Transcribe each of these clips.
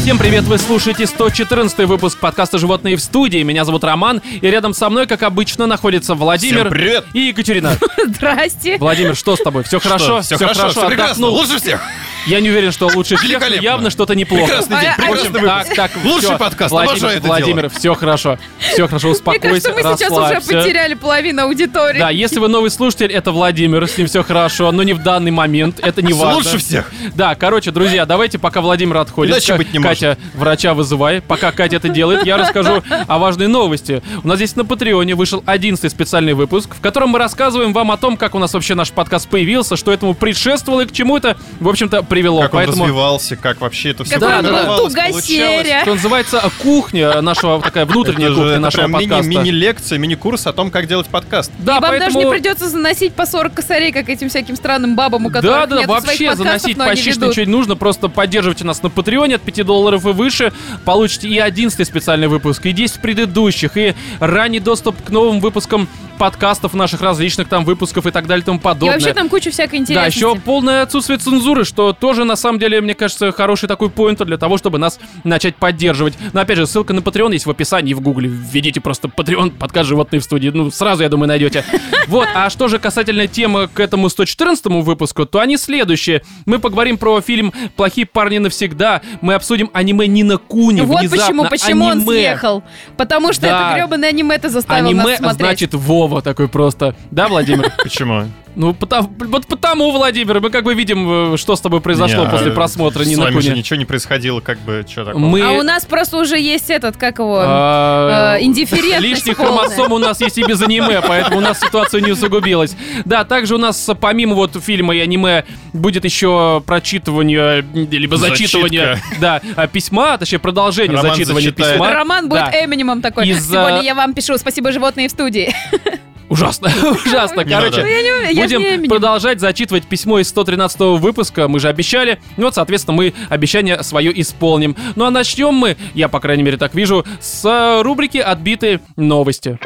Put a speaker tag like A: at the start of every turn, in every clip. A: Всем привет, вы слушаете 114 выпуск подкаста «Животные в студии». Меня зовут Роман, и рядом со мной, как обычно, находится Владимир
B: Всем привет!
A: и Екатерина.
C: Здрасте.
A: Всё, Владимир, что с тобой? Все хорошо?
B: все хорошо, Ну, все прекрасно,
A: отдохнул?
B: лучше всех.
A: Я не уверен, что лучше всех, но
B: Великолепно.
A: явно что-то неплохо.
B: Прекрасный день,
C: А, а
B: прекрасный
C: чем-
B: выпуск.
A: Так, так,
B: Лучший
A: всё.
B: подкаст, обожаю
A: Владимир,
B: это
A: Владимир, все хорошо, все хорошо,
C: Мне кажется,
A: успокойся,
C: мы сейчас уже
A: расслабься.
C: потеряли половину аудитории.
A: Да, если вы новый слушатель, это Владимир, с ним все хорошо, но не в данный момент, это не важно.
B: Лучше всех.
A: Да, короче, друзья, давайте, пока Владимир отходит,
B: Иначе
A: Ка-
B: быть не
A: Катя, врача вызывай. Пока Катя это делает, я расскажу о важной новости. У нас здесь на Патреоне вышел 11 специальный выпуск, в котором мы рассказываем вам о том, как у нас вообще наш подкаст появился, что этому предшествовало и к чему это, в общем-то, привело.
B: Как он
A: Поэтому
B: развивался, как вообще это все
C: Какой
A: Да,
C: он
A: да.
C: был тугосеря.
A: что называется кухня нашего, такая внутренняя
B: Это же
A: кухня
B: это
A: нашего
B: прям мини-
A: подкаста.
B: мини-лекция, мини-курс о том, как делать подкаст.
A: Да,
C: И вам даже
A: поэтому-
C: не придется заносить по 40 косарей, как этим всяким странным бабам, у
A: Да,
C: которых
A: да,
C: нет своих
A: вообще
C: подкастов,
A: заносить
C: но они
A: почти что
C: ведут.
A: ничего не нужно, просто поддерживайте нас на Патреоне от 5 долларов и выше, получите и 11 специальный выпуск, и 10 предыдущих, и ранний доступ к новым выпускам подкастов наших различных там выпусков и так далее и тому
C: И
A: подобное.
C: вообще там куча
A: Да,
C: всякой интересности.
A: еще полное отсутствие цензуры, что тоже, на самом деле, мне кажется, хороший такой поинтер для того, чтобы нас начать поддерживать. Но, опять же, ссылка на Patreon есть в описании и в гугле. Введите просто Patreon, подкаст «Животные в студии». Ну, сразу, я думаю, найдете. Вот, а что же касательно темы к этому 114 выпуску, то они следующие. Мы поговорим про фильм «Плохие парни навсегда». Мы обсудим аниме Нина Куни.
C: Вот
A: Внезапно
C: почему, почему он
A: аниме.
C: съехал. Потому что
A: Да.
C: это гребаное аниме ты заставил
A: Аниме,
C: нас смотреть.
A: значит, Вова такой просто. Да, Владимир?
B: Почему?
A: Ну, потому, вот потому, Владимир, мы как бы видим, э, что с тобой произошло
B: Не,
A: после
B: э,
A: просмотра
B: С
A: Нина
B: вами же
A: Куни.
B: ничего не происходило, как бы, что такое.
A: Мы...
C: А у нас просто уже есть этот, как его,
A: а,
C: э, индифферентность
A: Лишних
C: полная.
A: хромосом у нас есть и без аниме, поэтому у нас ситуация не усугубилась. Да, также у нас э, помимо вот фильма и аниме будет еще прочитывание, э, либо зачитывание, да, э, письма, точнее продолжение
B: Роман
A: зачитывания
B: зачитает.
A: письма.
C: Роман будет э-
A: Да.
C: Эминемом такой.
A: Из-за-
C: Сегодня я вам пишу. Спасибо, животные в студии.
A: Ужасно, ужасно,
B: Не
A: короче.
B: надо.
C: Я не умею, я же не
A: Будем
C: Эминем.
A: продолжать зачитывать письмо из 113 выпуска, мы же обещали. Ну вот, соответственно, мы обещание свое исполним. Ну а начнем мы, я, по крайней мере, так вижу, с э, рубрики «Отбитые новости».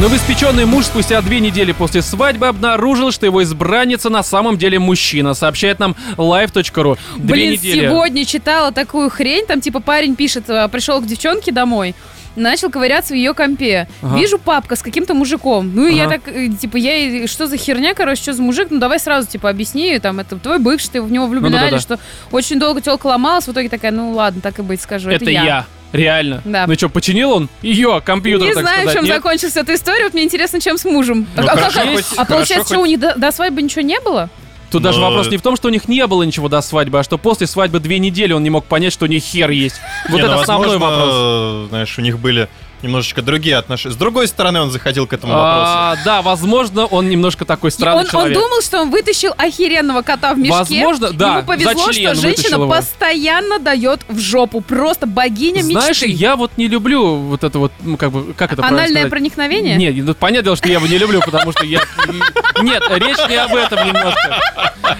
A: Новоиспеченный муж спустя две недели после свадьбы обнаружил, что его избранница на самом деле мужчина, сообщает нам live.ru. Две
C: Блин,
A: недели.
C: сегодня читала такую хрень, там типа парень пишет, э, пришел к девчонке домой, начал ковыряться в ее компе.
A: Ага.
C: Вижу папка с каким-то мужиком. Ну и я
A: Ага.
C: так, э, типа, я, и- что за херня, короче, что за мужик? Ну давай сразу, типа, объясни, там, это твой бывший, ты в него влюблена,
A: да-да-да.
C: или что очень долго телка ломалась, в итоге такая, ну ладно, так и быть, скажу, это,
A: Это я. Реально.
C: Да.
A: Ну что, починил он ее компьютер,
C: не
A: так
C: знаю,
A: сказать?
C: чем
A: нет?
C: закончилась эта история, вот мне интересно, чем с мужем.
B: Ну,
C: а,
B: хорошо,
C: как-
B: хоть-
C: а получается,
B: хорошо,
C: что
B: хоть-
C: у них до, до свадьбы ничего не было?
A: Тут даже
B: Но-
A: вопрос не в том, что у них не было ничего до свадьбы, а что после свадьбы две недели он не мог понять, что у них хер есть. Вот
B: Не,
A: это
B: ну,
A: основной
B: возможно,
A: вопрос.
B: э, Знаешь, у них были немножечко другие отношения. С другой стороны, он заходил к этому вопросу.
A: А, да, возможно, он немножко такой странный
C: он, он
A: человек.
C: думал, что он вытащил охеренного кота в мешке.
A: Возможно, да.
C: Ему повезло,
A: За член
C: что женщина
A: вытащил его.
C: постоянно дает в жопу. Просто богиня
A: Знаешь,
C: мечты.
A: я вот не люблю вот это вот, ну, как бы, как это правильно
C: Анальное
A: сказать?
C: проникновение?
A: Нет, ну, понятное дело, что я его не люблю, потому что я... Нет, речь не об этом немножко.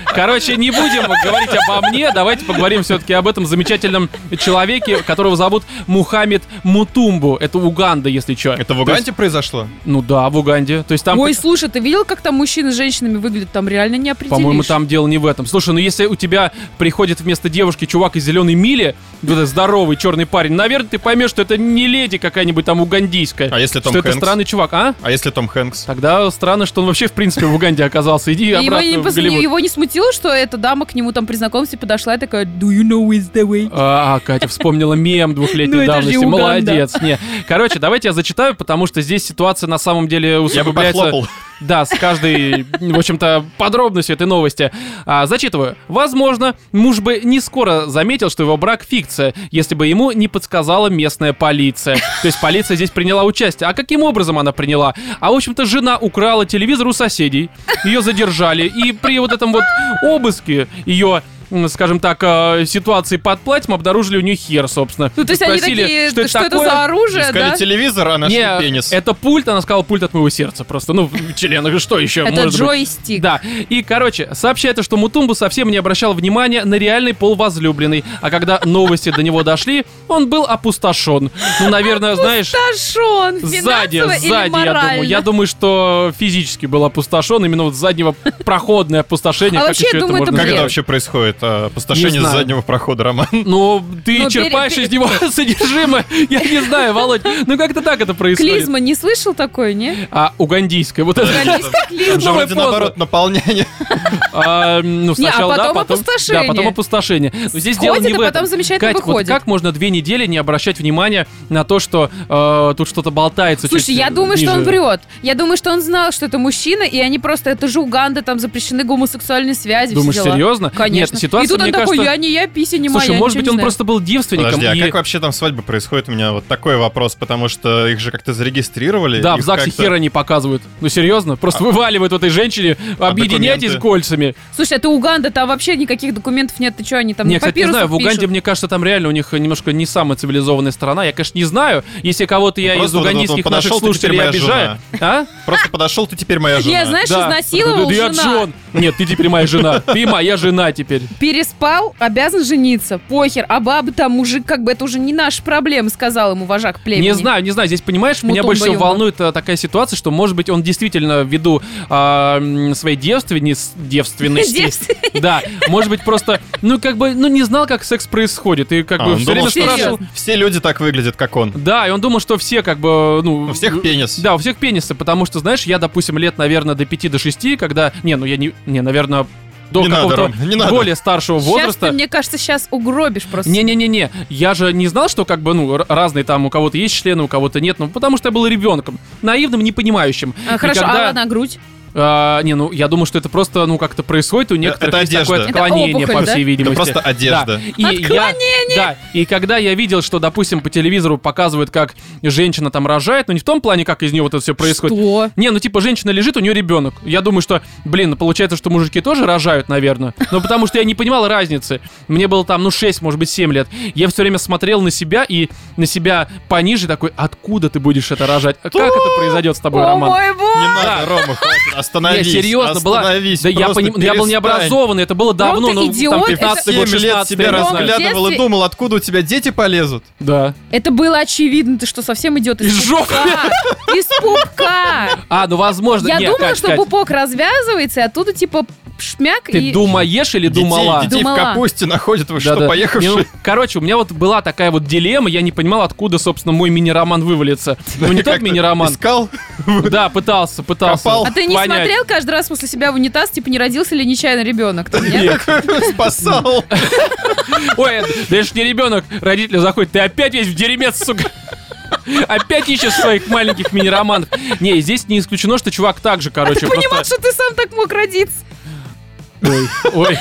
A: Короче, не будем говорить обо мне, давайте поговорим все-таки об этом замечательном человеке, которого зовут Мухаммед Мутумбу. Это Уганда, если что.
B: Это в Уганде произошло?
A: Ну да, в Уганде. То есть там...
C: Ой, слушай, ты видел, как там мужчины с женщинами выглядят? Там реально не определишь.
A: По-моему, там дело не в этом. Слушай, ну если у тебя приходит вместо девушки чувак из зеленой мили, вот этот здоровый черный парень, наверное, ты поймешь, что это не леди какая-нибудь там угандийская.
B: А если Том
A: Что это
B: Хэнкс?
A: странный чувак, а?
B: А если Том Хэнкс?
A: Тогда странно, что он вообще, в принципе, в Уганде оказался. Иди
C: И его,
A: обратно
C: не
A: в
C: поз-
A: Голливуд.
C: его не смутило, что эта дама к нему там при знакомстве подошла и такая «Do you know is the way?»
A: А, а, Катя вспомнила мем
C: Ну,
A: двухлетней
C: это же
A: давности.
C: Уганда.
A: Молодец. Не. Короче, давайте я зачитаю, потому что здесь ситуация на самом деле
B: Я бы
A: усугубляется.
B: похлопал.
A: Да, с каждой, в общем-то, подробностью этой новости. А, зачитываю. Возможно, муж бы не скоро заметил, что его брак фикция, если бы ему не подсказала местная полиция. То есть полиция здесь приняла участие. А каким образом она приняла? А, в общем-то, жена украла телевизор у соседей, ее задержали, и при вот этом вот обыске ее м, скажем так, э, ситуации под платьем, обнаружили у нее хер, собственно.
C: Ну, то есть они
A: Спросили,
C: такие,
A: что это такое?
C: за оружие,
B: Искали
C: да?
B: телевизор, а нашли
A: Не,
B: пенис.
A: это пульт, она сказала, пульт от моего сердца просто. Ну, член, что еще
C: Это
A: может быть?
C: джойстик.
A: Да. И, короче, сообщается, что Мутумбу совсем не обращал внимания на реальный пол возлюбленной. А когда новости до него дошли, он был опустошен. Ну, наверное, знаешь...
C: Ташон,
A: Сзади,
C: финансово или
A: сзади, я
C: морально?
A: думаю. Я думаю, что физически был опустошен, именно вот заднего проходное опустошение.
C: А
A: как
C: вообще, я
A: еще
C: думаю,
A: это
C: это
A: можно
B: Как
C: Нет.
B: это
A: назвать?
B: вообще происходит? а,
A: Не
B: Опустошение с
A: знаю.
B: заднего прохода, Роман.
A: Ну, ты
C: Ну, пере-
A: черпаешь
C: пере-
A: из него содержимое. Я не знаю, Володь. Ну, как-то так это происходит.
C: Клизма не слышал такой, не?
A: А, угандийское. Вот это
C: Угандийская
B: Там же
A: Новая поза.
B: вроде наоборот наполнение.
A: А, ну,
C: Не, а
A: сначала, да,
C: потом
A: потом...
C: опустошение.
A: Да, потом опустошение. Но здесь дело не
C: Сходит,
A: в
C: а
A: этом.
C: потом замечательно
A: Кать, вот
C: выходит.
A: как можно две недели не обращать внимания на то, что э, тут что-то болтается?
C: Слушай,
A: чуть
C: я думаю, что
A: э,
C: он
A: ниже?
C: врет. Я думаю, что он знал, что это мужчина, и они просто, это же Уганда, там запрещены гомосексуальные связи. все
A: Думаешь,
C: дела.
A: серьезно?
C: Конечно.
A: Нет, ситуация,
C: и тут
A: мне
C: он такой,
A: кажется...
C: я не я, пися не моя,
A: Слушай,
C: я
A: может
C: ничего
A: быть,
C: не
A: он
C: знаю».
A: просто был девственником.
B: Подожди, а
A: и-
B: как вообще там свадьба происходит? У меня вот такой вопрос, потому что их же как-то зарегистрировали.
A: Да, в
B: их
A: ЗАГСе
B: как-то-
A: хера не показывают. Ну, серьезно? Просто вываливают вот этой женщине, объединяйтесь
B: документы?
A: кольцами.
C: Слушай, это Уганда, там вообще никаких документов нет, ты что, они там
A: Не,
C: на
A: кстати, не
C: папирусах
A: знаю, в Уганде,
C: пишут?
A: мне кажется, там реально у них немножко не самая цивилизованная страна. Я, конечно, не знаю, если кого-то я из
B: Ну, просто вот этот
A: угандийских
B: вот
A: наших
B: подошел, ты
A: слушателей
B: теперь моя
A: обижаю. А?
B: Просто подошел, ты теперь моя жена.
C: Не, знаешь, изнасиловал
A: Да я
C: жена.
A: Джон. Нет, ты теперь моя жена. Ты моя жена теперь.
C: Переспал, обязан жениться. Похер. А баба там, мужик, как бы это уже не наша проблема, сказал ему вожак племени.
A: Не знаю, не знаю. Здесь, понимаешь, меня
C: Мутон
A: больше всего
C: Баюна.
A: волнует а, такая ситуация, что, может быть, он действительно ввиду а, м, своей девственниц- девственности...
C: Девственности.
A: Да, может быть, просто, ну, как бы, ну, не знал, как секс происходит. И как
B: А,
A: бы
B: он
A: все
B: думал,
A: время
B: что
A: спрашивал...
B: все люди так выглядят, как он.
A: Да, и он думал, что все как бы, ну...
B: У всех пенис.
A: Да, у всех пенисы, потому что, знаешь, я, допустим, лет, наверное, до 5 до 6, когда... Не, ну я не... Не, наверное, до
B: Не надо,
A: какого-то
B: Ром, не надо.
A: более старшего
C: Сейчас ты,
A: возраста.
C: мне кажется, сейчас угробишь просто.
A: Не-не-не-не, я же не знал, что как бы, ну, р- разные там, у кого-то есть члены, у кого-то нет, ну, потому что я был ребенком, наивным, непонимающим.
C: А,
A: И
C: хорошо,
A: когда-
C: а на грудь?
A: а, не, ну, я думаю, что это просто, ну, как-то происходит у некоторых
B: это
A: есть
B: одежда.
A: такое
C: Это
A: отклонение,
C: опухоль,
A: по
C: да?
A: всей видимости.
B: просто одежда.
A: Да. И я- да, и когда я видел, что, допустим, по телевизору показывают, как женщина там рожает, но не в том плане, как из нее вот это все происходит,
C: Что?
A: не, ну типа женщина лежит, у нее ребенок. Я думаю, что, блин, ну, получается, что мужики тоже рожают, наверное. Но потому что я не понимал разницы. Мне было там, ну, 6, может быть, 7 лет. Я все время смотрел на себя и на себя пониже такой, откуда ты будешь это рожать? А Как это произойдет с тобой,
C: О
A: Роман?
C: мой бог!
B: Не надо, Рома, хватит,
A: Я
B: остановись.
A: серьезно была.
B: остановись,
A: Да я,
B: просто
A: поним- я был
B: перестань.
A: необразованный, это было давно,
C: ты
A: ну, там
C: идиот,
A: 15 год,
B: 7 лет
A: 16
B: тебя
A: я не знаю.
C: разгля-
B: разглядывал и
C: детстве-
B: думал, откуда у тебя дети полезут.
A: Да.
C: Это было очевидно, ты что, совсем идет из
A: Из жопы.
C: пупка? Из пупка!
A: А, ну возможно.
C: Я
A: не,
C: думала,
A: Кать,
C: что
A: Кать,
C: пупок развивается, и оттуда типа шмяк
A: Ты
C: и...
A: думаешь или
B: Детей-
A: думала?
B: Детей в
C: Думала.
B: капусте находят,
A: Да,
B: вы что,
A: да.
B: поехавшие?
A: Не, ну, короче, у меня вот была такая вот дилемма, я не понимал, откуда, собственно, мой мини-роман вывалится. Ну, не тот
B: Как-то
A: мини-роман.
B: Искал?
A: Да, пытался, пытался.
B: Копал.
C: А ты не
A: понять.
C: смотрел каждый раз после себя в унитаз, типа, не родился ли нечаянно ребенок? Ты нет?
B: Спасал.
A: Ой, это- да это ж не ребенок, родители заходят, ты опять весь в дерьме, сука. Опять ищешь своих маленьких мини-романов. Не, здесь не исключено, что чувак так же, короче,
C: Понимал, что ты сам так мог родиться.
A: Ой, ой.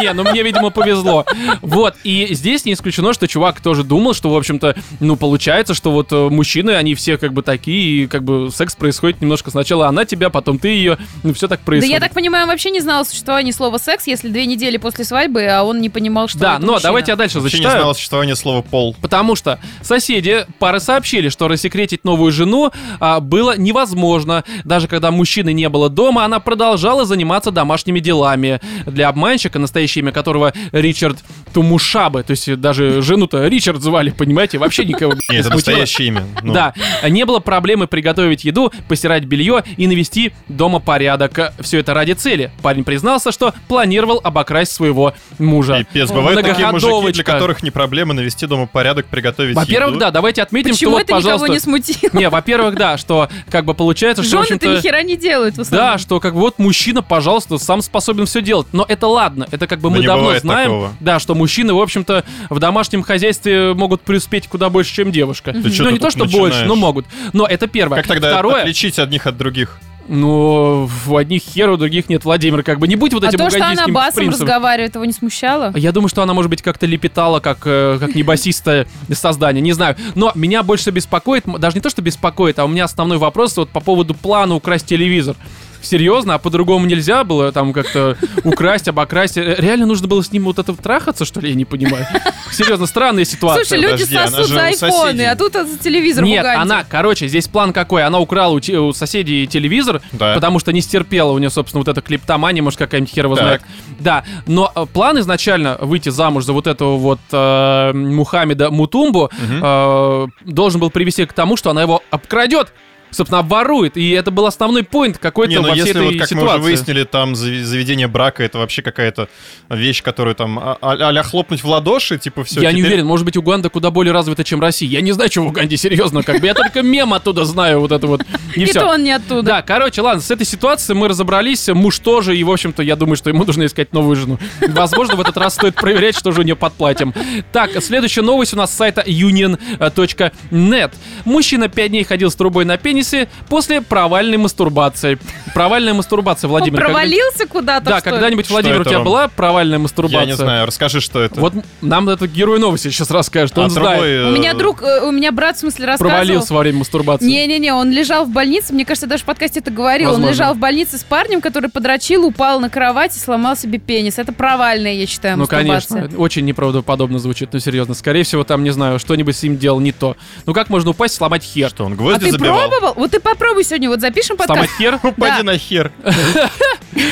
A: Не, ну мне, видимо, повезло. Вот, и здесь не исключено, что чувак тоже думал, что, в общем-то, ну, получается, что вот э, мужчины, они все как бы такие, и как бы секс происходит немножко сначала она тебя, потом ты ее, ну, все так
C: Да
A: происходит.
C: я так понимаю, он вообще не знал о существовании слова секс, если две недели после свадьбы, а он не понимал, что
A: Да,
C: это
A: но
C: мужчина.
A: давайте я дальше
B: Вообще не
A: зачитаю.
B: знал существование слова пол.
A: Потому что соседи пары сообщили, что рассекретить новую жену а, было невозможно. Даже когда мужчины не было дома, она продолжала заниматься домашними делами. Для обманщика, настоящее имя которого Ричард Тумушабы, то есть даже жену-то Ричард звали, понимаете, вообще никого
B: Нет, это
A: смутило.
B: настоящее имя. Ну,
A: Да, не было проблемы приготовить еду, постирать белье и навести дома порядок. Все это ради цели. Парень признался, что планировал обокрасть своего мужа.
B: Пипец, бывают такие мужики, для
A: Многоходовочка.
B: которых не проблема навести дома порядок, приготовить
A: Во-первых,
B: еду.
A: да, давайте отметим, что
C: Почему
A: вот,
C: это никого
A: пожалуйста,
C: не смутило?
A: Не, во-первых, да, что как бы получается, что, в
C: Жены-то ни
A: общем-то...
C: хера не делают в
A: Да,
C: основном.
A: что как бы вот мужчина, пожалуйста, сам способен все делать. Но это ладно, это как бы
B: Да
A: мы
B: не
A: давно
B: бывает
A: знаем,
B: такого.
A: да, что мужчины, в общем-то, в домашнем хозяйстве могут преуспеть куда больше, чем девушка.
B: Ты чё
A: ну,
B: ты
A: не то,
B: тут
A: что
B: начинаешь?
A: больше, но могут. Но это первое.
B: Как тогда
A: Второе,
B: отличить одних от других?
A: ну, в одних хер, у других нет, Владимир, как бы не будь вот
C: А
A: этим
C: то, что она
A: угандийским
C: басом
A: принцем.
C: разговаривает, его не смущало?
A: Я думаю, что она, может быть, как-то лепетала, как, э, как небасистое создание, не знаю. Но меня больше беспокоит, м, даже не то, что беспокоит, а у меня основной вопрос вот по поводу плана украсть телевизор. серьезно, а по-другому нельзя было там как-то украсть, обокрасть. Э, Реально нужно было с ним вот это трахаться, что ли, я не понимаю. Серьезно, странная ситуация.
C: Слушай, люди
B: подожди, она
C: сосут
B: же
C: за
B: у
C: айфоны,
B: соседей.
C: а тут за телевизор
A: Нет,
C: бугантит.
A: она, короче, здесь план какой? Она украла у, те- у соседей телевизор,
B: Да.
A: потому что не стерпела у нее, собственно, вот эта клиптомания, может, какая-нибудь хер его
B: Так.
A: знает. Да, но э, план изначально выйти замуж за вот этого вот э, Мухаммеда Мутумбу э, должен был привести к тому, что она его обкрадет, собственно, обворует. И это был основной поинт какой-то
B: Не, ну
A: во всей
B: если
A: этой
B: вот, как мы
A: ситуации.
B: уже выяснили, там зави- заведение брака это вообще какая-то вещь, которую там а- а- а-ля хлопнуть в ладоши, типа все.
A: я не уверен, может быть, Уганда куда более развита, чем Россия. Я не знаю, что в Уганде, серьезно, как бы. Я только мем оттуда знаю, вот это вот. И,
C: И
A: все.
C: то он не оттуда.
A: Ну Да, короче, ладно, с этой ситуацией мы разобрались. Муж тоже, и, в общем-то, я думаю, что ему нужно искать новую жену. Возможно, в этот раз стоит проверять, что же у нее под платьем. Так, следующая новость у нас с сайта union.net. Мужчина пять дней ходил с трубой на пенисе после провальной мастурбации. Провальная мастурбация,
C: Он
A: Владимир. когда-
C: провалился куда-то,
A: Да,
C: Ну, что ли?
A: когда-нибудь,
B: Что
A: Владимир, у
B: это
A: тебя
B: вам?
A: была провальная мастурбация?
B: Я не знаю, расскажи, что это.
A: Вот нам этот герой новости сейчас расскажет,
B: А
A: он
B: трубой,
A: знает.
B: э,
C: У меня друг, э, у меня брат, в смысле, рассказывал.
A: Провалился во время мастурбации.
C: Не-не-не, он лежал в больнице, мне кажется, я даже в подкасте это говорил. Он
A: Возможно.
C: лежал в больнице с парнем, который подрочил, упал на кровать и сломал себе пенис. Это провальная, я считаю,
A: Ну,
C: мастурбация.
A: конечно, очень неправдоподобно звучит, ну, серьезно. Скорее всего, там, не знаю, что-нибудь с ним делал не то. Ну, как можно упасть, сломать хер?
B: Что, он
C: А
B: гвозди
C: ты
B: забивал?
C: пробовал? Вот ты попробуй сегодня, вот запишем
A: Сломать
C: подкаст.
A: хер?
B: Упади
C: Да.
B: на хер.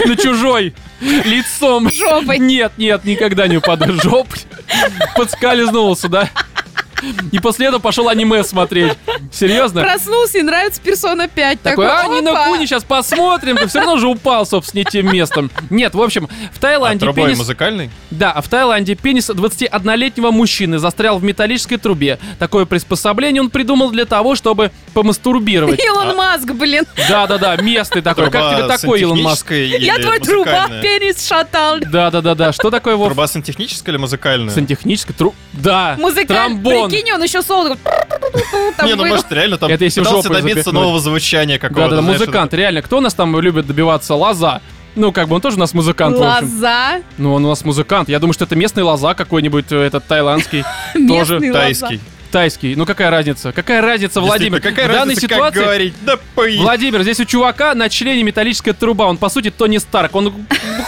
A: На чужой. Лицом.
C: Жопой.
A: Нет, нет, никогда не упаду. Жопой. Подскользнулся, да? И после этого пошел аниме смотреть. Серьезно?
C: Проснулся и нравится персона 5.
A: Такой, а, Нина
C: опа!»
A: Куни, сейчас посмотрим. Ты все равно же упал, собственно, не тем местом. Нет, в общем, в
B: А
A: Таиланде
B: трубой
A: пенис...
B: музыкальный?
A: Да, а в Таиланде пенис 21-летнего мужчины застрял в металлической трубе. Такое приспособление он придумал для того, чтобы помастурбировать.
C: Илон Маск, блин.
A: Да-да-да, местный такой. А Как тебе
B: Труба
A: такой, Илон Маск?
B: сантехническая или
C: Я твой труба
B: музыкальная?
C: пенис шатал.
A: Да-да-да-да, что такое, Вов?
B: Труба сантехническая или музыкальная?
A: Сантехническая тру... Да,
C: Музыкант,
A: тромбон.
C: прикинь, он еще соло. там
B: Не, ну
C: был.
B: может реально там
A: Это если в
B: пытался
A: жопу
B: добиться
A: запихнуть.
B: нового звучания какого-то.
A: Да-да-да,
B: знаешь,
A: музыкант, реально. Кто у нас там любит добиваться? Лоза. Ну, как бы он тоже у нас музыкант, в общем.
C: Глаза.
A: Ну, он у нас музыкант. Я думаю, что это местный лоза какой-нибудь, э, этот тайландский,
B: это-
A: тоже
C: Местный.
B: Тайский.
A: тайский. Ну, какая разница? Какая разница, Владимир?
B: Действительно, какая
A: в данной
B: разница, как
A: ситуации
B: говорить? Да пои-
A: Владимир, здесь у чувака на члене металлическая труба. Он, по сути, Тони Старк. Он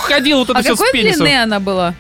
A: ходил вот это
C: А
A: все
C: какой
A: с пенисом.
C: длины она была?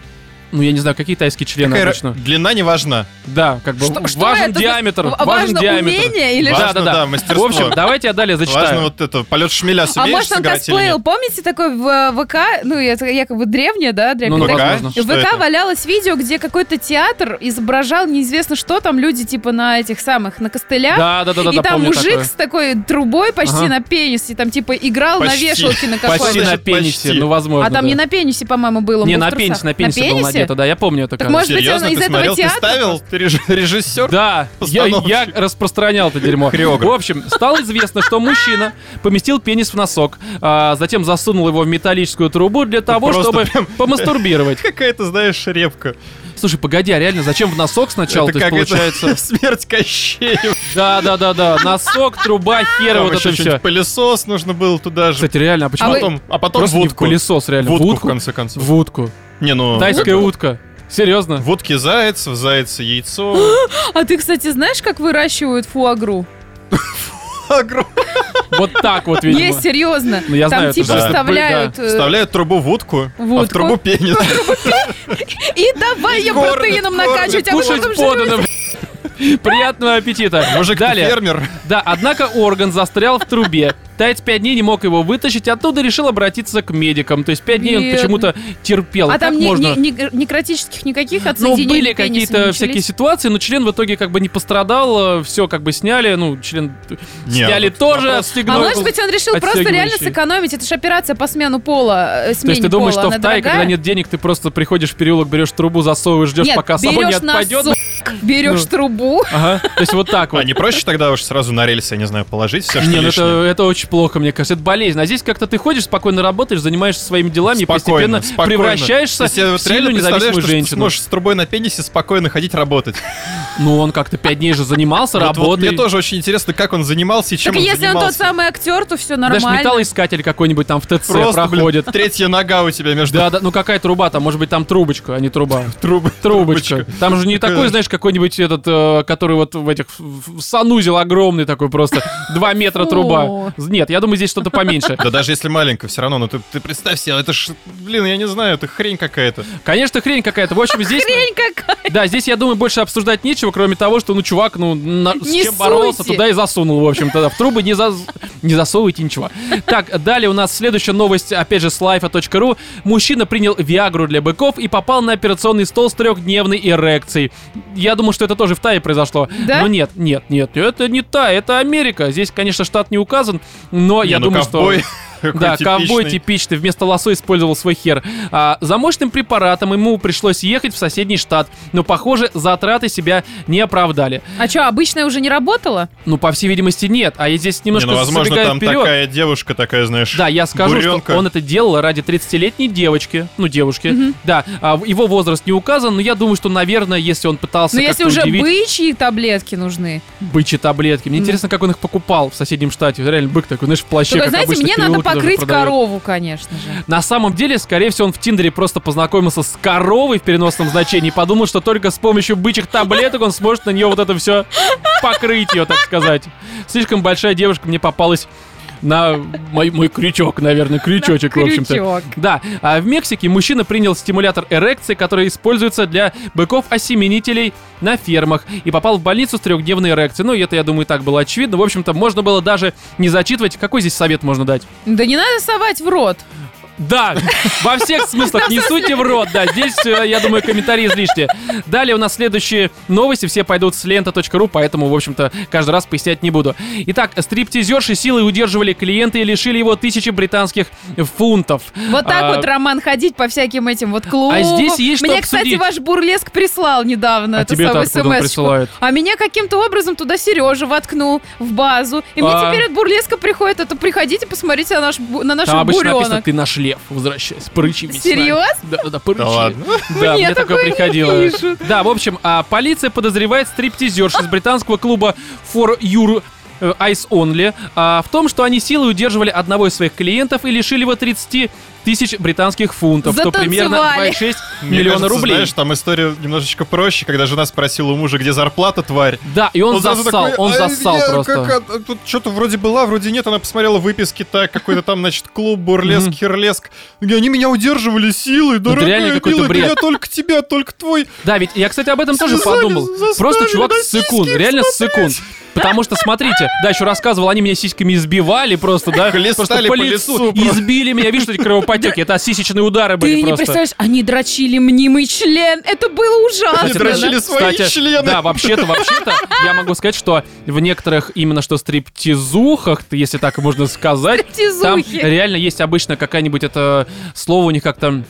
A: Ну, я не знаю, какие тайские члены
B: Какая ра-
A: обычно.
B: Длина не важна.
A: Да, как бы
C: Что- что
A: важен
C: это?
A: диаметр.
C: В-
A: важен
C: важно
A: диаметр.
C: умение или
A: да,
B: Важно,
A: да, да,
B: да, мастерство.
A: В общем, давайте я далее зачитаю.
B: Важно вот это, полет шмеля
C: А
B: сумеешь
C: может он
B: сыграть или
C: косплеил,
B: нет?
C: помните, такой в ВК, ну, это якобы древнее, да, древнее?
A: Ну,
C: Так
A: возможно.
B: Что
C: в ВК
B: это?
C: валялось видео, где какой-то театр изображал неизвестно что, там люди типа на этих самых, на костылях.
A: Да, да, да, да,
C: и
A: да,
C: там
A: помню
C: мужик
A: такое.
C: с такой трубой почти
A: Ага.
C: на пенисе, там типа играл
B: Почти.
C: на вешалке на какой-то.
A: Почти на
B: Значит,
A: пенисе,
B: почти.
A: ну, возможно.
C: А там
A: да.
C: не на пенисе, по-моему, было. он
A: Не,
C: был в
A: на
C: трусах.
A: пенисе, на пенисе, был надето, да, я помню это.
C: Так
A: как.
C: может быть,
B: Серьезно,
C: он из
B: ты
C: этого
B: смотрел, ты
C: театра?
B: ставил? Ты реж- режиссер?
A: Да, я, я
B: Постановщик.
A: распространял это дерьмо.
B: Хореограф.
A: В общем, стало известно, что мужчина поместил пенис в носок, а затем засунул его в металлическую трубу для того,
B: Просто
A: чтобы
B: прям-
A: помастурбировать.
B: Какая-то, знаешь, репка.
A: Слушай, погоди, а реально зачем в носок сначала?
B: это
A: То есть
B: как
A: получается...
B: это, смерть Кощеева.
A: Да, да, да, да. Носок, труба, хер,
B: Там
A: вот
B: еще
A: это
B: что-нибудь
A: все.
B: пылесос нужно было туда же.
A: Кстати, реально, а
B: а
A: почему?
C: вы-
B: потом, а потом
A: Просто не в
B: водку.
A: пылесос, реально. В
B: Водку, в
A: утку.
B: конце концов.
A: В утку.
B: Не, ну...
A: Тайская
B: это-
A: утка. Серьезно?
B: Водки заяц, в зайце яйцо.
C: А ты, кстати, знаешь, как выращивают фуагру?
B: Огром-
A: Вот так вот, видимо.
C: Не, серьезно.
A: Ну, я
C: Там
A: знаю, это
C: типа
B: да.
C: вставляют... э,
B: Вставляют трубу в утку, а в
C: Водку.
B: трубу пенис.
C: И давай я
B: Кормят,
C: протеином
B: кормят,
C: накачивать, а
A: Кушать
C: потом жрать.
A: подано. Приятного аппетита.
B: Мужик, ты
A: Далее.
B: фермер.
A: Да, однако орган застрял в трубе. Таец пять дней не мог его вытащить, оттуда решил обратиться к медикам. То есть пять дней он
C: Бедный.
A: почему-то терпел.
C: А
A: Как
C: там ни-
A: можно?
C: ни- ни- некротических никаких
A: Ну,
C: отсоединений
A: были
C: пениса
A: какие-то
C: не
A: всякие
C: начались?
A: ситуации, но член в итоге как бы не пострадал, все как бы сняли, ну, член
B: Не,
A: сняли
B: вот
A: тоже,
B: вопрос-
A: отстегнули.
C: А может быть, он решил просто реально
A: отстегивающие.
C: сэкономить? Это же операция по смену пола, э,
A: То
C: смене
A: есть ты думаешь,
C: пола,
A: что
C: она
A: в Тае, когда
C: дорогая?
A: нет денег, ты просто приходишь в переулок, берешь трубу, засовываешь, ждешь,
C: Нет,
A: пока само не
C: берешь
A: отпадет.
C: носок, берешь
A: Ну.
C: трубу.
A: Ага. То есть вот так
B: А
A: вот.
B: не проще тогда уж сразу на рельсы, я не знаю, положить все, что
A: Не, ну это,
B: лишнее?
A: это очень плохо, мне кажется. Это болезнь. А здесь как-то ты ходишь, спокойно работаешь, занимаешься своими делами и
B: Спокойно,
A: постепенно
B: спокойно.
A: превращаешься
B: То
A: в
B: есть я вот
A: сильную
B: реально представляю,
A: независимую
B: что ты
A: женщину.
B: сможешь с трубой на пенисе спокойно ходить работать.
A: Ну, он как-то пять дней же занимался,
B: Вот- вот
A: работой.
B: Мне тоже очень интересно, как он занимался и чем
C: Так
B: он
C: если он тот
B: занимался.
C: самый актер, то все
A: Ну, Даже
C: нормально.
A: металлоискатель какой-нибудь там в ТЦ
B: Просто, блин,
A: проходит.
B: третья нога у тебя между
A: Да, да, ну какая труба там? Может быть, там трубочка, а не труба.
B: труб.
A: Трубочка. Там же не
B: Такая,
A: такой,
B: знаешь,
A: знаешь, какой-нибудь этот, э, который вот в этих... в- в санузел огромный такой просто, 2 метра
C: Фу.
A: труба. Нет, я думаю, здесь что-то поменьше.
B: Да даже если маленькая, все равно, ну ты, ты представь себе, это ж, блин, я не знаю, это хрень какая-то.
A: Конечно, хрень какая-то. В общем, здесь...
C: Хрень какая.
A: Да, здесь, я думаю, больше обсуждать нечего, кроме того, что, ну, чувак, ну, на- с
C: Не
A: чем боролся,
C: суйте.
A: туда и засунул, в общем-то, да. В трубы не, зас- не засовывайте ничего. Так, далее у нас следующая новость, опять же, с life.ru. Мужчина принял Виагру для быков и попал на операционный стол с трехдневной эрекцией. Я думал, что это тоже в Тае произошло.
C: Да?
A: Но нет, нет, нет, это не Тай, это Америка. Здесь, конечно, штат не указан, но я
B: Не, ну,
A: думаю,
B: ковбой
A: что...
B: какой
A: Да, ковбой
B: типичный.
A: типичный, вместо лосо использовал свой хер. А, за мощным препаратом ему пришлось ехать в соседний штат, но, похоже, затраты себя не оправдали.
C: А что, обычная уже не работала?
A: Ну, по всей видимости, нет. А я здесь
B: Не,
A: немножко
B: ну, возможно,
A: забегаю
B: там
A: вперед.
B: такая девушка, такая, знаешь,
A: Да, я скажу,
B: буренка.
A: что он это делал ради 30-летней девочки. Ну, девушки. Да, а, в- его возраст не указан, но я думаю, что, наверное, если он пытался
C: Ну, если
A: как-то
C: уже
A: удивить
C: бычьи таблетки нужны.
A: бычьи таблетки. Мне
C: Ну.
A: интересно, как он их покупал в соседнем штате. Реально, бык такой, знаешь, в плаще,
C: Только,
A: как
C: знаете,
A: обычно,
C: мне
A: в
C: надо
A: переулке даже
C: покрыть
A: продает.
C: корову, конечно же.
A: На самом деле, скорее всего, он в Тиндере просто познакомился с коровой в переносном значении и подумал, что только с помощью бычьих таблеток он сможет на нее вот это все покрыть ее, так сказать. Слишком большая девушка мне попалась на мой, мой крючок, наверное, крючочек,
C: На
A: в общем-то.
C: крючок.
A: Да, а в Мексике мужчина принял стимулятор эрекции, который используется для быков-осеменителей на фермах, и попал в больницу с трехдневной эрекцией. Ну, и это, я думаю, и так было очевидно. В общем-то, можно было даже не зачитывать. Какой здесь совет можно дать?
C: Да не надо совать в рот.
A: Да, во всех смыслах. Не суть в рот, да. Здесь, э, я думаю, комментарии излишни. Далее у нас следующие новости. Все пойдут с лента.ру, поэтому, в общем-то, каждый раз пояснять не буду. Итак, стриптизерши силой удерживали клиента и лишили его тысячи британских фунтов.
C: Вот так
A: А,
C: вот, Роман, ходить по всяким этим вот клубам.
A: А здесь есть что
C: Мне, кстати,
A: обсудить.
C: ваш бурлеск прислал недавно.
A: А
C: эту
A: тебе-то
C: самую
A: откуда он
C: смс-очку.
A: присылает?
C: А меня каким-то образом туда Сережа воткнул в базу. И
A: А.
C: мне теперь от бурлеска приходит это приходите, посмотрите на наш, бу- на наш
A: Там обычно написано,
C: буренок.
A: ты наш лев, возвращайся, прычи весь с нами».
C: Серьёзно?
A: Да, да, порычи.
B: Да ладно.
A: Да,
C: Мне
A: мне такое
C: такое не
A: приходило.
C: пишут.
A: Да, в общем, а, полиция подозревает стриптизерш из британского клуба For Your э, Eyes Only а, в том, что они силой удерживали одного из своих клиентов и лишили его 30 тысяч британских фунтов, что примерно
C: Затанцевали.
A: 2,6
B: Мне
A: миллиона
B: кажется,
A: рублей.
B: Знаешь, там история немножечко проще, когда жена спросила у мужа, где зарплата, тварь.
A: Да, и он,
B: сразу
A: зассал,
B: такой,
A: он
B: «А,
A: зассал
B: я
A: просто.
B: как, а, тут что-то вроде была, вроде нет. Она посмотрела выписки, так, какой-то там, значит, клуб, бурлеск,
A: Мгм. Ну,
B: херлеск. И Они меня удерживали силой, дорогая,
A: реально какой-то
B: милая,
A: бред.
B: я только тебя, только твой.
A: Да, ведь я, кстати, об этом тоже
B: Связали,
A: подумал.
B: заставили
A: Просто чувак
B: на
A: ссыкун,
B: сиськи
A: реально ссыкун. Потому что, смотрите, да, еще рассказывал, они меня сиськами избивали просто, да? Просто
B: Хлестали по лицу
A: и
B: просто.
A: избили меня, видишь, эти кровопотеки, это сисечные удары
C: Ты
A: были
C: не
A: просто.
C: представляешь, они дрочили мнимый член. Это было ужасно.
B: Они дрочили свои члены.
A: Да, вообще-то, вообще-то, я могу сказать, что в некоторых именно что стриптизухах, если так можно сказать, там
C: Стриптизухи.
A: реально есть обычно какая-нибудь это слово у них как-то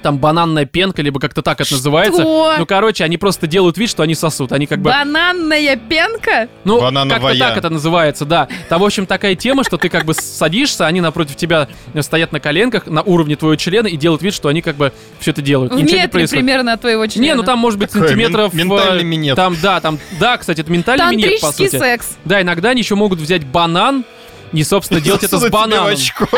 A: там бананная пенка, либо как-то так это называется.
C: Что?
A: Ну, короче, они просто делают вид, что они сосут. Они как бы...
C: Бананная пенка?
A: Ну,
B: Банановая.
A: как-то так это называется, да. Там, в общем, такая тема, что ты как бы садишься, они напротив тебя стоят на коленках на уровне твоего члена и делают вид, что они как бы все это делают.
C: В
A: И Ничего не
C: метре
A: происходит.
C: примерно от твоего Ну, члена.
A: Не, ну там может быть
B: Такой
A: сантиметров...
B: мен- ментальный
A: э,
B: минет.
A: Там, да, там, да, кстати, это ментальный минет, по
C: Тантрический
A: сути.
C: секс.
A: Да, иногда они еще могут взять банан и, собственно, делать это с
B: Засунуть тебе в
A: бананом.
B: очко.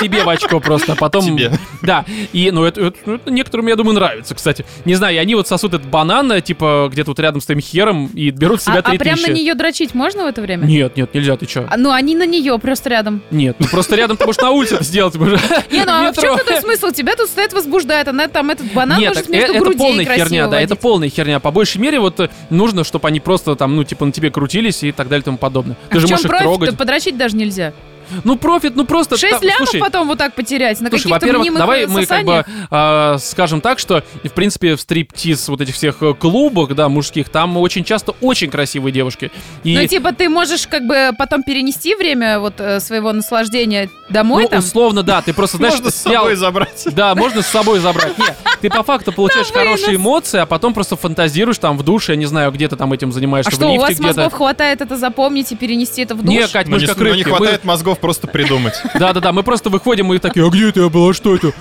A: Себе в очко просто, а потом...
B: Тебе.
A: Да, и, ну, это, это- ну, это некоторым, я думаю, нравится, кстати. Не знаю, и они вот сосут этот банан, э, типа, где-то вот рядом с твоим хером, и берут с
C: А,
A: себя
C: а
A: три
C: прям на
A: тысячи.
C: нее дрочить можно в это время?
A: Нет, нет, нельзя, ты чё?
C: А, Ну, они на нее просто рядом.
A: Нет, ну просто рядом ты можешь на улице это сделать. уже.
C: Не, ну а в
A: Метро.
C: чем такой смысл? Тебя тут стоит возбуждает, она там этот банан
A: Нет,
C: может
A: так, э,
C: между
A: это
C: грудей
A: полная
C: красиво
A: херня, да, это
C: водить.
A: полная херня. По большей мере, вот э, нужно, чтобы они просто там, ну, типа, на тебе крутились и так далее и тому подобное. Ты
C: А
A: же
C: в чем
A: можешь их трогать.
C: профит? Подрочить даже нельзя.
A: Ну, профит, ну просто.
C: Шесть
A: та-
C: лямов
A: слушай,
C: потом вот так потерять на
A: Слушай,
C: каких-то
A: во-первых,
C: мнимых
A: давай
C: э,
A: мы как бы
C: сосаниях.
A: а, скажем так, что в принципе в стриптиз вот этих всех э, клубах, да, мужских, там очень часто очень красивые девушки. И
C: Ну, типа, ты можешь как бы потом перенести время вот э, своего наслаждения домой
A: ну,
C: там.
A: условно, да, ты просто знаешь,
B: Можно с
A: снял-
B: собой забрать.
A: Да, можно с собой забрать. Нет, ты по факту получаешь хорошие эмоции, а потом просто фантазируешь там в душе, я не знаю, где ты там этим занимаешься,
C: А
A: в
C: что, у
A: лифте
C: вас
A: где-то.
C: мозгов хватает это запомнить и перенести это в душ?
A: Не, Кать,
B: Но
A: мы же
B: не,
A: как
B: но не
A: рыбки. мы-
B: хватает мозгов готов просто придумать.
A: Да-да-да, мы просто выходим и такие, а где это я был, а что это?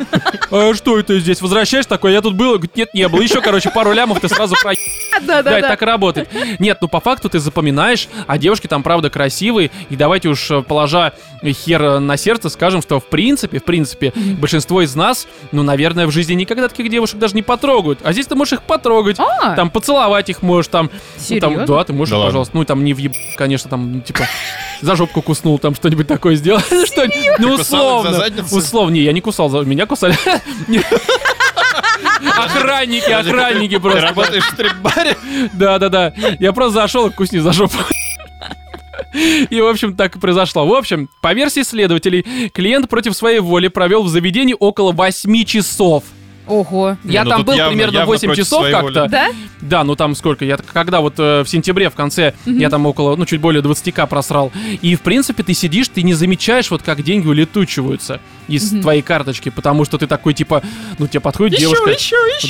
A: А что это здесь? Возвращаешь такой, я тут был, говорит, нет, не было. Еще, короче, пару лямов ты сразу про...
C: Да,
A: Да,
C: да,
A: это
C: да.
A: так и работает. Нет, ну по факту ты запоминаешь, а девушки там правда красивые. И давайте уж э, положа хер э, на сердце, скажем, что в принципе, в принципе, большинство из нас, ну, наверное, в жизни никогда таких девушек даже не потрогают. А здесь ты можешь их потрогать.
C: А.
A: Там поцеловать их можешь, там, ну, там,
C: Серьезно?
A: да, ты можешь,
B: Да ладно.
A: пожалуйста, ну там не въеб, конечно, там типа за жопку куснул, там что-нибудь такое сделал, что ну
B: Ты кусал их за
A: условно,
B: задницу?
A: условно, не, я не кусал, за- меня кусали. Не. Охранники, охранники
B: Ты
A: просто.
B: работаешь в стрип-баре?
A: Да, да, да. Я просто зашел и кусни за жопу. И, в общем, так и произошло. В общем, по версии следователей, клиент против своей воли провел в заведении около 8 часов.
C: Ого.
B: Не,
A: я
B: ну
A: там
B: тут
A: был
B: явно-
A: примерно
B: явно
A: 8
B: против
A: часов
B: своей воли.
A: как-то.
C: Да?
A: Да, ну там сколько? Я когда вот э, в сентябре в конце я там около, ну чуть более 20к просрал. И в принципе ты сидишь, ты не замечаешь вот как деньги улетучиваются из твоей карточки, потому что ты такой типа, ну тебе подходит девушка.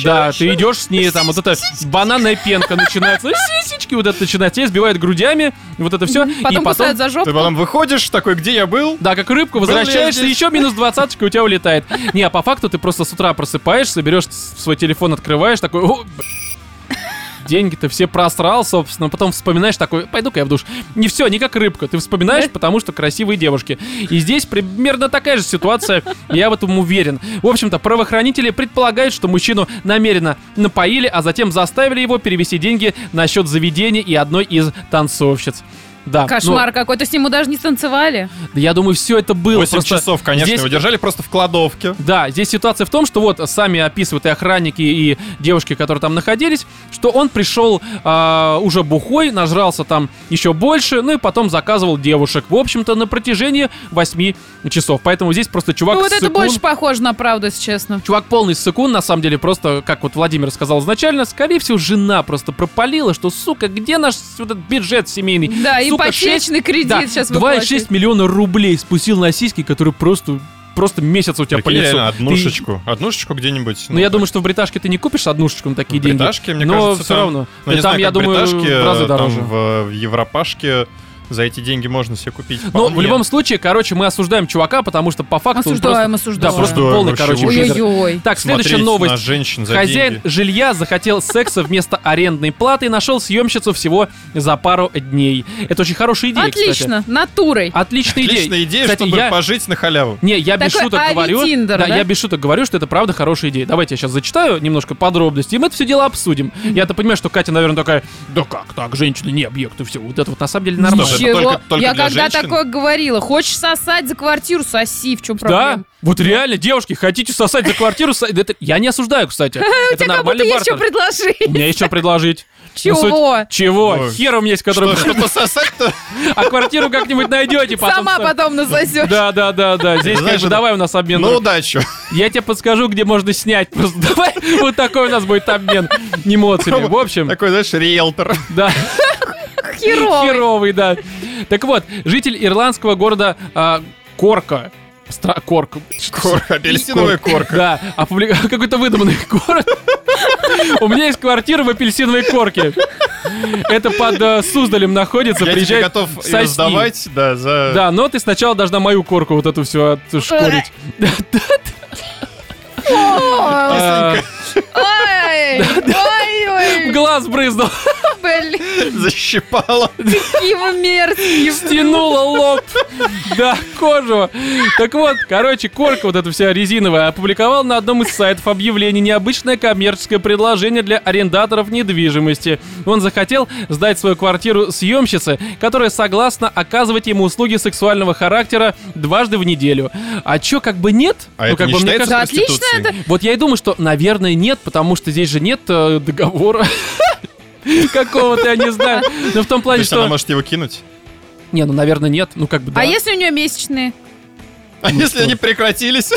A: да, ты идешь с ней, там вот эта бананная пенка начинается, сисечки вот это начинается, тебя сбивают грудями, вот это все. и
C: Потом
A: потом
C: кусают за
B: Ты
C: жопу.
B: потом выходишь такой, где я был?
A: да, как рыбку,
B: Был я
A: возвращаешься,
B: здесь.
A: еще минус двадцаточка у тебя улетает. Не, а по факту ты просто с утра просыпаешься, берешь с- свой телефон, открываешь, такой, о, б***ь, деньги-то все просрал, собственно, а потом вспоминаешь такой, пойду-ка я в душ. Не все, не как рыбка, ты вспоминаешь, потому что красивые девушки. И здесь примерно такая же ситуация, я в этом уверен. В общем-то, правоохранители предполагают, что мужчину намеренно напоили, а затем заставили его перевести деньги на счет заведения и одной из танцовщиц. Да, ну,
C: Кошмар какой. То есть ему даже не Ну, станцевали.
A: я думаю, все это было.
B: 8
A: просто
B: часов, конечно,
A: здесь
B: его держали просто в кладовке.
A: да, здесь ситуация в том, что вот сами описывают и охранники, и девушки, которые там находились, что он пришел а, уже бухой, нажрался там еще больше, ну и потом заказывал девушек. В общем-то, на протяжении 8 часов. Поэтому здесь просто чувак
C: Ну вот это
A: ссыкун.
C: больше похоже на правду, если честно.
A: Чувак полный ссыкун, на самом деле, просто, как вот Владимир сказал изначально, скорее всего, жена просто пропалила, что, сука, где наш вот этот бюджет семейный?
C: Да,
A: Сука,
C: ипотечный кредит
A: Да,
C: сейчас
A: 2,6 миллиона рублей спустил на сиськи, которые просто, просто месяц у тебя по
B: Прикинь,
A: лицу.
B: реально,
A: Ты-
B: однушечку. Однушечку где-нибудь.
A: Ну, я думаю, что в бриташке ты не купишь однушечку на такие деньги.
B: Бриташки, мне
A: но
B: кажется,
A: все
B: там-
A: равно.
B: Ну, не
A: там,
B: знаю,
A: я
B: как
A: думаю,
B: бриташки, э,
A: в разы
B: там
A: дороже. Ну,
B: в, в Европашке за эти деньги можно себе купить.
A: Ну,
B: вполне.
A: в любом случае, короче, мы осуждаем чувака, потому что по факту он
C: Осуждаем,
A: просто-
C: осуждаем.
A: Да, просто
B: Осуждаем
A: полный,
B: вообще
A: короче,
B: очень.
A: пидор.
C: Ой-ой-ой.
A: Так, следующая
B: Смотреть
A: новость.
B: на женщин за
A: Хозяин
B: деньги.
A: жилья захотел секса вместо арендной платы и нашел съемщицу всего за пару дней. Это очень хорошая идея, кстати. А,
C: Отлично, натурой.
A: Отличная идея.
B: Отличная идея,
A: Кстати,
B: чтобы
A: я-
B: пожить на халяву.
A: Не, я без
C: Такой
A: шуток говорю.
C: ави-тиндер, да?
A: я без шуток говорю, что это правда хорошая идея. Давайте я сейчас зачитаю немножко подробностей, и мы это все дело обсудим. Я-то понимаю, что Катя, наверное, такая, да как так, женщины не объект, и все. Вот это вот на самом деле нормально.
B: Слушай, это
C: Чего?
B: только- только
C: Я
B: для
C: когда
B: женщин?
C: такое говорила, хочешь сосать за квартиру, соси, в чем
A: Да,
C: проблема?
A: вот реально, девушки, хотите сосать за квартиру? со- Это... Я не осуждаю, кстати. Это
C: Как будто
A: нормальный
C: есть
A: бартер.
C: что
A: У
C: предложить.
A: меня есть что предложить. Ну, суть-
C: Чего?
A: Чего?
B: Ой.
A: Хер у меня есть, который...
B: Что, что пососать-то?
A: А квартиру как-нибудь найдете потом.
C: Сама потом насосешь.
A: Да, да, да, да. Здесь
B: Знаешь,
A: как бы
B: это- ну,
A: давай у нас обмен.
B: На удачу.
A: Я тебе подскажу, где можно снять. Просто давай вот такой у нас будет обмен эмоциями. В общем,
B: Такой, знаешь, риэлтор.
A: да,
C: Херово.
A: херовый, да. Так вот, житель ирландского города а, Корка. Стра- Корк.
B: Корка, апельсиновая корка.
A: Да, опубли- какой-то выдуманный город. У меня есть квартира в апельсиновой корке. Это под э, Суздалем находится.
B: Я тебе
A: Приезжай
B: готов э.
A: сосни.
B: ее сдавать, да, за...
A: Да, но ты сначала должна мою корку вот эту всю отшкурить.
C: Ой,
A: А,
C: Ой,
A: в
C: ой, ой,
A: Глаз брызнул,
C: блин,
B: защипала.
A: Ну,
C: какие вы мерзкие.
A: стянула лоб. Да, кожу. Так вот, короче, корка вот эта вся резиновая опубликовал на одном из сайтов объявление необычное коммерческое предложение для арендаторов недвижимости. Он захотел сдать свою квартиру съемщице, которая согласна оказывать ему услуги сексуального характера дважды в неделю. А чё, как бы нет? Ну,
B: А это
A: как
B: не
A: бы, мне
B: считается
A: кажется-
C: Да, отлично
B: проституцией?
C: это.
A: Вот я и думаю, что, наверное, нет, потому что здесь же нет э, договора. Какого-то, я не знаю. Но в том
B: То
A: плане,
B: есть она
A: что...
B: может его кинуть?
A: Не, ну, наверное, нет. Ну, как бы, да.
C: А если у нее месячные?
B: А если они прекратились?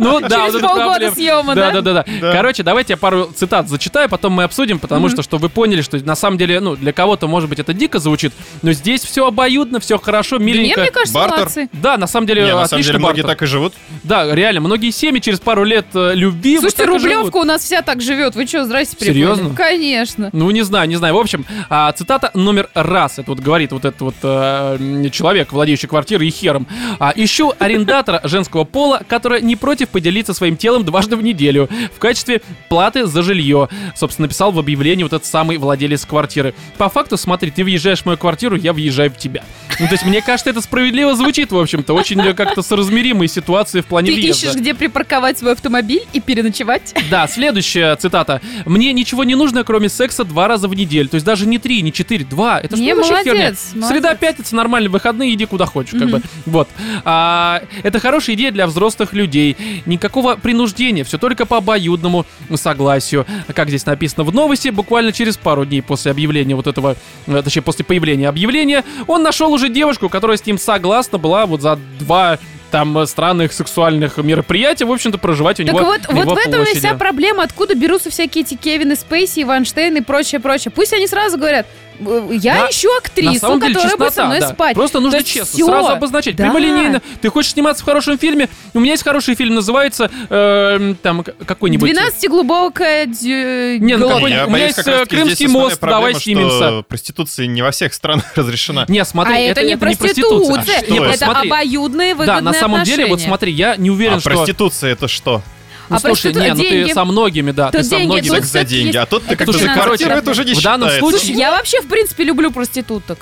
A: Ну да,
C: Через
A: вот это
C: полгода
A: проблема.
C: съема, да?
A: Да, да, да.
B: Да.
A: Короче, давайте я пару цитат зачитаю, потом мы обсудим, потому что, чтобы вы поняли, что на самом деле, ну, для кого-то, может быть, это дико звучит, но здесь все обоюдно, все хорошо,
C: Да не,
A: миленько.
C: мне кажется,
B: Бартер?
C: молодцы.
A: Да, на самом деле,
B: Не, на самом
A: отлично
B: деле многие
A: бартер.
B: так и живут.
A: Да, реально, многие семьи через пару лет э, любви... вот
C: Слушайте,
A: так и
C: Рублевка
A: живут.
C: у нас вся так живет. Вы что, здрасте, прибыли?
A: Серьезно?
C: Конечно.
A: Ну, не знаю, не знаю. В общем, а, цитата номер раз. Это вот говорит вот этот вот э, м, человек, владеющий квартирой и хером. А, «Ищу арендатора женского пола, который не против поделиться своим телом дважды в неделю в качестве платы за жилье». Собственно, написал в объявлении вот этот самый владелец квартиры. По факту, смотри, ты въезжаешь в мою квартиру, я въезжаю в тебя. Ну, то есть, мне кажется, это справедливо звучит, в общем-то. Очень э, как-то соразмеримые ситуации в плане
C: Ты
A: въезда.
C: ищешь, где припарковать свой автомобиль и переночевать?
A: Да, следующая цитата. Мне ничего не нужно, кроме секса два раза в неделю. То есть даже не три, не четыре, два. Это
C: Не,
A: что вообще
C: молодец,
A: херня?
C: молодец.
A: Среда, пятница, нормально, выходные, иди куда хочешь, как бы. Вот. А, это хорошая идея для взрослых людей. Никакого принуждения, все только по обоюдному согласию. Как здесь написано в новости, буквально через пару дней после объявления вот этого, э, точнее, после появления объявления, он нашел уже девушку, которая с ним согласна была вот за два там э, странных сексуальных мероприятий, в общем-то, проживать у
C: Так
A: него
C: вот,
A: на его
C: вот в этом и
A: площади.
C: вся проблема, откуда берутся всякие эти Кевины Спейси, и Ванштейн и прочее, прочее. Пусть они сразу говорят, «Э, я
A: Да,
C: ищу актрису,
A: на самом деле
C: которая
A: чистота,
C: будет со мной
A: да.
C: спать.
A: Просто нужно
C: То есть
A: честно,
C: всё.
A: сразу обозначать,
C: Да.
A: прямолинейно. Ты хочешь сниматься в хорошем фильме? У меня есть хороший фильм, называется эм, там к- какой-нибудь.
C: 12 глубокая дю-
A: Не, ну
C: глубокая.
A: какой-
B: Я
A: у меня
B: боюсь,
A: есть,
B: как
A: э,
B: раз-таки
A: Крымский
B: здесь основная
A: мост, давай
B: проблема,
A: снимемся.
B: что Проституция не во всех странах разрешена.
A: Не, смотри,
C: а это, не проституция,
B: А что
A: Не,
B: это?
A: вот
C: это,
A: смотри.
C: обоюдные выгодные
A: Да, на самом деле, вот
C: отношения.
A: смотри, я не уверен,
B: А
A: что...
B: проституция это что?
A: Ну,
C: А
A: слушай,
C: проститу-
A: не, ну
C: деньги.
A: ты со многими, да,
C: Тут
A: ты со
C: деньги,
A: многими.
C: тут
B: Секс за
C: секс
B: деньги.
C: есть.
B: А тут ты
A: Это
B: как бы
A: слушай,
B: за
A: короче,
B: квартиру это уже не
A: в данном
B: считается.
A: случае-
C: Слушай, я вообще, в принципе, люблю проституток.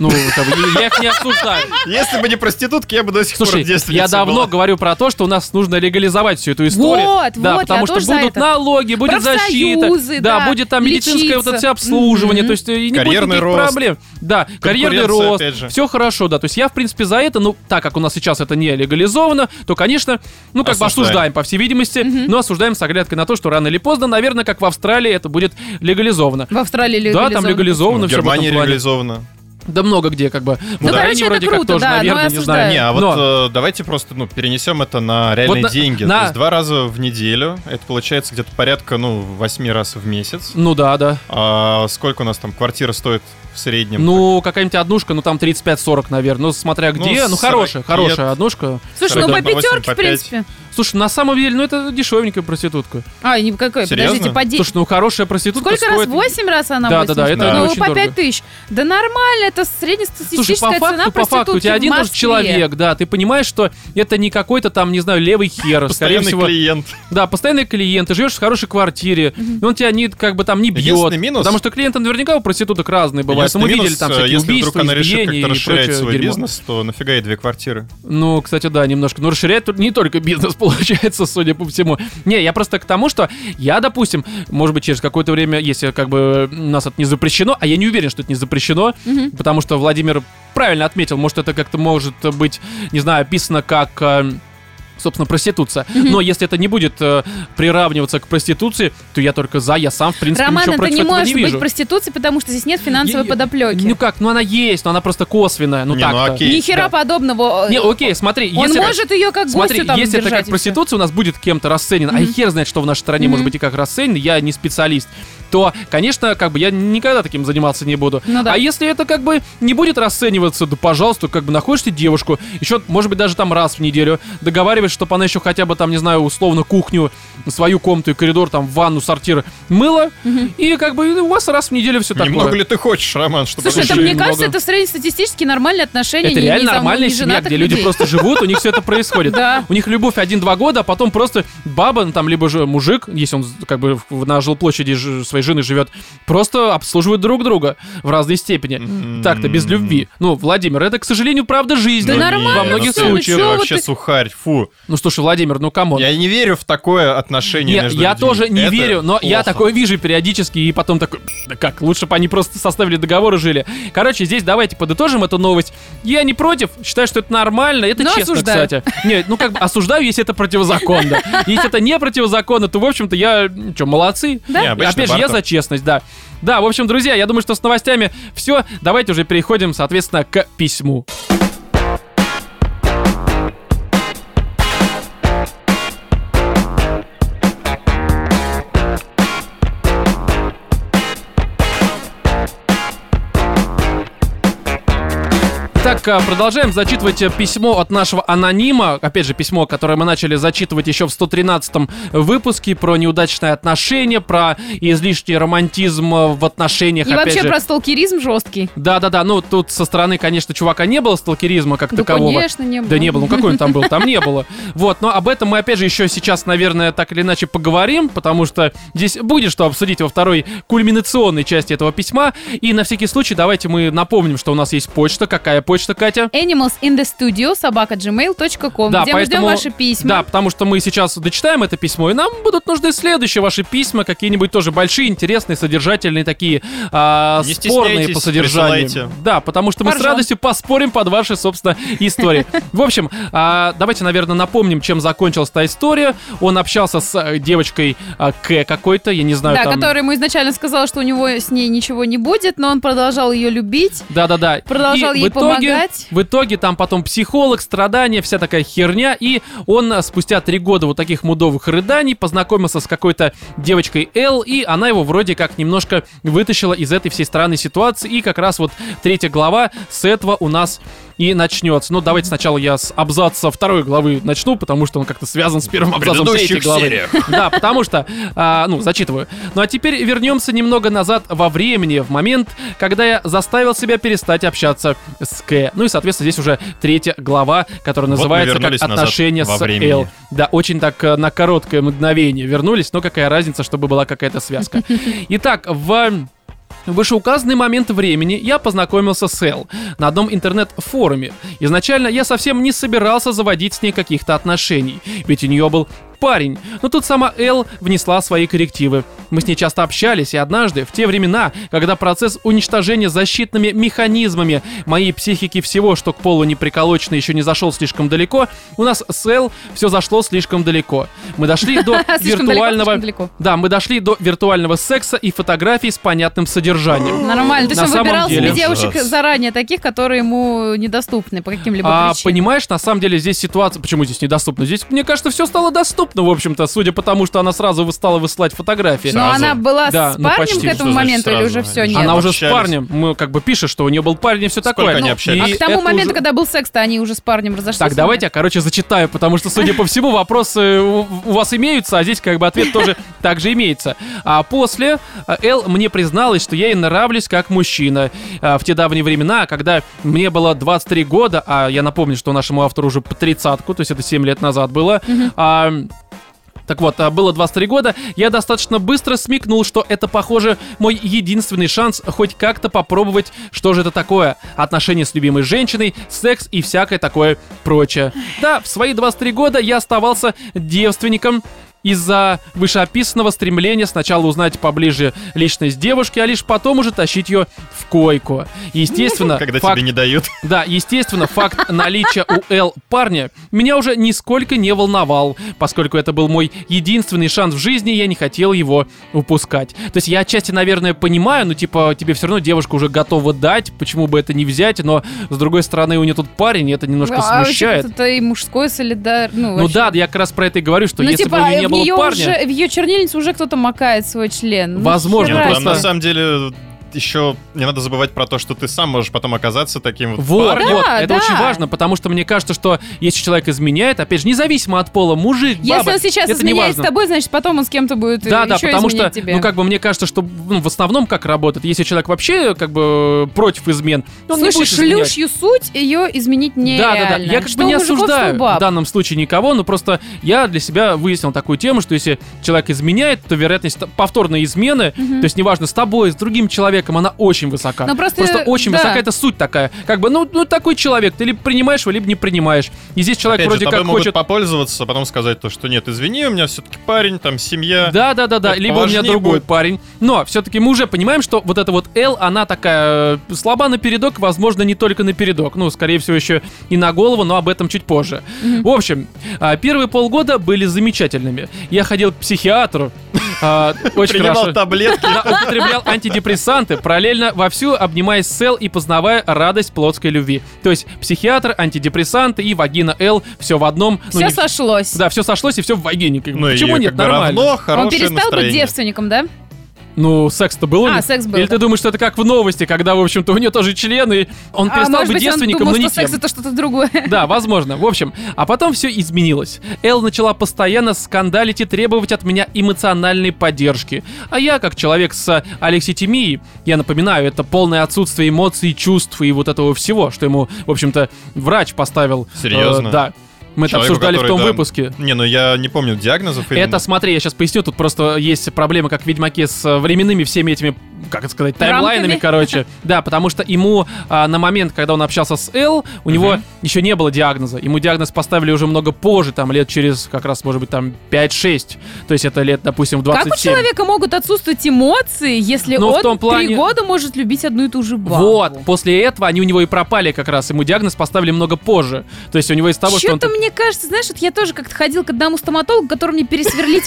A: Ну, как бы, я их не осуждаю.
B: Если бы не проститутки, я бы до сих пор
A: Слушай,
B: девственницей
A: я давно
B: была.
A: говорю про то, что у нас нужно легализовать всю эту историю.
C: Вот,
A: да,
C: вот,
A: потому
C: я
A: что
C: тоже за
A: будут
C: это.
A: налоги, будет
C: Профсоюзы,
A: защита, да,
C: да,
A: будет там медицинское вот это
C: лечиться.
A: все обслуживание, то есть э, и не будет
B: Карьерный
A: никаких
B: рост.
A: проблем. Да, карьерный
B: Конкуренция,
A: рост,
B: опять же.
A: все хорошо, да. То есть я, в принципе, за это, ну, так как у нас сейчас это не легализовано, то, конечно, ну, как бы
B: Осуждаем.
A: осуждаем, по всей видимости, но осуждаем с оглядкой на то, что рано или поздно, наверное, как в Австралии, это будет легализовано.
C: В Австралии
A: Да, там легализовано
B: В
A: все в этом
B: Германии
A: плане.
B: легализовано.
A: Да много где, как бы. В
C: Ну,
A: Украине
C: короче, это
A: вроде как
C: круто,
A: тоже,
C: да, но я
A: наверное, не знаю.
C: осуждаю.
B: Не, а вот
A: Но-
B: э, давайте просто, ну, перенесем это на реальные
A: на-
B: деньги.
A: на-
B: То есть два раза в неделю, это получается где-то порядка, ну, восьми раз в месяц.
A: Ну да, да.
B: А сколько у нас там квартира стоит в среднем?
A: Ну, какая-нибудь однушка, ну там 35-40, наверное. Ну, смотря
B: Ну,
A: где. Ну, хорошая,
B: 40
A: хорошая
B: лет.
A: однушка.
C: Слушай, ну
B: Сорок
C: по
B: два, восемь,
C: пятерке,
B: по
C: в принципе.
A: Слушай, на самом деле, ну это дешевенькая проститутка.
C: А, не какой,
B: Серьезно?
C: подождите, по де-
A: Слушай, ну хорошая проститутка
C: Сколько раз?
A: стоит...
C: Восемь раз она
A: Да, да, да,
C: восемь?
A: это
B: Да.
A: не
C: Ну,
A: очень
C: по
A: дорого.
C: 5 тысяч. Да нормально, это
A: Слушай, по
C: среднестатистическая цена
A: факту, по факту, у
C: проститутки
A: тебя
C: в
A: один тоже
C: Москве.
A: человек, да, ты понимаешь, что это не какой-то там, не знаю, левый хер, скорее
B: Постоянный
A: всего.
B: клиент.
A: Да, постоянный клиент, ты живешь в хорошей квартире, и он тебя не, как бы там не бьет.
B: Единственный минус-
A: Потому что клиенты наверняка у проституток разные бывают. Ну,
B: Единственный
A: мы видели
B: минус,
A: там
B: э,
A: всякие
B: Если вдруг
A: убийства,
B: она решит
A: избиения
B: как-то
A: и прочее
B: расширять свой
A: дерьмо.
B: бизнес, то нафига ей две квартиры?
A: Ну, кстати, да, немножко. Но расширяет тут не только бизнес, получается, судя по всему. Не, я просто к тому, что я, допустим, может быть, через какое-то время, если как бы у нас это не запрещено, а я не уверен, что это не запрещено,
C: Мгм.
A: потому что Владимир правильно отметил, может, это как-то может быть, не знаю, описано как... э, собственно, проституция. Но если это не будет э, приравниваться к проституции, то я только за, я сам, в принципе,
C: Роман,
A: ничего
C: это
A: против
C: не
A: этого не
C: может
A: вижу.
C: быть проституцией, потому что здесь нет
A: Я-
C: финансовой
A: я-
C: подоплеки.
A: Ну как, ну она есть, но она просто косвенная, ну
B: Не, ну
A: так-то.
B: окей.
C: Ни хера
A: да.
C: подобного.
A: Не, окей, смотри,
C: Он
A: если...
C: может ее как
A: Смотри,
C: гостю там
A: если это
C: держать
A: как
C: и всё.
A: проституция у нас будет кем-то расценена, а и хер знает, что в нашей стране может
C: Мгм.
A: быть и как расценено, я не специалист, то, конечно, как бы я никогда таким заниматься не буду.
C: Ну да.
A: А если это как бы не будет расцениваться, да пожалуйста, как бы находишь ты девушку, еще, может быть, даже там раз в неделю договариваешься, чтобы она еще хотя бы там, не знаю, условно кухню, свою комнату и коридор, там, ванну, сортир мыла, и как бы у вас раз в неделю все такое.
B: Немного ли ты хочешь, Роман, чтобы... она
C: Слушай, это
A: Слушай,
C: мне
A: много.
C: кажется, это среднестатистически нормальные отношения.
A: Это
C: не- не
A: реально
C: зам-
A: нормальная
C: не
A: семья,
C: женатых
A: где люди
C: людей.
A: просто живут, у них все это происходит.
C: Да.
A: У них любовь один-два года, а потом просто баба, ну, там, либо же мужик, если он как бы в- на жилплощади ж- своей жены живет, просто обслуживают друг друга в разной степени.
B: М.
A: Так-то, без любви. Ну, Владимир, это, к сожалению, правда жизнь.
C: Да
B: Ну,
C: нормально
A: Во многих
B: ну ты
A: случаях.
C: Чё
B: Вообще
C: вот ты-
B: сухарь, фу.
A: Ну что ж, Владимир, ну камон.
B: Я не верю в такое отношение
A: Не,
B: между
A: я
B: людьми.
A: тоже не
B: Это
A: верю, но я
B: плохо.
A: такое вижу периодически, и потом такой, да как, лучше бы они просто составили договор и жили. Короче, здесь давайте подытожим эту новость. Я не против, считаю, что это нормально, это
C: Но
A: честно,
C: осуждаю.
A: кстати. Не, ну как бы осуждаю, если это противозаконно. Если это не противозаконно, то, в общем-то, я, что, молодцы.
C: Да?
B: Не, обычно
A: Опять же, я
B: бартер.
A: за честность, да. Да, в общем, друзья, я думаю, что с новостями все. Давайте уже переходим, соответственно, к письму. Так, а, продолжаем зачитывать э, письмо от нашего анонима. Опять же, письмо, которое мы начали зачитывать еще в 113-м выпуске про неудачные отношения, про излишний романтизм э, в отношениях.
C: И
A: опять
C: вообще
A: же.
C: про сталкеризм жесткий.
A: Да-да-да, ну тут со стороны, конечно, чувака не было сталкеризма как
C: Да,
A: такового.
C: Ну, конечно, не было.
A: Да не было, ну какой он там был, там не было. Вот, но об этом мы опять же еще сейчас, наверное, так или иначе поговорим, потому что здесь будет что обсудить во второй кульминационной части этого письма. И на всякий случай давайте мы напомним, что у нас есть почта. Какая почта, Катя?
C: Animals in the studio собака gmail.com, где мы ждем ваши письма.
A: Да, потому что мы сейчас дочитаем это письмо, и нам будут нужны следующие ваши письма, какие-нибудь тоже большие, интересные, содержательные такие, а, спорные
B: Не стесняйтесь,
A: по содержанию.
B: присылайте.
A: Да, потому что мы с
C: Поржем.
A: радостью поспорим под ваши, собственно, истории. В общем, а, давайте, наверное, напомним, чем закончилась та история. Он общался с э, девочкой а, К какой-то, я не знаю,
C: Да,
A: там...
C: который ему изначально сказал, что у него с ней ничего не будет, но он продолжал ее любить.
A: Да, да, да.
C: Продолжал ей помогать.
A: В итоге там потом психолог, страдания, вся такая херня. И он а, спустя три года вот таких мудовых рыданий познакомился с какой-то девочкой Эл, и она его вроде как немножко вытащила из этой всей странной ситуации. И как раз вот третья глава с этого у нас и начнется. Ну, давайте сначала я с абзаца второй главы начну, потому что он как-то связан с первым абзацем третьей
B: А предыдущих
A: главы.
B: сериях.
A: Да, потому что, а, ну, зачитываю. Ну а теперь вернемся немного назад во времени, в момент, когда я заставил себя перестать общаться с К. Ну и, соответственно, здесь уже третья глава, которая
B: Вот мы
A: называется как
B: вернулись назад
A: «Отношения
B: во
A: с
B: времени.
A: Л». Да, очень так э, на короткое мгновение вернулись, но какая разница, чтобы была какая-то связка. Итак, в в вышеуказанный момент времени я познакомился с Эл на одном интернет-форуме. Изначально я совсем не собирался заводить с ней каких-то отношений, ведь у нее был парень. Но тут сама Эл внесла свои коррективы. Мы с ней часто общались, и однажды, в те времена, когда процесс уничтожения защитными механизмами моей психики всего, что к полу не приколочено, еще не зашел слишком далеко, у нас с Эл все зашло слишком далеко. Мы дошли до
C: А, Слишком далеко,
A: виртуального...
C: слишком далеко.
A: Да, мы дошли до виртуального секса и фотографий с понятным содержанием.
C: Нормально. То есть
A: На
C: он
A: самом
C: выбирал
A: деле-
C: себе девушек
B: Ужас.
C: заранее таких, которые ему недоступны по каким-либо
A: А,
C: причинам.
A: понимаешь, на самом деле здесь ситуация... Почему здесь недоступно? Здесь, мне кажется, все стало доступно, в общем-то, судя по тому, что она сразу вы- стала высылать фотографии.
C: Но
B: Сразу.
C: она была
A: Да,
C: с
A: ну,
C: парнем
A: почти.
C: к этому
B: Что значит
C: моменту или
B: сразу?
C: уже все
B: Они
C: нет?
A: Она уже с
B: общались.
A: парнем, мы как бы пишет, что у нее был парень и все
B: Сколько
A: такое.
B: они
A: Ну,
B: общались?
A: и
C: А к тому
A: это
C: моменту,
A: уже-
C: когда был секс-то, они уже с парнем разошлись.
A: Так,
C: или
A: давайте я,
C: нет?
A: короче, зачитаю, потому что, судя по всему, вопросы у у вас имеются, а здесь как бы ответ тоже также имеется. А после а, Эл мне призналась, что я ей нравлюсь как мужчина. А, В те давние времена, когда мне было 23 года, а я напомню, что нашему автору уже по тридцатку, то есть это 7 лет назад было, а, так вот, а, было 23 года, я достаточно быстро смекнул, что это, похоже, мой единственный шанс хоть как-то попробовать, что же это такое. Отношения с любимой женщиной, секс и всякое такое прочее. Да, в свои 23 года я оставался девственником, из-за вышеописанного стремления сначала узнать поближе личность девушки, а лишь потом уже тащить ее в койку. Естественно,
B: Когда
A: факт
B: тебе не дают.
A: да, естественно, факт наличия у Эл парня меня уже нисколько не волновал, поскольку это был мой единственный шанс в жизни, я не хотел его упускать. То есть я отчасти, наверное, понимаю, ну типа тебе все равно девушка уже готова дать, почему бы это не взять, но с другой стороны у нее тут парень, и это немножко
C: А, вообще,
A: смущает.
C: Это и мужской солидар. Ну,
A: Ну
C: вообще.
A: да, я как раз про это и говорю, что
C: ну,
A: если
C: типа,
A: бы у нее не было
C: в нее
A: парня...
C: уже, в ее чернильницу уже кто-то макает свой член. Ну,
A: Возможно,
B: Не, ну,
C: хера
A: просто-
B: там,
C: себе.
B: на самом деле еще не надо забывать про то, что ты сам можешь потом оказаться таким вот.
A: Вот,
C: парня.
A: вот,
C: Да,
A: это
C: да.
A: очень важно, потому что мне кажется, что если человек изменяет, опять же, независимо от пола, мужик,
C: Если
A: баба,
C: он сейчас
A: это не
C: изменяет с
A: важно.
C: тобой, значит, потом он с кем-то будет
A: Да,
C: э,
A: да,
C: еще
A: потому что,
C: изменять тебе.
A: ну, как бы мне кажется, что ну, в основном как работает, если человек вообще как бы против измен, он не
C: Слушай,
A: будет изменять.
C: шлющью суть ее изменить
A: Да,
C: нереально.
A: да, да. Я как
C: Что
A: бы не
C: у мужиков, что у
A: осуждаю в
C: баб.
A: данном случае никого, но просто я для себя выяснил такую тему, что если человек изменяет, то вероятность т- повторной измены, то есть неважно с тобой, с другим человеком, она очень высока.
C: Но просто, э,
A: очень
C: да.
A: высока эта суть такая. Как бы, ну, ну такой человек, ты либо принимаешь его, либо не принимаешь. И здесь человек
B: Опять же,
A: вроде
B: тобой
A: как
B: могут
A: хочет.
B: попользоваться, а потом сказать то, что нет, извини, у меня все-таки парень, там семья.
A: Да, да, да, да.
B: Это
A: Либо у меня
B: поважнее
A: другой
B: будет.
A: парень. Но все-таки мы уже понимаем, что вот эта вот L, она такая э, слаба на передок, возможно, не только на передок. Ну, скорее всего, еще и на голову, но об этом чуть позже. В общем, а, первые полгода были замечательными. Я ходил к психиатру. а, Очень
B: Принимал
A: хорошо.
B: таблетки.
A: Да, употреблял антидепрессанты, параллельно вовсю обнимаясь с Эл и познавая радость плотской любви. То есть психиатр, антидепрессанты и вагина Л все в одном. Ну,
C: Все
A: не-
C: сошлось.
A: Да, все сошлось и все в вагине. как бы.
B: Ну и
A: Почему
B: как
A: нет?
B: бы
A: Нормально.
B: равно хорошее
C: он перестал
B: настроение.
C: быть девственником, да?
A: Ну, секс-то был у
C: А,
A: них?
C: секс был,
A: Или ты
C: да.
A: думаешь, что это как в новости, когда, в общем-то, у нее тоже член, и он
C: А
A: перестал быть
C: может быть, он
A: девственником,
C: думал,
A: но не
C: что
A: тем.
C: секс это что-то другое.
A: Да, возможно. В общем, а потом все изменилось. Эл начала постоянно скандалить и требовать от меня эмоциональной поддержки. А я, как человек с а, алекситимией, я напоминаю, это полное отсутствие эмоций, чувств и вот этого всего, что ему, в общем-то, врач поставил. Э,
B: Серьезно?
A: да. Мы это
B: Человеку,
A: обсуждали в
B: который,
A: том
B: да,
A: выпуске.
B: Не, ну я не помню диагнозов.
A: Это, смотри, я сейчас поясню, тут просто есть проблемы, как в Ведьмаке, с э, временными всеми этими, как это сказать, таймлайнами,
C: Рамками?
A: короче. Да, потому что ему а, на момент, когда он общался с Эл, у него еще не было диагноза. Ему диагноз поставили уже много позже, там, лет через, как раз, может быть, там, 5-6. То есть это лет, допустим, в
C: Как у
A: 27.
C: человека могут отсутствовать эмоции, если
A: Ну, в
C: он
A: том плане-
C: три года может любить одну и ту же бабу?
A: Вот, после этого они у него и пропали как раз. Ему диагноз поставили много позже. То есть у него из того, что он...
C: Что-то мне кажется, знаешь, вот я тоже как-то ходил к одному стоматологу, который мне пересверлить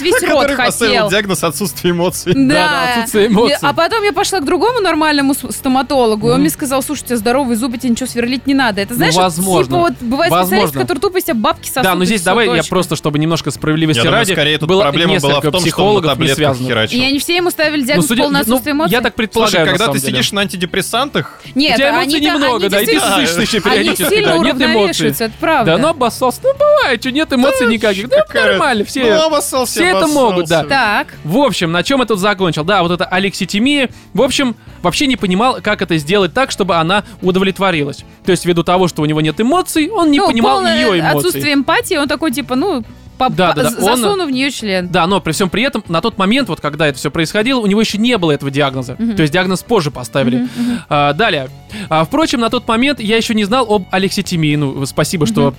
C: весь рот
B: Который поставил
C: хотел.
B: диагноз отсутствие эмоций.
A: Да, да, отсутствие эмоций.
C: А потом я пошла к другому нормальному с- стоматологу, и он
A: Мгм.
C: мне сказал, слушай, у тебя здоровые зубы, тебе ничего сверлить не надо. Это
A: Ну,
C: знаешь, вот
A: возможно.
C: типа вот бывают специалисты,
A: Возможно.
C: которые тупо себе бабки сосут.
A: Да, но
C: и
A: здесь
C: всё,
A: давай я
C: точка.
A: просто, чтобы немножко справедливости
B: Я думаю,
A: ради,
B: скорее тут
A: было
B: проблема была
A: несколько
B: в том, что он на
A: психологов не
B: таблетках
A: связанных.
C: И
B: херачил.
C: они все ему ставили диагноз
A: судя-
C: полное
A: ну,
C: отсутствие эмоций.
A: я так предполагаю,
B: Слушай,
A: на
B: когда
A: самом
B: ты
A: деле.
B: сидишь на антидепрессантах,
A: У
C: Нет, а
A: тебя
C: они,
A: эмоций немного, да, и ты
C: действительно-
A: слышишь их
C: Они
A: периодически,
C: сильно
A: да, нет эмоций.
C: уравновешиваются, это правда.
A: Да, ну обоссался. Ну бывает, что нет эмоций никаких. Да
B: какая-
A: нормально, все.
B: ну, обоссался,
A: все это
B: обоссался.
A: могут, да.
C: Так,
A: В общем, на чем я тут закончил? Да, вот это алекситимия. В общем, вообще не понимал, как это сделать так, чтобы она удовлетворилась. То есть, ввиду того, что у него нет эмоций, он не
C: ну,
A: понимал
C: полное
A: ее эмоций.
C: отсутствие эмпатии, он такой, типа, ну, по-
A: Да,
C: по-
A: да, да,
C: з-
A: он-
C: засуну в нее член.
A: Да, но при всем при этом, на тот момент, вот когда это все происходило, у него еще не было этого диагноза.
C: Мгм.
A: То есть диагноз позже поставили.
C: Мгм, мгм.
A: А, далее. А, впрочем, на тот момент я еще не знал об алекситимии. Ну, спасибо, что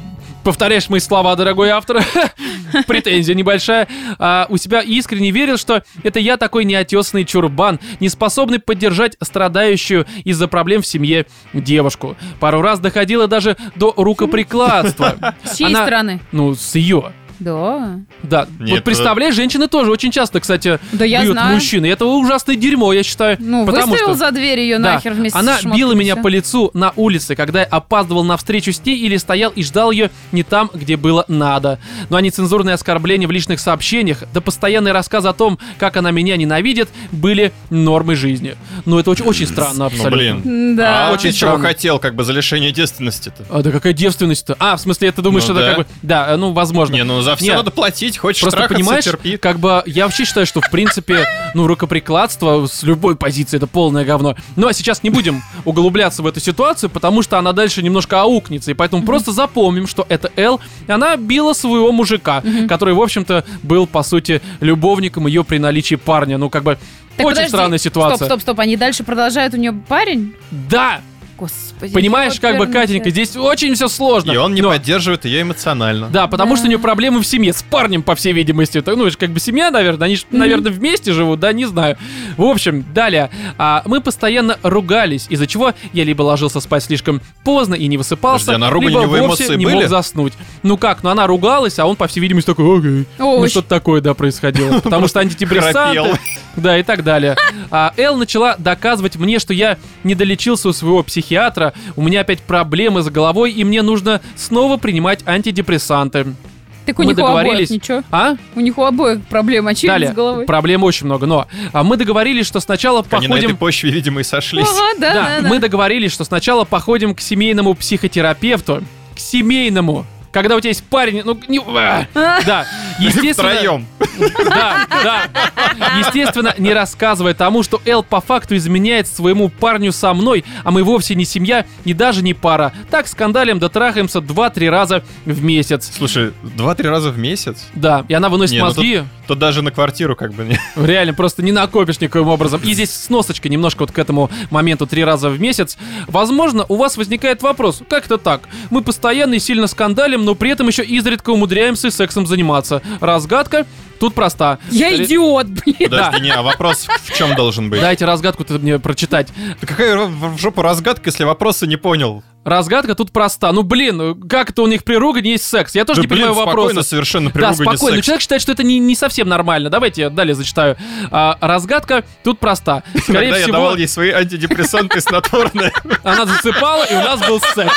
A: повторяешь мои слова, дорогой автор. Претензия небольшая. А, у себя искренне верил, что это я такой неотесанный чурбан, не способный поддержать страдающую из-за проблем в семье девушку. Пару раз доходило даже до рукоприкладства.
C: С чьей
A: Она-
C: стороны?
A: Ну, с ее.
C: Да.
A: Да.
B: Нет,
A: вот представляешь, женщины тоже очень часто, кстати,
C: Да я
A: бьют
C: знаю.
A: мужчин. И это ужасное дерьмо, я считаю.
C: Ну,
A: потому
C: выставил
A: что...
C: за дверь ее
A: Да.
C: нахер вместе
A: Она
C: с
A: била
C: шмотками,
A: меня
C: всё.
A: по лицу на улице, когда я опаздывал на встречу с ней или стоял и ждал ее не там, где было надо. Ну а нецензурные оскорбления в личных сообщениях, да постоянный рассказ о том, как она меня ненавидит, были нормой жизни. Ну это очень, очень странно
B: Ну,
A: абсолютно.
B: блин.
C: Да.
B: А
A: Очень
B: ты чего
A: странно.
B: хотел, как бы, за лишение девственности-то?
A: А, да какая девственность-то? А, в смысле, ты думаешь, что
B: Ну
A: это
B: да.
A: как бы... Да, э, ну, возможно.
B: Не, ну за все
A: Нет.
B: надо платить, хочешь
A: Просто
B: трахаться,
A: понимаешь,
B: терпи.
A: как бы я вообще считаю, что в принципе, ну, рукоприкладство с любой позиции это полное говно. Ну а сейчас не будем углубляться в эту ситуацию, потому что она дальше немножко аукнется. И поэтому просто запомним, что это Эл, и она била своего мужика, который, в общем-то, был, по сути, любовником ее при наличии парня. Ну, как бы.
C: Так,
A: Очень
C: подожди,
A: странная ситуация.
C: Стоп, стоп, стоп, они дальше продолжают у нее парень?
A: Да,
C: Господи.
A: понимаешь,
C: вот
A: как бы,
C: верно
A: Катенька,
C: тебе.
A: здесь очень все сложно.
B: И он не
A: Но-
B: поддерживает ее эмоционально.
A: Да, потому
C: Да.
A: что у нее проблемы в семье, с парнем, по всей видимости. Это, ну, это же как бы семья, наверное. Они, ж, наверное, вместе живут, да, не знаю. В общем, далее. А, мы постоянно ругались, из-за чего я либо ложился спать слишком поздно и не высыпался,
B: Подожди, а на ругань
A: либо
B: у него
A: вовсе
B: эмоции
A: не
B: были?
A: мог заснуть. Ну как, ну она ругалась, а он, по всей видимости, такой, окей. Ну
C: Овощ.
A: что-то такое, да, происходило. Потому что
B: Храпел.
A: антидепрессанты, да, и так далее. А Эл начала доказывать мне, что я не долечился у своего психиатра, у меня опять проблемы с головой, и мне нужно снова принимать антидепрессанты.
C: Так у
A: Мы
C: них у обоих
A: договорились.
C: ничего.
A: А?
C: У них у обоих проблемы очевидно
A: Далее.
C: с головой.
A: Проблем очень много, но а, мы договорились, что сначала
B: Они на этой
A: походим...
B: почве, видимо, и сошлись.
C: Ага, да,
A: Да,
C: да, да.
A: мы договорились, что сначала походим к семейному психотерапевту. К семейному. Когда у тебя есть парень, ну, не- а, да, естественно,
B: Втроем.
A: да, да, естественно, не рассказывая тому, что Эл по факту изменяет своему парню со мной, а мы вовсе не семья и даже не пара. Так скандалим, да трахаемся 2-3 раза в месяц.
B: Слушай, два-три раза в месяц?
A: Да, и она выносит
B: Не, ну
A: мозги.
B: То даже на квартиру как бы не...
A: Реально, просто не накопишь никаким образом. И здесь сносочка немножко вот к этому моменту три раза в месяц. Возможно, у вас возникает вопрос, как это так? Мы постоянно и сильно скандалим, но при этом еще изредка умудряемся сексом заниматься. Разгадка тут проста.
C: Я
A: Ре-
C: идиот, блин.
B: Подожди, не, а вопрос в чем должен быть?
A: Дайте разгадку-то мне прочитать.
B: Да Какая в в жопу разгадка, если вопросы не понял?
A: Разгадка тут проста. Ну, блин, как это у них при ругане есть секс? Я тоже
B: Да,
A: не
B: блин,
A: понимаю
B: спокойно
A: вопроса.
B: совершенно при
A: Да,
B: ругане
A: спокойно. Но
B: секс.
A: человек считает, что это не, не совсем нормально. Давайте я далее зачитаю. А, разгадка тут проста. Скорее
B: Когда я
A: всего,
B: давал ей свои антидепрессанты и снотворные.
A: она засыпала, и у нас был секс.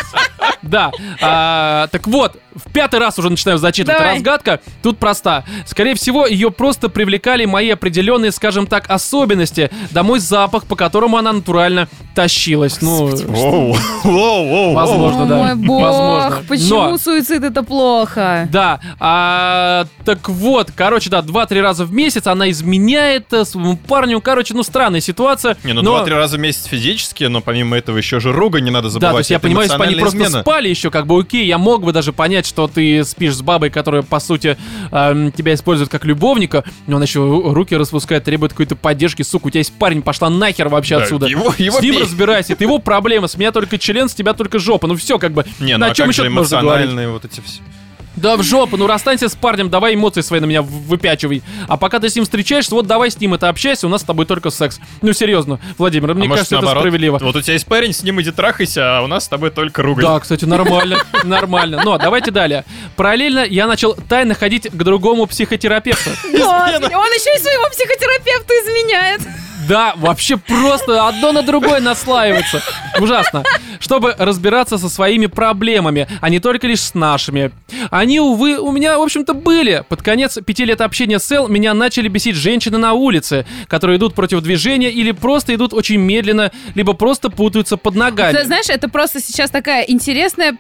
A: Да. А, так вот, в пятый раз уже начинаю зачитывать.
C: Давай.
A: Разгадка тут проста. Скорее всего, ее просто привлекали мои определенные, скажем так, особенности. Домой запах, по которому она натурально тащилась. Ну,
B: Воу, воу, воу, воу.
A: Возможно,
C: О,
A: да.
C: мой бог,
A: Возможно.
C: почему
A: Но-
C: суицид это плохо?
A: Да, а, так вот, короче, да, 2-3 раза в месяц она изменяет э, своему парню. Короче, ну странная ситуация.
B: Не, ну
A: но-
B: два-три раза в месяц физически, но помимо этого еще же руга не надо забывать.
A: Да, то есть я
B: это
A: понимаю, если бы они
B: эмоциональная
A: просто
B: измена.
A: спали еще, как бы окей, я мог бы даже понять, что ты спишь с бабой, которая, по сути, эм, тебя использует как любовника, но она еще ру- руки распускает, требует какой-то поддержки, сука, у тебя есть парень, пошла нахер вообще
B: Да,
A: отсюда.
B: его- его
A: с ним
B: бей.
A: разбирайся, это его проблема, с меня только член, с тебя только жопа, ну все, как бы,
B: Не, ну
A: на
B: а
A: чем
B: как
A: еще
B: же
A: можно говорить?
B: эмоциональные вот эти все?
A: Да в жопу, ну расстанься с парнем, давай эмоции свои на меня в- выпячивай. А пока ты с ним встречаешься, вот давай с ним это общайся, у нас с тобой только секс. Ну серьезно, Владимир, мне
B: А может,
A: кажется, это
B: наоборот?
A: справедливо.
B: Вот у тебя есть парень, с ним иди трахайся, а у нас с тобой только ругань.
A: Да, кстати, нормально, нормально. Но давайте далее. Параллельно я начал тайно ходить к другому психотерапевту.
C: Господи, он еще и своего психотерапевта изменяет.
A: Да, вообще просто одно на другое наслаивается. Ужасно. Чтобы разбираться со своими проблемами, а не только лишь с нашими. Они, увы, у меня, в общем-то, были. Под конец пяти лет общения с Эл меня начали бесить женщины на улице, которые идут против движения или просто идут очень медленно, либо просто путаются под ногами.
C: Ты знаешь, это просто сейчас такая интересная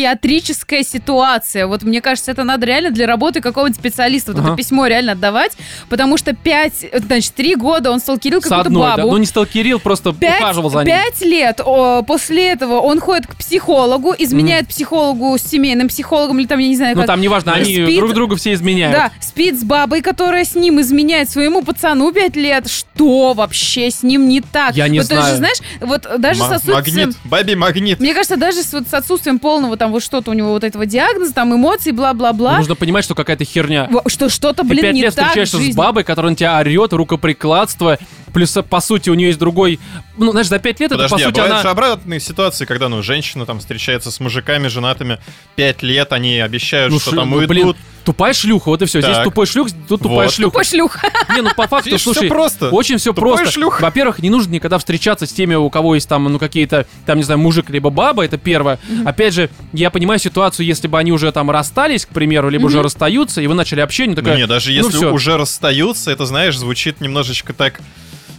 C: психиатрическая ситуация. Вот мне кажется, это надо реально для работы какого-нибудь специалиста вот
A: Ага.
C: это письмо реально отдавать, потому что пять, э, значит, три года он сталкерил
A: С
C: какую-то
A: одной, да.
C: бабу.
A: Ну, не сталкерил, просто
C: Пять,
A: ухаживал за ней.
C: пять лет о, после этого он ходит к психологу, изменяет психологу с семейным психологом или там, я не знаю,
A: Ну,
C: как.
A: там неважно, они
C: Спит.
A: друг друга все изменяют.
C: Да, спит с бабой, которая с ним изменяет своему пацану пять лет. Что вообще с ним не так?
A: Я не
C: вот Ты
A: знаю.
C: же знаешь, вот даже
B: М-
C: с отсутствием...
B: Магнит, бабий магнит.
C: Мне кажется, даже с, вот с отсутствием полного там вот что-то у него вот этого диагноза, там эмоций,
A: Ну,
C: бла-бла-бла,
A: Нужно понимать, что какая-то херня.
C: во- что что-то,
A: Ты
C: блин,
A: пять
C: не
A: лет
C: так в
A: встречаешься
C: жизни.
A: с бабой, которая на тебя орет, рукоприкладство. Плюс, по сути, у нее есть другой... Ну, знаешь, за пять лет это,
B: Подожди, а
A: по сути,
B: бывают
A: она...
B: же обратные ситуации, когда, ну, женщина там встречается с мужиками, женатыми, пять лет, они обещают,
A: ну,
B: что
A: шлю-
B: там
A: ну,
B: уйдут.
A: блин, тупая шлюха, вот и все. Здесь
B: Так.
A: тупой шлюх, тут тупая
B: Вот.
A: шлюха.
C: Тупой шлюха.
A: Не, ну по факту,
B: Видишь, всё
A: слушай,
B: просто.
A: очень все
B: Тупой
A: просто.
B: шлюх.
A: Во-первых, не нужно никогда встречаться с теми, у кого есть там, ну, какие-то, там, не знаю, мужик либо баба, это первое. Опять же, я понимаю ситуацию, если бы они уже там расстались, к примеру, либо уже расстаются, и вы начали общение,
B: Ну,
A: такая...
B: не, даже
A: ну,
B: если
A: всё.
B: уже расстаются, это, знаешь, звучит немножечко так...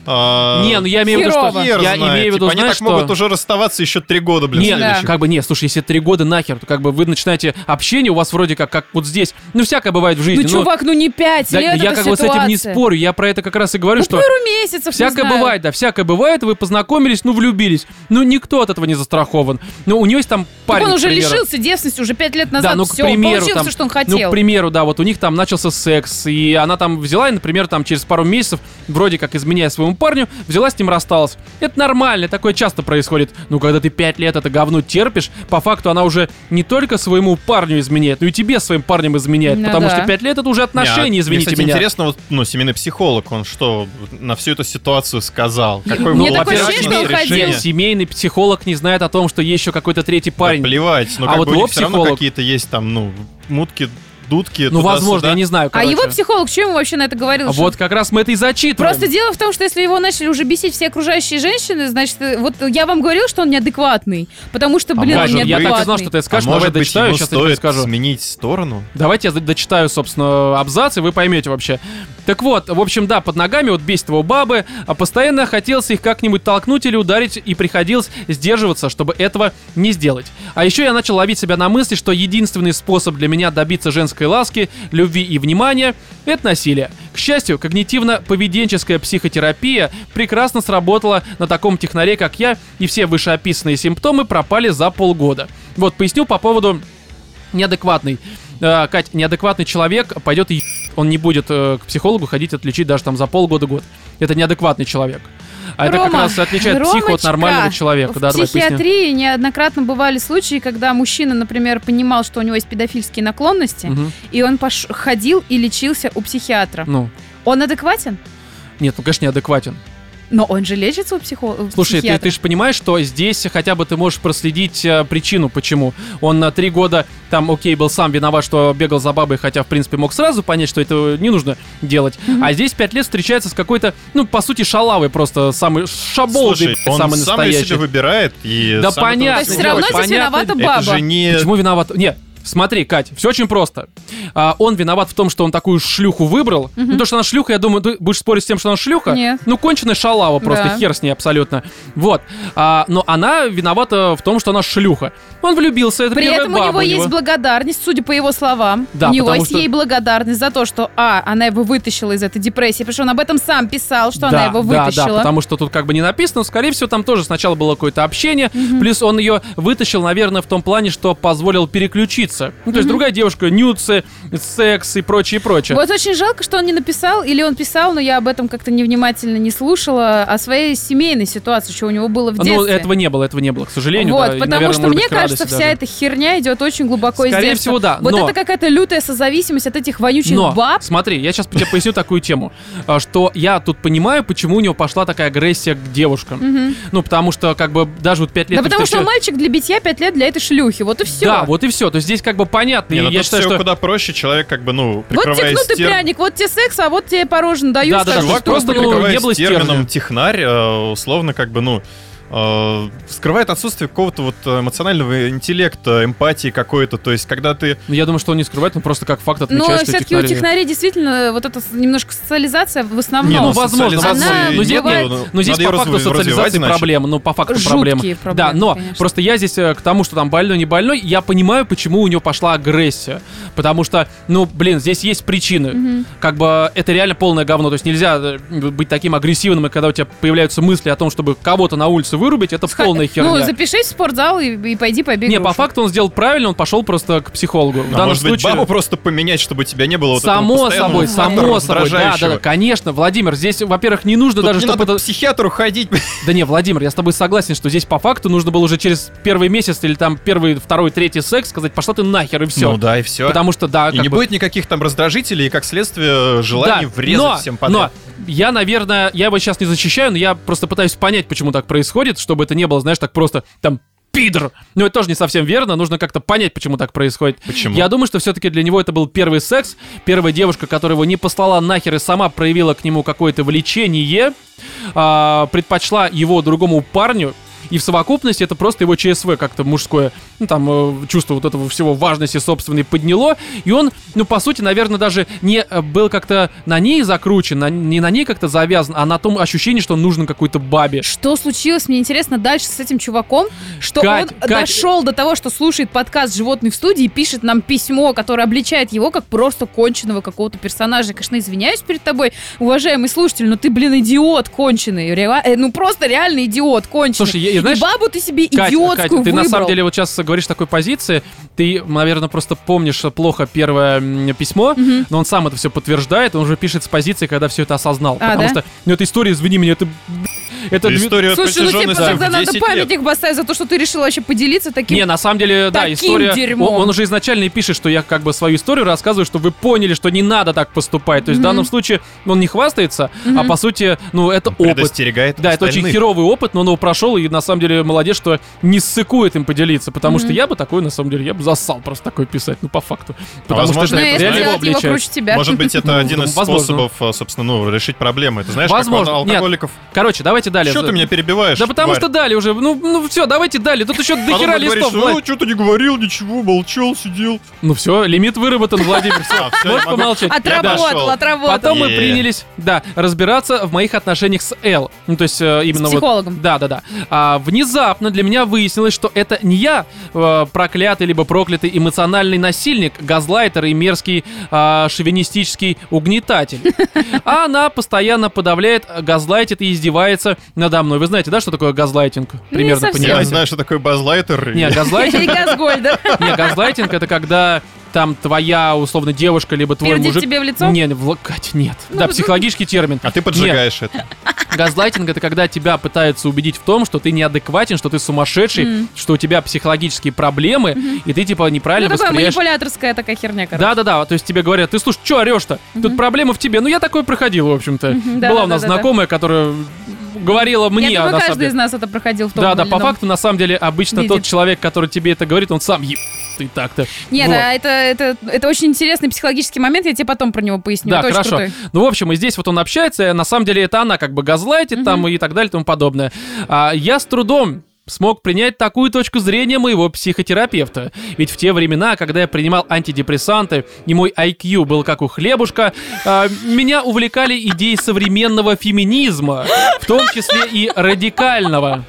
B: а,
A: Не, ну я имею в виду, что...
C: Херово.
A: Я имею в виду,
B: Типа, Они
A: знаешь,
B: так могут
A: что-
B: уже расставаться еще три года, блин,
A: Нет,
B: следующих.
A: как бы нет, слушай, если три года нахер, то как бы вы начинаете общение, у вас вроде как, как вот здесь, ну всякое бывает в жизни.
C: Ну,
A: но-
C: чувак, ну не пять
A: да,
C: лет
A: я
C: эта
A: как бы с этим не
C: ситуация.
A: спорю, я про это как раз и говорю,
C: Ну,
A: что
C: пару месяцев, не
A: всякое
C: знаю.
A: бывает, да, всякое бывает, вы познакомились, ну влюбились, ну никто от этого не застрахован. Ну у него есть там
C: Так
A: парень,
C: он
A: к
C: уже
A: примеру.
C: лишился девственности уже пять лет назад.
A: Да, ну, к
C: все,
A: примеру,
C: получил
A: там,
C: все, что он
A: Ну,
C: хотел.
A: к примеру, да, вот у них там начался секс, и она там взяла, и, например, там через пару месяцев, вроде как изменяя своему парню, взяла с ним рассталась. Это нормально, такое часто происходит. Но когда ты пять лет это говно терпишь, по факту она уже не только своему парню изменяет, но и тебе своим парнем изменяет,
C: Ну
A: потому
C: да.
A: что пять лет это уже
B: Не, а
A: отношения,
B: мне,
A: извините
B: кстати,
A: меня.
B: интересно, вот, ну, семейный психолог, он что, на всю эту ситуацию сказал? Какой
C: Мне
B: был
C: такое
B: логичный
C: ощущение, что он
B: решение?
C: ходил.
A: Семейный психолог не знает о том, что есть еще какой-то третий парень.
B: Да плевать, но
A: А
B: как
A: вот
B: бы у
A: его
B: них все равно
A: психолог-
B: какие-то есть там, ну, мутки, дудки,
A: ну,
B: туда-сюда.
A: возможно, я не знаю.
C: А
A: короче.
C: его психолог, что ему вообще на это говорил?
A: А
C: Что
A: Вот как раз мы это и зачитываем.
C: Просто дело в том, что если его начали уже бесить все окружающие женщины, значит, э, вот я вам говорил, что он неадекватный. Потому что,
B: А
C: блин, он
B: может
A: Важен, я так и знал,
C: неадекватный.
A: что ты это
B: А
A: скажешь, давай
B: может быть,
A: дочитаю,
B: ему
A: сейчас я тебе
B: стоит
A: скажу.
B: сменить сторону?
A: Давайте я за- дочитаю, собственно, абзац, и вы поймете вообще. Так вот, в общем, да, под ногами вот бесит его бабы, а постоянно хотелось их как-нибудь толкнуть или ударить, и приходилось сдерживаться, чтобы этого не сделать. А еще я начал ловить себя на мысли, что единственный способ для меня добиться женской ласки, любви и внимания — это насилие. К счастью, когнитивно-поведенческая психотерапия прекрасно сработала на таком технаре, как я, и все вышеописанные симптомы пропали за полгода. Вот, поясню по поводу неадекватный. Э, Кать, неадекватный человек пойдет и е- он не будет э, к психологу ходить, отличить даже там за полгода-год. Это неадекватный человек. А это как
C: Рома,
A: раз отличает психо от
C: Ромочка,
A: нормального человека.
C: В
A: Да, давай поясни.
C: психиатрии неоднократно бывали случаи, когда мужчина, например, понимал, что у него есть педофильские наклонности,
A: Мгм.
C: и он пош- ходил и лечился у психиатра.
A: Ну,
C: Он адекватен?
A: нет, ну, конечно, неадекватен.
C: Но он же лечится у психолога.
A: Слушай, ты, ты же понимаешь, что здесь хотя бы ты можешь проследить э, причину, почему. Он на три года, там, окей, был сам виноват, что бегал за бабой, хотя, в принципе, мог сразу понять, что это не нужно делать. А здесь пять лет встречается с какой-то, ну, по сути, шалавой просто, самый шаболдый,
B: Слушай,
A: блядь,
B: он
A: самый
B: сам ее
A: настоящий.
B: себе выбирает и
A: Да
B: сам этого
A: понятно.
C: То есть все равно
B: хочет.
C: здесь виновата баба.
B: Это же не...
A: Почему виноват? Нет, смотри, Кать, все очень просто. А, он виноват в том, что он такую шлюху выбрал. Ну, то, что она шлюха, я думаю, ты будешь спорить с тем, что она шлюха?
C: Нет.
A: Ну, конченая шалава просто,
C: Да.
A: хер с ней абсолютно. Вот. А, но она виновата в том, что она шлюха. Он влюбился, это
C: При
A: первая
C: этом у
A: баба
C: него есть
A: него.
C: благодарность, судя по его словам.
A: Да,
C: у него
A: потому
C: есть
A: что-
C: ей благодарность за то, что А, она его вытащила из этой депрессии, потому что он об этом сам писал, что она
A: да,
C: его
A: да, да,
C: вытащила.
A: потому что тут как бы не написано, скорее всего, там тоже сначала было какое-то общение, плюс он ее вытащил, наверное, в том плане, что позволил переключиться. Ну, то есть другая девушка, нюцы, секс и прочее, прочее.
C: Вот очень жалко, что он не написал, или он писал, но я об этом как-то невнимательно не слушала, о своей семейной ситуации, что у него было в детстве.
A: Ну, этого не было, этого не было, к сожалению.
C: вот,
A: да, и,
C: потому
A: наверное,
C: что
A: может
C: мне
A: быть, к
C: кажется,
A: радости
C: вся
A: даже.
C: эта херня идет очень глубоко из
A: Скорее
C: детства.
A: всего, да,
C: Вот
A: но-
C: это какая-то лютая созависимость от этих вонючих
A: Но,
C: баб.
A: смотри, я сейчас тебе поясню такую тему, а, что я тут понимаю, почему у него пошла такая агрессия к девушкам.
C: Мгм.
A: Ну, потому что, как бы, даже вот пять лет...
C: Да
A: не
C: потому что
A: встречаю-
C: мальчик для битья пять лет для этой шлюхи, вот и все.
A: Да, вот и все. То есть здесь как бы понятно.
B: Не,
A: и
B: ну
A: я
B: тут
A: считаю,
B: всё
A: что...
B: куда проще, человек как бы, ну,
C: Вот тебе
B: прикрываясь
C: кнут и
B: тер-
C: пряник, вот тебе секс, а вот тебе порожен дают.
A: Да-да-да,
C: так
A: чувак
C: что
A: просто
C: блин.
A: ну,
B: прикрываясь
A: не было стерня.
B: термином технарь, э, условно, как бы, ну, э, скрывает отсутствие какого-то вот эмоционального интеллекта, эмпатии какой-то. То есть, когда ты...
A: Ну, Я думаю, что он не скрывает, он просто как факт отмечает,
C: Но
A: что
C: все-таки у
A: технари-
C: технарей действительно вот эта с- немножко социализация в основном.
A: Не, ну,
C: Жуткие
A: возможно,
B: социализации
C: возможно. Она
B: нет,
C: бывает-
B: ну,
A: Но здесь
B: надо её
A: по факту
B: развивать
A: социализации
B: иначе.
A: проблема, ну по факту проблема.
C: проблемы,
A: Да, но
C: конечно.
A: просто я здесь э, к тому, что там больной, не больной, я понимаю, почему у него пошла агрессия. Потому что, ну, блин, здесь есть причины. Как бы это реально полное говно. То есть нельзя э, быть таким агрессивным, и когда у тебя появляются мысли о том, чтобы кого-то на улице вырубить, это
C: Ха-
A: полная херня.
C: Ну, запишись в спортзал и, и пойди побегай.
A: не, по факту он сделал правильно, он пошел просто к психологу. В
B: А
A: данном
B: может быть,
A: случае...
B: бабу просто поменять, чтобы у тебя не было вот этого
A: Само
B: постоянного
A: собой,
B: фактора
A: само собой, да, да,
B: раздражающего.
A: да, конечно, Владимир, здесь, во-первых, не нужно
B: Тут
A: даже,
B: не
A: чтобы
B: надо
A: это-
B: к психиатру ходить.
A: Да не, Владимир, я с тобой согласен, что здесь по факту нужно было уже через первый месяц или там первый, второй, третий секс сказать, пошла ты нахер и все.
B: Ну да, и все.
A: Потому что, да,
B: И
A: как
B: не
A: бы-
B: будет никаких там раздражителей и, как следствие,
A: да,
B: желаний врезать
A: но,
B: всем подряд.
A: Но я, наверное, я его сейчас не защищаю, но я просто пытаюсь понять, почему так происходит, чтобы это не было, знаешь, так просто там пидор. Но это тоже не совсем верно, нужно как-то понять, почему так происходит.
B: Почему?
A: Я А думаю, что все-таки для него это был первый секс, первая девушка, которая его не послала нахер и сама проявила к нему какое-то влечение, а, предпочла его другому парню, и в совокупности это просто его ЧСВ как-то мужское, ну там э, чувство вот этого всего важности собственной подняло, и он, ну по сути, наверное, даже не э, был как-то на ней закручен, на- не на ней как-то завязан, а на том ощущении, что он нужен какой-то бабе.
C: Что случилось, мне интересно, дальше с этим чуваком, что
A: Кать,
C: он
A: Кать.
C: дошел до того, что слушает подкаст «Животный в студии» и пишет нам письмо, которое обличает его как просто конченного какого-то персонажа. Я, конечно, извиняюсь перед тобой, уважаемый слушатель, но ты, блин, идиот конченый. Реа- э, Ну, просто реально идиот конченый.
A: Слушай, я- я, знаешь,
C: и бабу ты себе
A: Кать, Кать,
C: идиотскую
A: ты на
C: выбрал.
A: самом деле вот сейчас говоришь такой позиции, ты, наверное, просто помнишь плохо первое м, письмо,
C: Мгм.
A: но он сам это все подтверждает, он уже пишет с позиции, когда все это осознал.
C: А,
A: потому
C: да?
A: что, ну, эта история, извини меня, это... б- Это две-
B: История
C: Слушай, ну тебе
B: протяженностью в
C: тогда надо
B: 10 лет.
C: памятник поставить за то, что ты решил вообще поделиться таким
A: Не, на самом деле, да,
C: таким
A: история.
C: дерьмом.
A: Он, он уже изначально и пишет, что я как бы свою историю рассказываю, что вы поняли, что не надо так поступать. То есть в данном случае он не хвастается, а по сути, ну, это опыт.
B: Предостерегает
A: Да, это очень
B: остальных.
A: херовый опыт, но он его прошел, и на самом деле молодец, что не ссыкует им поделиться, потому что я бы такой, на самом деле, я бы засал просто такой писать, ну, по факту. Потому
B: А возможно,
C: Ну,
B: это
C: если
B: реально его
C: сделать его
A: обличает.
C: круче тебя.
B: Может быть, это один из
A: возможно.
B: способов, а, собственно, ну, решить проблемы. Ты знаешь,
A: Возможно.
B: как у
A: Нет.
B: алкоголиков.
A: Короче, давайте далее.
B: Что ты меня перебиваешь?
A: Да потому
B: тварь?
A: что дали уже, ну, ну все, давайте далее. Тут еще до
B: Потом
A: хера
B: ты говоришь,
A: листов.
B: ну,
A: Влад.
B: что ты не говорил, ничего, молчал, сидел.
A: Ну все, лимит выработан, Владимир. всё,
B: А, всё, я
A: Можешь
B: могу.
A: помолчать.
C: Отработал,
B: дошел.
C: отработал.
A: Потом мы
B: Е.
A: принялись, да, разбираться в моих отношениях с Эл. Ну, то есть э, именно
C: С
A: вот...
C: психологом.
A: Да, да, да. А, внезапно для меня выяснилось, что это не я э, проклятый либо проклятый эмоциональный насильник, газлайтер и мерзкий э, шовинистический угнетатель. А она постоянно подавляет, газлайтит и издевается надо мной. Вы знаете, да, что такое газлайтинг? Примерно
B: Я
C: совсем.
B: не
A: понимаете?
B: знаю, что такое базлайтер. и-
A: Не, газлайтинг
C: Или Газгольдер.
A: не, газлайтинг это когда там твоя, условно, девушка, либо твой
C: Пердит
A: мужик...
C: тебе в лицо?
A: Не, в л- Кать, нет.
C: Ну,
A: да,
C: ну,
A: психологический термин.
B: А ты поджигаешь это.
A: Газлайтинг это когда тебя пытаются убедить в том, что ты неадекватен, что ты сумасшедший,
C: Мгм.
A: что у тебя психологические проблемы, и ты типа
C: Ну,
A: неправильно
C: такая
A: воспринимаешь.
C: манипуляторская такая херня, короче.
A: Да, да, да. То есть тебе говорят, ты слушай, что орешь-то? Тут проблема в тебе. Ну я такое проходил, в общем-то.
C: Мгм, да,
A: Была
C: да,
A: у нас
C: да, да.
A: знакомая, которая говорила мне, а
C: Я
A: на
C: думаю,
A: самом
C: каждый
A: деле.
C: из нас это проходил в том
A: Да,
C: или
A: да, по
C: ином.
A: факту, на самом деле, обычно
C: виде.
A: тот человек, который тебе это говорит, он сам еб ты так-то.
C: Нет,
A: Вот.
C: а это, это, это очень интересный психологический момент, я тебе потом про него поясню.
A: Да,
C: это очень
A: хорошо.
C: крутой.
A: Ну, в общем, и здесь вот он общается, и на самом деле это она как бы газлайтит там и так далее и тому подобное. А, я с трудом смог принять такую точку зрения моего психотерапевта. Ведь в те времена, когда я принимал антидепрессанты, и мой IQ был как у хлебушка, а, меня увлекали идеи современного феминизма, в том числе и радикального.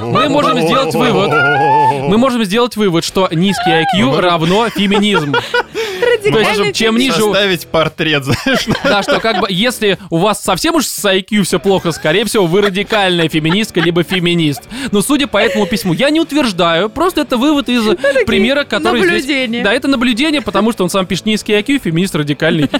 A: Мы можем сделать вывод. Мы можем сделать вывод, что низкий IQ равно феминизм. То
C: Радикальный
A: есть, Ну, чем
C: феминизм.
A: ниже... у-
B: Составить портрет, знаешь.
A: Да, что как бы, если у вас совсем уж с IQ все плохо, скорее всего, вы радикальная феминистка, либо феминист. Но судя по этому письму, я не утверждаю, просто это вывод из примера, который здесь-
C: наблюдения.
A: Да, это наблюдение, потому что он сам пишет низкий IQ, феминист радикальный.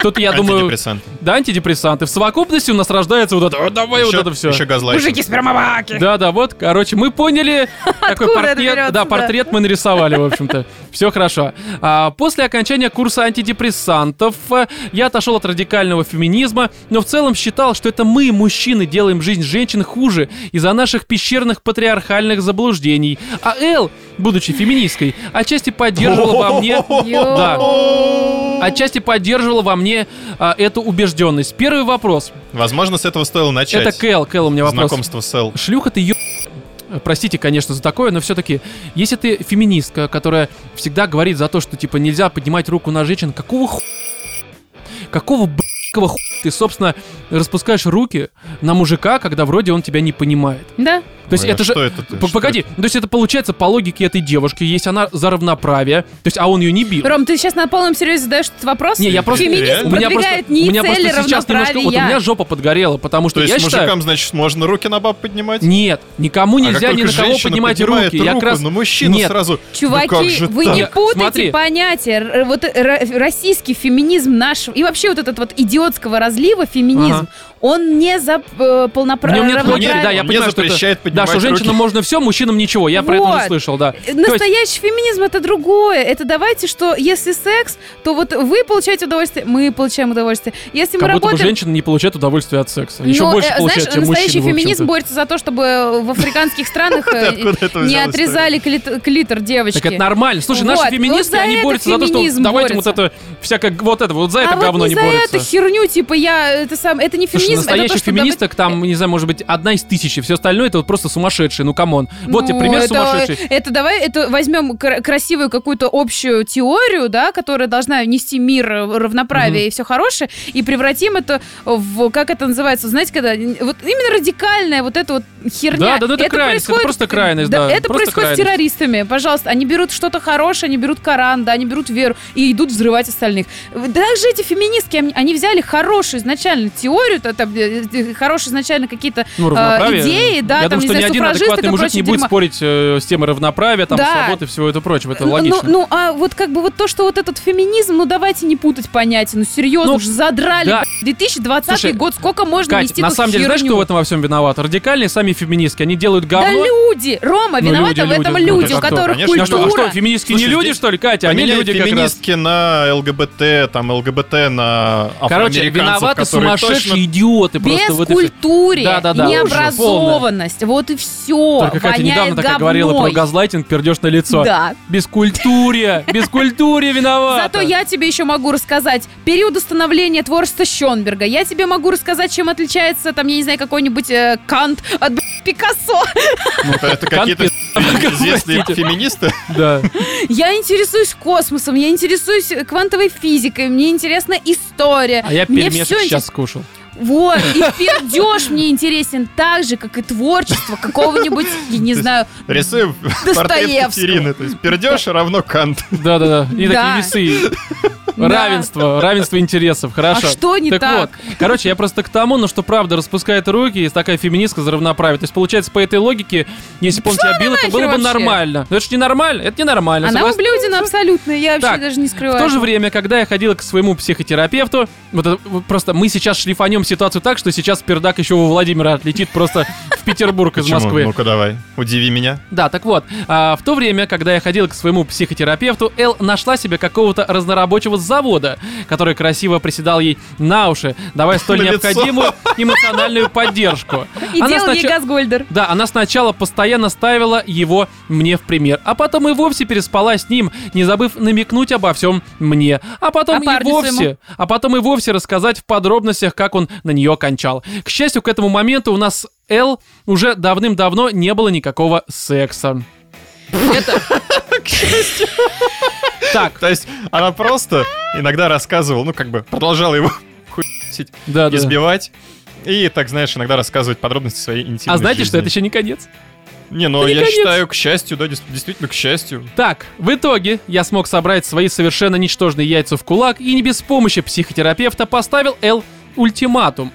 A: Тут, я думаю,
B: Антидепрессант.
A: да, антидепрессанты. В совокупности у нас рождается вот это, «О, давай
B: Еще-
A: вот это все.
B: Еще газлайтинг.
C: Мужики спермобаки.
A: Да, да, вот, короче, мы поняли, какой
C: Откуда это
A: портрет.
C: берется,
A: да,
C: да.
A: портрет мы нарисовали, в общем-то. Все хорошо. А, после окончания курса антидепрессантов э, я отошел от радикального феминизма, но в целом считал, что это мы, мужчины, делаем жизнь женщин хуже из-за наших пещерных патриархальных заблуждений. А Эл, будучи феминисткой, отчасти поддерживала во мне
C: Ё.
A: отчасти поддерживала во мне а, эту убежденность. Первый вопрос.
B: Возможно, с этого стоило начать.
A: Это Кэл. Кэл, у меня вопрос.
B: Знакомство с Эл.
A: Шлюха ты ё... Простите, конечно, за такое, но все-таки, если ты феминистка, которая всегда говорит за то, что, типа, нельзя поднимать руку на женщин, какого ху... Какого б***кого ху... ты, собственно, распускаешь руки на мужика, когда вроде он тебя не понимает?
C: Да.
A: То есть
B: Ой, а
A: это
B: что
A: же...
B: это ты?
A: П-
B: Что
A: Погоди, то есть это получается по логике этой девушки, есть она за равноправие, то есть, а он ее не бил.
C: Ром, ты сейчас на полном серьезе задаешь этот вопрос?
A: Не, я просто...
B: Феминизм
A: у меня
C: продвигает
A: просто-
C: не
A: у меня просто
C: цели
A: сейчас немножко... Вот у
C: равноправия.
A: меня жопа подгорела, потому что
B: То есть
A: я считаю...
B: мужикам, значит, можно руки на баб поднимать?
A: Нет, никому
B: А как
A: нельзя ни
B: только
A: на кого
B: женщина
A: поднимать
B: поднимает
A: руки. Я как
B: руку
A: раз...
B: на мужчину
A: Нет.
B: сразу.
C: Чуваки,
B: «Ну как же
C: вы
B: так?»
C: не
A: Нет,
C: путайте
A: смотри.
C: понятия. Р- Вот э, ро- российский феминизм наш и вообще вот этот вот идиотского разлива феминизм,
A: Ага.
C: он не за э,
A: В нем нет логики, да, я
B: Он не
A: понимаю, что
B: запрещает
A: это... Да,
B: поднимать
A: что женщинам
B: руки.
A: можно все, мужчинам ничего. Я про это уже
C: Вот.
A: слышал, да. То есть-
C: Э, Настоящий феминизм это другое. Это давайте, что если секс, то вот вы получаете удовольствие, мы получаем удовольствие. Если мы
A: Как будто бы
C: работаем,
A: женщины не получают удовольствие от секса. Еще
C: Ну,
A: больше
C: э,
A: получают,
C: знаешь,
A: чем
C: настоящий
A: мужчины, в
C: феминизм
A: общем-то.
C: борется за то, чтобы в африканских странах э,
B: Ты откуда это
C: не
B: взял
C: отрезали клит- клитор девочки.
A: Так это нормально. Слушай, наши
C: Вот,
A: феминистки,
C: вот за
A: они
C: это
A: борются за то, что
C: феминизм
A: давайте вот
C: борется.
A: это всякое, вот это, вот за
C: а
A: это
C: вот
A: говно
C: не,
A: не
C: за эту
A: борются.
C: херню, типа я это сам, это не
A: Слушай,
C: феминизм, это то,
A: настоящих
C: что давайте-
A: феминисток там, не знаю, может быть, одна из тысячи. Все остальное это вот просто сумасшедшие. Ну, камон. Вот тебе
C: Ну,
A: пример
C: это-
A: сумасшедший.
C: Это давай, это возьмем кра- красивую какую-то общую теорию, да, которая должна нести мир, э, равноправие и все хорошее, и превратим это в, как это называется, знаете, когда, н- вот именно радикальная вот эта вот херня.
A: Да, да, ну это крайность, это
C: происходит-
A: просто крайность, да,
C: Это
A: просто
C: происходит с
A: крайность.
C: террористами, пожалуйста. Они берут что-то хорошее, они берут Коран, да, они берут веру и идут взрывать остальных. Даже эти феминистки, они- они взяли хорошую изначально теорию, та- там, э, э, хорошие изначально какие-то
A: Ну,
C: э,
A: равноправие.
C: идеи,
A: Я
C: да, там,
A: думаю,
C: не
A: что ни
C: знаю,
A: один
C: суфражисты
A: адекватный
C: и
A: мужик
C: прочее
A: не будет
C: дерьмо.
A: спорить э, с темой равноправия, там,
C: Да.
A: свобод и всего это прочего. Это
C: Ну,
A: логично.
C: Ну, ну, а вот как бы вот то, что вот этот феминизм, ну давайте не путать понятия, ну серьезно,
A: Ну,
C: уже задрали.
A: да.
C: блядь, 2020
A: Слушай,
C: год, сколько можно
A: Кать,
C: нести
A: на
C: тут
A: самом деле, знаешь,
C: херню?
A: кто в этом во всем виноват? Радикальные сами феминистки. Они делают
C: Да
A: говно.
C: люди, Рома,
A: Ну,
C: виноваты
A: люди,
C: в этом
A: люди,
C: люди,
A: ну,
B: ты
C: у
B: что,
C: которых
B: конечно.
A: А что, а
C: культура.
A: что, феминистки
B: Слушай,
A: не люди,
B: здесь
A: что ли, Катя? Они
B: Поменяли
A: люди как раз.
B: феминистки на ЛГБТ, там ЛГБТ на
A: Короче,
B: афроамериканцев,
A: виноваты
B: которые
A: сумасшедшие
B: точно-
A: идиоты просто.
C: Без
A: вот и всё.
C: культуры,
A: Да-да-да.
C: необразованность, вот и все.
A: Только Катя недавно такая говорила про газлайтинг, пердешь на лицо.
C: Да.
A: Без культуре, без культуре виновата.
C: Зато я тебе еще могу рассказать период установления творчества Шонберга. Я тебе могу рассказать, чем отличается, там, я не знаю, какой-нибудь э, Кант от блядь, Пикассо.
B: Это, это какие-то известные феминисты.
A: Да.
C: Я интересуюсь космосом, я интересуюсь квантовой физикой, мне интересна история.
A: А я
C: мне
A: пельмешек
C: всё
A: сейчас скушал.
C: интерес- Вот, и пердеж мне интересен так же, как и творчество какого-нибудь, я не
B: То
C: знаю,
B: Рисуем портрет
C: Достоевского.
B: Екатерины. То есть пердеж равно Кант.
A: Да-да-да, и
C: Да.
A: такие весы.
C: Да.
A: Равенство, равенство интересов, хорошо.
C: А что не
A: так?
C: так?
A: вот, короче, я просто к тому, но что правда распускает руки, и такая феминистка за равноправие. То есть, получается, по этой логике, если бы он тебя бил, это
C: нахер
A: было бы
C: вообще?
A: нормально. Но это же не нормально, это не нормально.
C: Она
A: согласна?
C: ублюдина абсолютная, я вообще
A: Так,
C: даже не
A: В
C: скрываю.
A: то же время, когда я ходила к своему психотерапевту, вот это, вот просто мы сейчас шлифанем ситуацию так, что сейчас пердак еще у Владимира отлетит просто в Петербург из
B: Почему?
A: Москвы.
B: Ну-ка давай, удиви меня.
A: Да, так вот, а, в то время, когда я ходил к своему психотерапевту, Эл нашла себе какого-то разнорабочего с завода, который красиво приседал ей на уши, давая столь
B: На лицо.
A: необходимую эмоциональную поддержку.
C: И
A: Она
C: делал ей
A: сначала-
C: Газгольдер.
A: да, она сначала постоянно ставила его мне в пример, а потом и вовсе переспала с ним, не забыв намекнуть обо всем мне, а
C: А
A: потом и
C: парню
A: вовсе,
C: своему?
A: а потом и вовсе рассказать в подробностях, как он на нее кончал. К счастью, к этому моменту у нас с Эл уже давным-давно не было никакого секса. Это... Так,
B: То есть она просто иногда рассказывала, ну как бы продолжала его хуй***ть,
A: да, да.
B: избивать. И так, знаешь, иногда рассказывать подробности своей интимной
A: А знаете, что это
B: жизни.
A: еще не конец?
B: Не, ну
A: Это не
B: я
A: конец.
B: считаю, к счастью, да, дес- действительно, к счастью.
A: Так, в итоге я смог собрать свои совершенно ничтожные яйца в кулак и не без помощи психотерапевта поставил Эл ультиматум.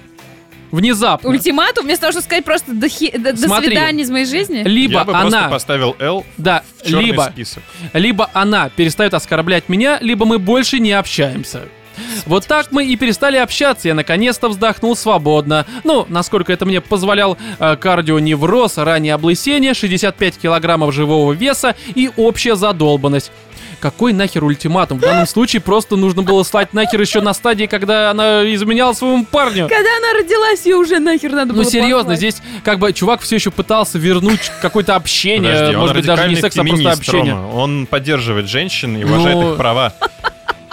A: Внезапно.
C: Ультиматум, вместо того, чтобы сказать просто до, хи- до- до
A: Смотри.
C: свидания из моей жизни.
A: Либо
B: я бы просто
A: она,
B: поставил Л
A: да,
B: в черный
A: либо,
B: список.
A: либо она перестает оскорблять меня, либо мы больше не общаемся. Вот так мы и перестали общаться, я наконец-то вздохнул свободно. Ну, насколько это мне позволял э, кардионевроз, раннее облысение, 65 килограммов живого веса и общая задолбанность. Какой нахер ультиматум? В данном случае просто нужно было слать нахер еще на стадии, когда она изменяла своему парню.
C: Когда она родилась, ее уже нахер надо было
A: Ну серьезно,
C: послать.
A: здесь как бы чувак все еще пытался вернуть какое-то общение,
B: Подожди, он
A: может быть даже не
B: радикальный
A: секс, а просто
B: феминист,
A: общение.
B: Рома. Он поддерживает женщин и уважает
A: Ну,
B: их права.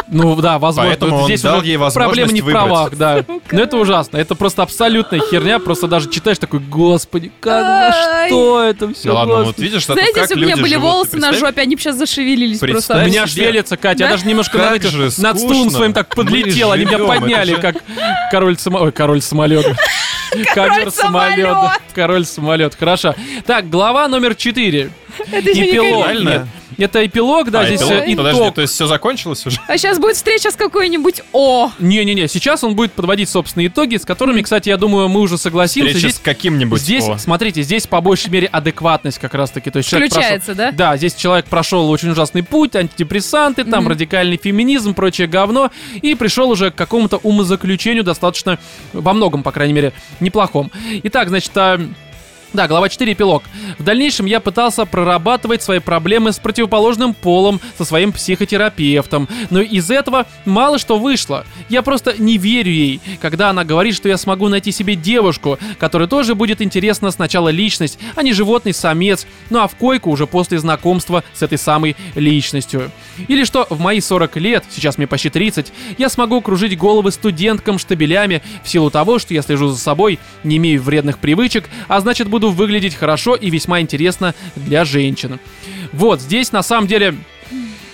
A: Ну да, возможно.
B: Поэтому
A: Вот
B: он
A: здесь
B: дал
A: уже
B: ей возможность
A: проблема не в
B: выбрать.
A: правах, да. Но это ужасно. Это просто абсолютная херня. Просто даже читаешь такой, господи, как, на
C: Ай.
A: что это
B: Да
A: все?
B: ладно, вот видишь, что
C: Знаете,
B: как
C: если бы у меня
B: люди
C: были
B: живут,
C: волосы
B: ты
C: на
B: представь?
C: жопе, они бы сейчас зашевелились
A: у
B: Представь
C: просто.
A: меня аж
B: себе.
A: велится, Катя. Я
C: Да?
A: даже немножко
B: Как
A: знаете,
B: же
A: над стулом
B: скучно.
A: своим так подлетел.
B: Мы
A: Они меня
B: живем, это
A: подняли,
B: же-
A: как король самолет. Ой, король самолета. Ковер самолет.
C: самолет.
A: Король самолет. Хорошо. Так, глава номер 4.
C: Это еще не
A: Эпилог.
C: конец.
B: Реально?
A: Нет, Это эпилог, да,
B: А,
A: здесь
B: это
A: э,
B: л- Подожди,
A: итог.
B: то есть все закончилось уже?
C: А сейчас будет встреча с какой-нибудь О.
A: Не-не-не, сейчас он будет подводить собственные итоги, с которыми, кстати, я думаю, мы уже согласимся.
B: Встреча
A: Здесь
B: с каким-нибудь
A: Здесь,
B: О.
A: смотрите, здесь по большей мере адекватность как раз-таки. То есть человек
C: Включается,
A: прошел-
C: да?
A: Да, здесь человек прошел очень ужасный путь, антидепрессанты, там
C: Мгм.
A: радикальный феминизм, прочее говно, и пришел уже к какому-то умозаключению достаточно, во многом, по крайней мере, неплохом. Итак, значит, а, да, глава 4, эпилог. В дальнейшем я пытался прорабатывать свои проблемы с противоположным полом, со своим психотерапевтом, но из этого мало что вышло. Я просто не верю ей, когда она говорит, что я смогу найти себе девушку, которой тоже будет интересна сначала личность, а не животный самец, ну а в койку уже после знакомства с этой самой личностью. Или что в мои 40 лет, сейчас мне почти 30, я смогу кружить головы студенткам штабелями в силу того, что я слежу за собой, не имею вредных привычек, а значит буду выглядеть хорошо и весьма интересно для женщин. Вот, здесь на самом деле...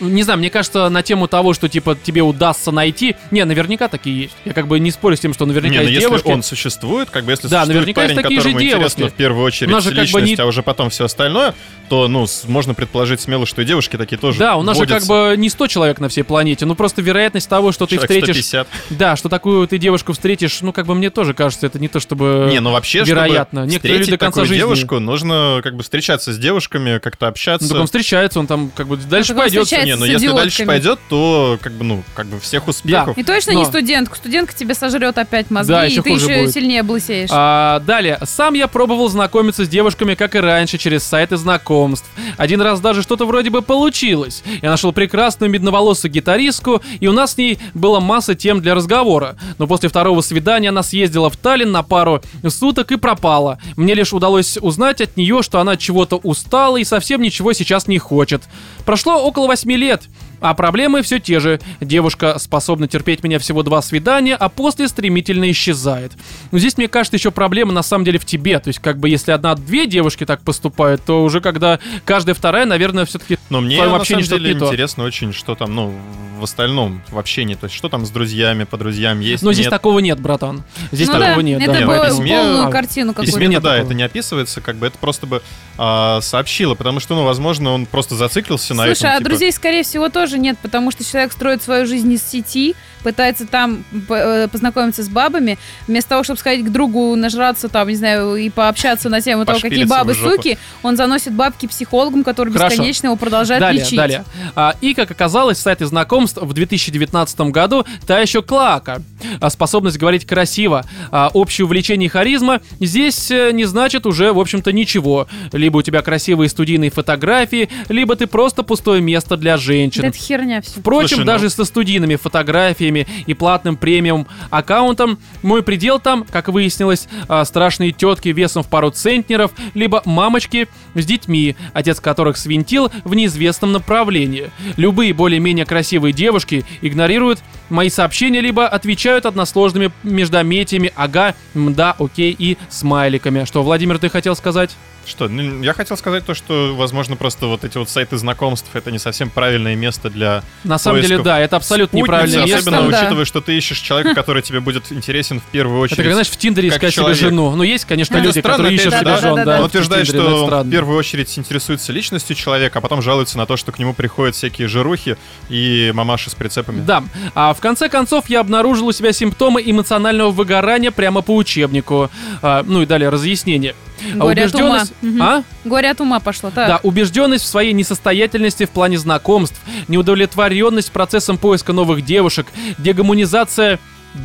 A: Не знаю, мне кажется, на тему того, что типа тебе удастся найти. Не, наверняка такие есть. Я как бы не спорю с тем, что наверняка
B: Не, ну
A: есть
B: если
A: девушки.
B: он существует, как бы если
A: Да,
B: существует
A: наверняка
B: парень,
A: есть такие же
B: которому интересно
A: девушки.
B: в первую очередь
A: У нас же как бы
B: личность,
A: не-
B: а уже потом все остальное, то, ну, с- можно предположить смело, что и девушки такие тоже
A: Да, у нас же как
B: водятся.
A: бы не 100 человек на всей планете, ну просто вероятность того, что ты
B: Человек
A: встретишь...
B: 150.
A: Да, что такую ты девушку встретишь, ну как бы мне тоже кажется, это не то чтобы...
B: Не, ну вообще,
A: Э, вероятно.
B: чтобы
A: Некоторые люди
B: встретить
A: до конца
B: такую
A: жизни-
B: девушку, нужно как бы встречаться с девушками, как-то
A: Ну,
B: общаться.
A: так он встречается, он там как бы дальше
C: так он
A: пойдет.
C: встречается
B: не, ну
C: с
B: если
C: идиотками.
B: дальше пойдет, то как бы, ну, как бы всех успехов.
C: И точно
A: Но.
C: не студентку. Студентка тебе сожрет опять мозги,
A: Да,
C: и
A: еще
C: ты
A: хуже
C: еще
A: будет.
C: сильнее облысеешь.
A: А, далее. Сам я пробовал знакомиться с девушками, как и раньше, через сайты знакомств. Один раз даже что-то вроде бы получилось. Я нашел прекрасную медноволосую гитаристку, и у нас с ней была масса тем для разговора. Но после второго свидания она съездила в Таллин на пару суток и пропала. Мне лишь удалось узнать от нее, что она от чего-то устала и совсем ничего сейчас не хочет. Прошло около восьми лет. А проблемы все те же. Девушка способна терпеть меня всего два свидания, а после стремительно исчезает. Но здесь, мне кажется, еще проблема на самом деле в тебе. То есть, как бы, если одна-две девушки так поступают, то уже когда каждая вторая, наверное, все-таки
B: Но мне
A: твоем
B: на
A: общении
B: самом
A: что-то
B: деле
A: не то.
B: интересно очень, что там, ну, в остальном, в общении, то есть что там с друзьями, по друзьям есть,
A: Но Ну, здесь
B: нет.
A: такого нет, братан. Здесь
C: ну
A: такого
C: да,
A: нет.
C: это
A: да.
B: нет,
C: бы
B: в письме-
C: полную
A: а,
C: картину
A: письме
B: И
C: какую-то.
B: Смена,
A: нет
B: да,
A: такого.
B: это не описывается, как бы это просто бы а, сообщило, потому что, ну, возможно, он просто зациклился на
C: Слушай,
B: этом.
C: а
B: типа,
C: друзей, скорее всего, тоже нет, потому что человек строит свою жизнь из сети, пытается там п- э, познакомиться с бабами, вместо того, чтобы сходить к другу, нажраться там, не знаю, и пообщаться на тему того, какие
B: Пошпилиться
C: бабы
B: в жопу.
C: суки, он заносит бабки психологам, которые
A: Хорошо.
C: бесконечно его продолжают
A: далее,
C: лечить.
A: далее. А, и, как оказалось, в сайте знакомств в 2019 году та еще клака. А, способность говорить красиво, а, общее увлечение и харизма здесь э, не значит уже, в общем-то, ничего. Либо у тебя красивые студийные фотографии, либо ты просто пустое место для
C: Да
A: женщин.
C: это херня все.
A: Впрочем,
B: Слушай, ну-
A: даже со студийными фотографиями и платным премиум аккаунтом, мой предел там, как выяснилось, а, страшные тетки весом в пару центнеров, либо мамочки с детьми, отец которых свинтил в неизвестном направлении. Любые более-менее красивые девушки игнорируют мои сообщения, либо отвечают односложными междометиями «ага», «мда», «окей» и смайликами. Что, Владимир, ты хотел сказать?
B: Что, ну, я хотел сказать то, что, возможно, просто вот эти вот сайты знакомств это не совсем правильное место для
A: На самом
B: Поисков
A: деле, да, это абсолютно
B: спутницы,
A: неправильное место.
B: особенно
C: Да.
B: учитывая, что ты ищешь человека, который тебе будет интересен в первую очередь.
A: Это как, знаешь, в Тиндере
B: как
A: искать
B: человек.
A: себе жену. Ну, есть, конечно,
C: Это
A: люди,
B: странно,
A: которые
B: опять
A: ищут
B: же,
A: себе
B: да,
A: жен, да.
C: да, да,
B: Он
A: в
B: утверждает,
A: Тиндере, но это
B: что м-м. он
A: странно.
B: в первую очередь интересуется личностью человека, а потом жалуется на то, что к нему приходят всякие жирухи и мамаши с прицепами.
A: Да. А в конце концов я обнаружил у себя симптомы эмоционального выгорания прямо по учебнику. А, ну и далее разъяснение. А
C: Горе от ума.
A: убежденность-
C: Мгм.
A: А?
C: Горе от ума пошло, так.
A: Да, убежденность в своей несостоятельности в плане знакомств, неудовлетворенность процессом поиска новых девушек, дегуманизация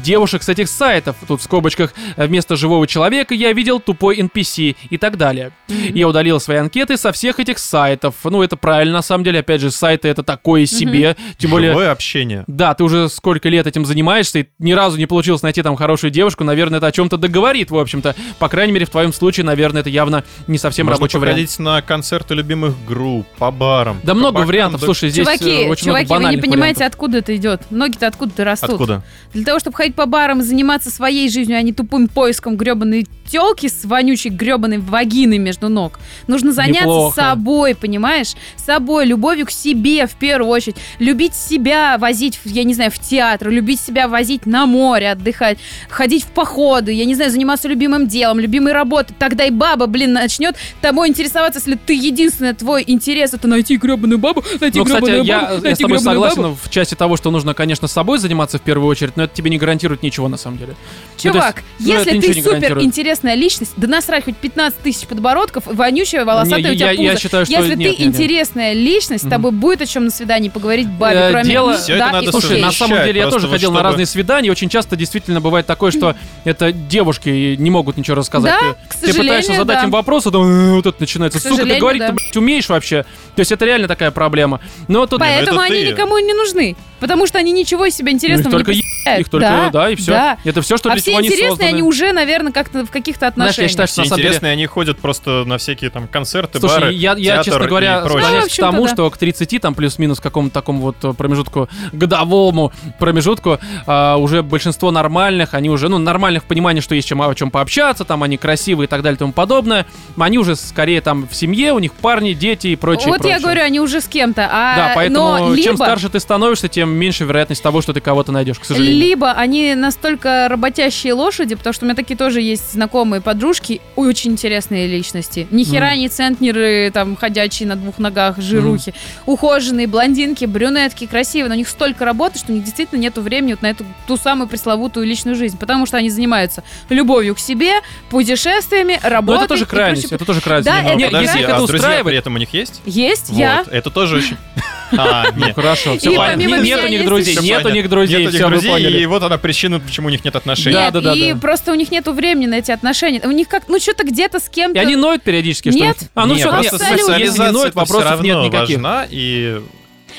A: девушек с этих сайтов, тут в скобочках, э, вместо живого человека я видел тупой NPC и так далее. Я удалил свои анкеты со всех этих сайтов. Ну, это правильно, на самом деле, опять же, сайты это такое себе, тем более...
B: Живое общение.
A: Да, ты уже сколько лет этим занимаешься, и ни разу не получилось найти там хорошую девушку, наверное, это о чем-то договорит, в общем-то. По крайней мере, в твоем случае, наверное, это явно не совсем
B: Можно
A: рабочий вариант.
B: походить на концерты любимых групп, по барам.
A: Да
B: по
A: много
B: бакам,
A: вариантов.
B: да-
A: Слушай, здесь
C: чуваки,
A: э, очень
C: чуваки,
A: много
C: вы не
A: банальных
C: понимаете, а
A: вариантов.
C: откуда это идет. Ноги-то откуда-то растут.
B: Откуда?
C: Для того, чтобы ходить по барам и заниматься своей жизнью, а не тупым поиском гребаной телки с вонючей гребаной вагиной между ног, нужно заняться
A: Неплохо.
C: собой, понимаешь? Собой, любовью к себе в первую очередь. Любить себя возить, в- я не знаю, в театр, любить себя возить на море, отдыхать, ходить в походы, я не знаю, заниматься любимым делом, любимой работой. Тогда и баба, блин, начнет тобой интересоваться, если ты единственное твой интерес это найти гребаную бабу, найти
A: Ну, кстати,
C: гребаную
A: я,
C: бабу,
A: я с
C: найти
A: тобой
C: гребаную бабу.
A: согласен в части того, что нужно, конечно, собой заниматься в первую очередь, но это тебе не гарантирует ничего, на самом деле. Ну, то есть,
C: Чувак,
A: ну, это
C: если
A: ничего
C: ты
A: не
C: супер
A: гарантирует.
C: интересная личность, да насрать хоть 15 тысяч подбородков, вонючая, волосатая
A: Не,
C: у тебя
A: я- я
C: пузо.
A: считаю, что
C: если
A: нет,
C: ты
A: нет, нет.
C: интересная личность, с
A: Мгм.
C: тобой будет о чем на свидании поговорить бабе,
A: Э,
C: кроме
A: дело-
C: «М,
B: Всё это
C: да,
B: надо
C: и
A: Слушай,
C: «Окей».
A: на
B: совмещать,
A: самом деле я
B: просто
A: тоже
B: вот
A: ходил на
B: чтобы-
A: разные свидания, и очень часто действительно бывает такое, что это девушки не могут ничего рассказать.
C: Да,
A: Ты-
C: к
A: ты, пытаешься
C: сожалению,
A: задать
C: да.
A: им вопрос, а там «Э, вот это начинается.
C: К
A: Сука, ты
C: сожалению,
A: говорить-то,
C: да.
A: блядь, умеешь вообще? То есть это реально такая проблема. Но тут
B: ну
C: Поэтому
B: это
C: они
B: ты.
C: никому не нужны, потому что они ничего из себя интересного
A: Ну, их только
C: не
A: е-
C: представляют.
A: их только, да, и все.
C: да.
A: Это все, что
C: а
A: для
C: все
A: чего они
C: интересные,
A: созданы.
C: они уже, наверное, как-то в каких-то отношениях.
A: Знаешь, я считаю, что
B: Все
A: на самом деле
B: интересные, они ходят просто на всякие там концерты,
A: Слушай,
B: бары,
A: я, я,
B: театр
A: честно говоря,
B: и прочее.
C: Ну, в
A: склоняюсь к
C: общем-то,
A: тому,
C: да.
A: что к 30, там плюс-минус какому-то такому вот э, промежутку, годовому промежутку, а, уже большинство нормальных, они уже, ну, нормальных в понимании, что есть чем, о чем пообщаться, там они красивые и так далее и тому подобное, они уже скорее там в семье, у них парни, дети и прочее.
C: вот я
A: прочее.
C: говорю, они уже с кем-то. А,
A: Да, поэтому
C: но либо...
A: чем старше ты становишься, тем меньше вероятность того, что ты кого-то найдешь, к сожалению.
C: Либо они настолько работящие лошади, потому что у меня такие тоже есть знакомые подружки, очень интересные личности.
A: Ну.
C: Ни хера не центнеры, там, ходячие на двух ногах, жирухи. Ухоженные, блондинки, брюнетки, красивые. Но у них столько работы, что у них действительно нет времени вот на эту ту самую пресловутую личную жизнь. Потому что они занимаются любовью к себе, путешествиями,
A: Но
C: работой.
A: Ну, это тоже
C: и прочим.
A: крайность, это тоже крайность.
C: Да,
A: Ну,
B: Ну,
C: это
A: не,
C: крайность.
A: если их
B: подожди, а
A: это
B: друзья при
A: устраивает,
B: этом у них есть?
C: Есть,
B: Вот,
C: я.
B: это тоже очень... А,
A: ну,
B: нет.
A: хорошо, все
C: И
A: понятно.
C: помимо
A: Не-
C: меня
A: Нет у них
C: есть
A: друзей,
B: Всё
A: нет у
B: понятно.
A: них друзей,
B: Нет у них
A: всё, вы
B: друзей,
A: поняли.
B: и вот она причина, почему у них нет отношений.
A: Да,
C: Нет,
A: да, да,
C: и
A: да.
C: просто у них нет времени на эти отношения. У них как, ну что-то где-то с кем-то.
A: И они ноют периодически, что
C: Нет.
A: ли? А ну
B: Не,
A: все,
B: просто
C: абсолютно.
A: если не ноют,
B: специализация
A: вопросов
B: все
A: нет
B: равно
A: никаких.
B: важна, и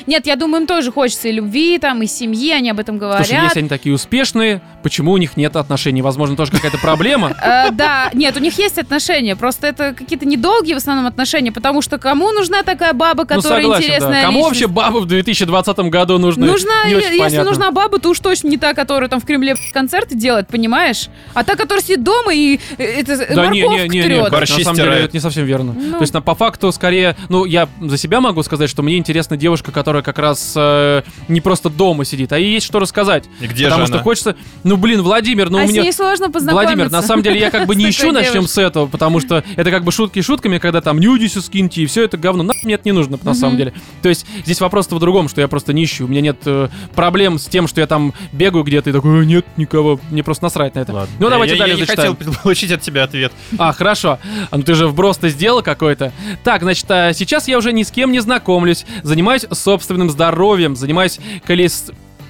C: Нет, я думаю, им тоже хочется и любви, там, и семьи, они об этом говорят.
A: Слушай, если они такие успешные, почему у них нет отношений? Возможно, тоже какая-то проблема. Ну,
C: Э, да, нет, у них есть отношения, просто это какие-то недолгие в основном отношения, потому что кому нужна такая баба,
A: Ну,
C: которая
A: согласен,
C: интересная
A: да. Кому
C: личность?
A: вообще бабы в 2020 году нужны?
C: Нужна,
A: Не
C: е-
A: очень
C: если
A: понятно.
C: нужна баба, то уж точно не та, которая там в Кремле концерты делает, понимаешь? А та, которая сидит дома и э, это, э,
A: Да, не,
C: морковку
A: не, не, не,
C: трёт.
B: Борщи
A: на самом деле
B: стирает.
A: это не совсем верно.
C: Ну.
A: То есть, на, по факту, скорее, ну, я за себя могу сказать, что мне интересна девушка, которая как раз э, не просто дома сидит, а ей есть что рассказать.
B: И где
A: потому
B: же
A: что
B: она?
A: хочется. Ну блин, Владимир, ну
C: а
A: у меня.
C: с ней сложно познакомиться.
A: Владимир, на самом деле я как бы не
C: с
A: ищу,
C: такой
A: начнем с этого, потому что это как бы шутки шутками, когда там нюдисю скиньте и все это говно. Нам мне это не нужно, на
C: Мгм.
A: самом деле. То есть здесь вопрос-то в другом, что я просто не ищу. У меня нет э, проблем с тем, что я там бегаю где-то и такой, «Э, нет никого, мне просто насрать на это.
B: Ладно.
A: Ну давайте
B: я, я
A: далее
B: не
A: зачитаем.
B: хотел получить от тебя ответ.
A: А, хорошо. А, Ну ты же вброс-то сделал какой-то. Так, значит, а, сейчас я уже ни с кем не знакомлюсь. Занимаюсь собственным здоровьем, занимаюсь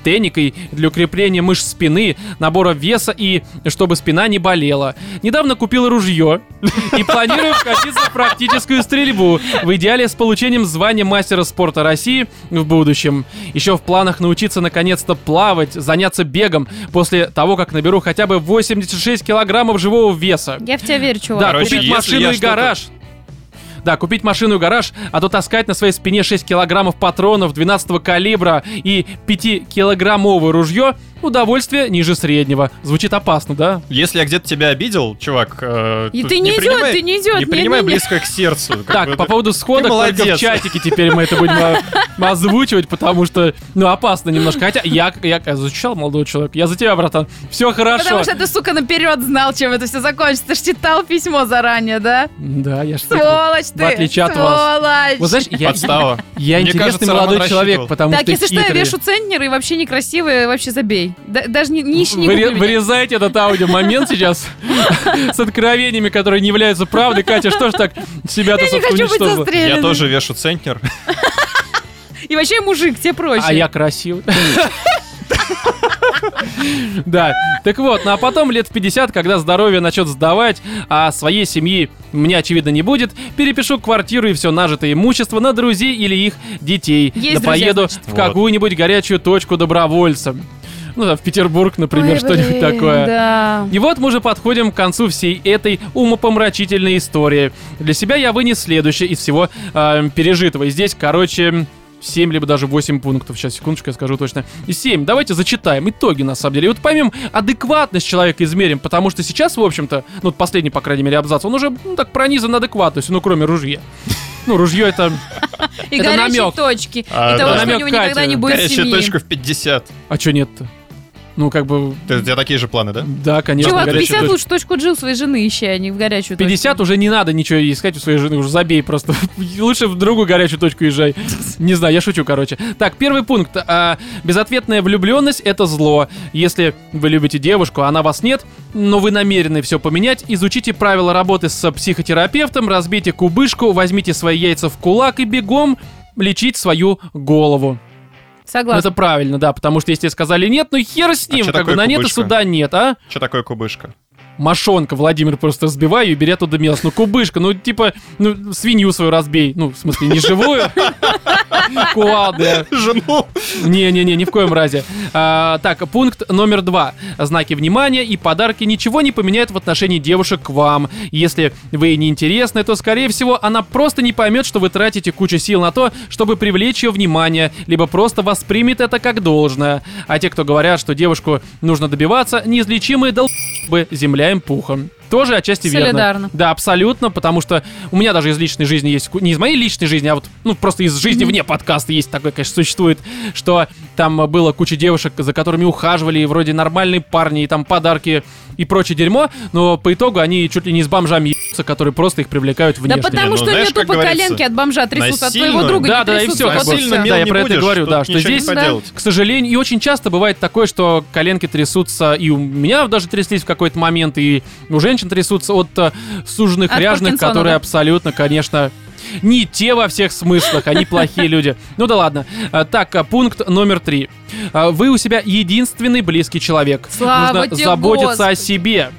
A: калистеникой для укрепления мышц спины, набора веса и чтобы спина не болела. Недавно купил ружье и планирую вкатиться в практическую стрельбу, в идеале с получением звания мастера спорта России в будущем. Еще в планах научиться наконец-то плавать, заняться бегом после того, как наберу хотя бы 86 килограммов живого веса.
C: Я в тебя верю, чувак.
A: Да,
B: Короче,
A: купить
B: если
A: машину
B: я
A: и
B: что-то-
A: гараж. Да, купить машину и гараж, а то таскать на своей спине 6 килограммов патронов 12 калибра и 5-килограммовое ружье — удовольствие ниже среднего. Звучит опасно, да?
B: Если я где-то тебя обидел, чувак, э,
C: И
B: тут
C: ты не идет,
B: принимай-
C: ты не идет,
B: Не
C: не-
B: принимай
C: не- не.
B: близко к сердцу. как
A: так,
B: бы
A: по
B: это-
A: поводу сходок только в
B: молодец.
A: чатике теперь мы это будем э, озвучивать, потому что, ну, опасно немножко. Хотя я, я защищал молодого человека, я за тебя, братан. Все хорошо.
C: Потому что ты, сука, наперед знал, чем это все закончится. Ты ж читал письмо заранее, да?
A: Да, я ж...
C: Сволочь ты!
A: В отличие от вас.
C: Сволочь!
A: Вот знаешь, я,
B: Подстава.
A: я
B: Мне
A: интересный
B: кажется, Роман
A: молодой человек,
B: рассчитывал.
A: потому
C: так,
A: что
C: если что, я
A: хитрый.
C: вешу центнеры и вообще некрасивые, вообще забей. Да- даже не, не ищи, не
A: Выре-
C: гугли меня.
A: вырезайте этот аудио момент сейчас с откровениями, которые не являются правдой. Катя, что ж так себя-то,
C: Я не
A: собственно,
C: хочу быть
A: уничтожила?
C: застреленным.
B: Я тоже вешу центнер.
C: И вообще я мужик, тебе проще.
A: А я красивый. Да, так вот, ну а потом лет в 50, когда здоровье начнет сдавать, а своей семьи у меня, очевидно, не будет, перепишу квартиру и все нажитое имущество на друзей или их детей.
C: Есть
A: да
C: друзья,
A: поеду
C: значит.
A: в
B: Вот.
A: какую-нибудь горячую точку добровольцем. Ну, да, в Петербург, например,
C: Ой,
A: что-нибудь
C: блин,
A: такое.
C: Да.
A: И вот мы уже подходим к концу всей этой умопомрачительной истории. Для себя я вынес следующее из всего э, пережитого. И здесь, короче, 7 либо даже 8 пунктов. Сейчас, секундочку, я скажу точно. 7. Давайте зачитаем итоги, на самом деле. И вот поймем адекватность человека измерим, потому что сейчас, в общем-то, ну, вот последний, по крайней мере, абзац, он уже ну, так пронизан адекватностью, ну, кроме ружья. Ну, ружье это...
C: И
A: Это
C: горячие
A: намек.
C: точки.
B: А,
C: и того,
B: да.
C: что у
A: Намек
C: него никогда
A: Кати.
C: не будет
B: Горячая
C: семьи.
B: точка в 50.
A: А чё нет-то? Ну, как бы...
B: Ты- У тебя такие же планы, да?
A: Да, конечно.
C: Чувак,
A: горячая
C: 50
A: точка.
C: лучше точку Джил своей жены ищи, а не в горячую
A: 50
C: точку.
A: уже не надо ничего искать у своей жены, уже забей просто. Лучше в другую горячую точку езжай. Не знаю, я шучу, короче. Так, первый пункт. А, безответная влюбленность — это зло. Если вы любите девушку, а она вас нет, но вы намерены все поменять, изучите правила работы с психотерапевтом, разбейте кубышку, возьмите свои яйца в кулак и бегом лечить свою голову. Ну,
C: Согласна.
A: это правильно, да, потому что если сказали нет, ну хер с
B: А
A: ним,
B: чё
A: как бы
B: такое
A: на нет и
B: кубышка?
A: суда нет, а?
B: Что такое кубышка?
A: Машонка, Владимир, просто разбивай ее и бери оттуда мясо. Ну, кубышка, ну, типа, ну, свинью свою разбей. Ну, в смысле, не живую. Куады.
B: Жену.
A: Не-не-не, ни в коем разе. А, так, пункт номер два. Знаки внимания и подарки ничего не поменяют в отношении девушек к вам. Если вы ей неинтересны, то, скорее всего, она просто не поймет, что вы тратите кучу сил на то, чтобы привлечь ее внимание, либо просто воспримет это как должное. А те, кто говорят, что девушку нужно добиваться, неизлечимые долбы земля им пухом. Тоже отчасти верно.
C: Солидарно.
A: Да, абсолютно, потому что у меня даже из личной жизни есть, ку- не из моей личной жизни, а вот, ну, просто из жизни вне подкаста есть такое, конечно, существует, что там э, было куча девушек, за которыми ухаживали, и вроде нормальные парни, и там подарки и прочее дерьмо, но по итогу они чуть ли не с бомжами ебутся, которые просто их привлекают
C: Да
A: внешне.
C: потому
B: ну,
C: что
B: знаешь,
C: у меня
B: как
C: тупо
B: говорится,
C: коленки от бомжа трясутся, от
B: насильно-
C: твоего друга
A: Да,
C: не
A: да, и
C: трясутся.
A: всё,
C: вот
A: насильно
C: всё.
A: мил Да, я про это и говорю, да, что здесь-
C: Да.
B: поделать.
A: К сожалению, и очень часто бывает такое, что коленки трясутся, и у меня даже тряслись в какой-то момент, и у женщин трясутся от э, суженных
C: От
A: ряжных,
C: Паркинсона,
A: которые
C: да?
A: абсолютно, конечно, не те во всех смыслах, они плохие люди. Ну да ладно. А, Так, а, пункт номер три. Э, А, Вы у себя единственный близкий человек.
C: Слава
A: Нужно
C: тебе,
A: заботиться о
C: Господи.
A: себе.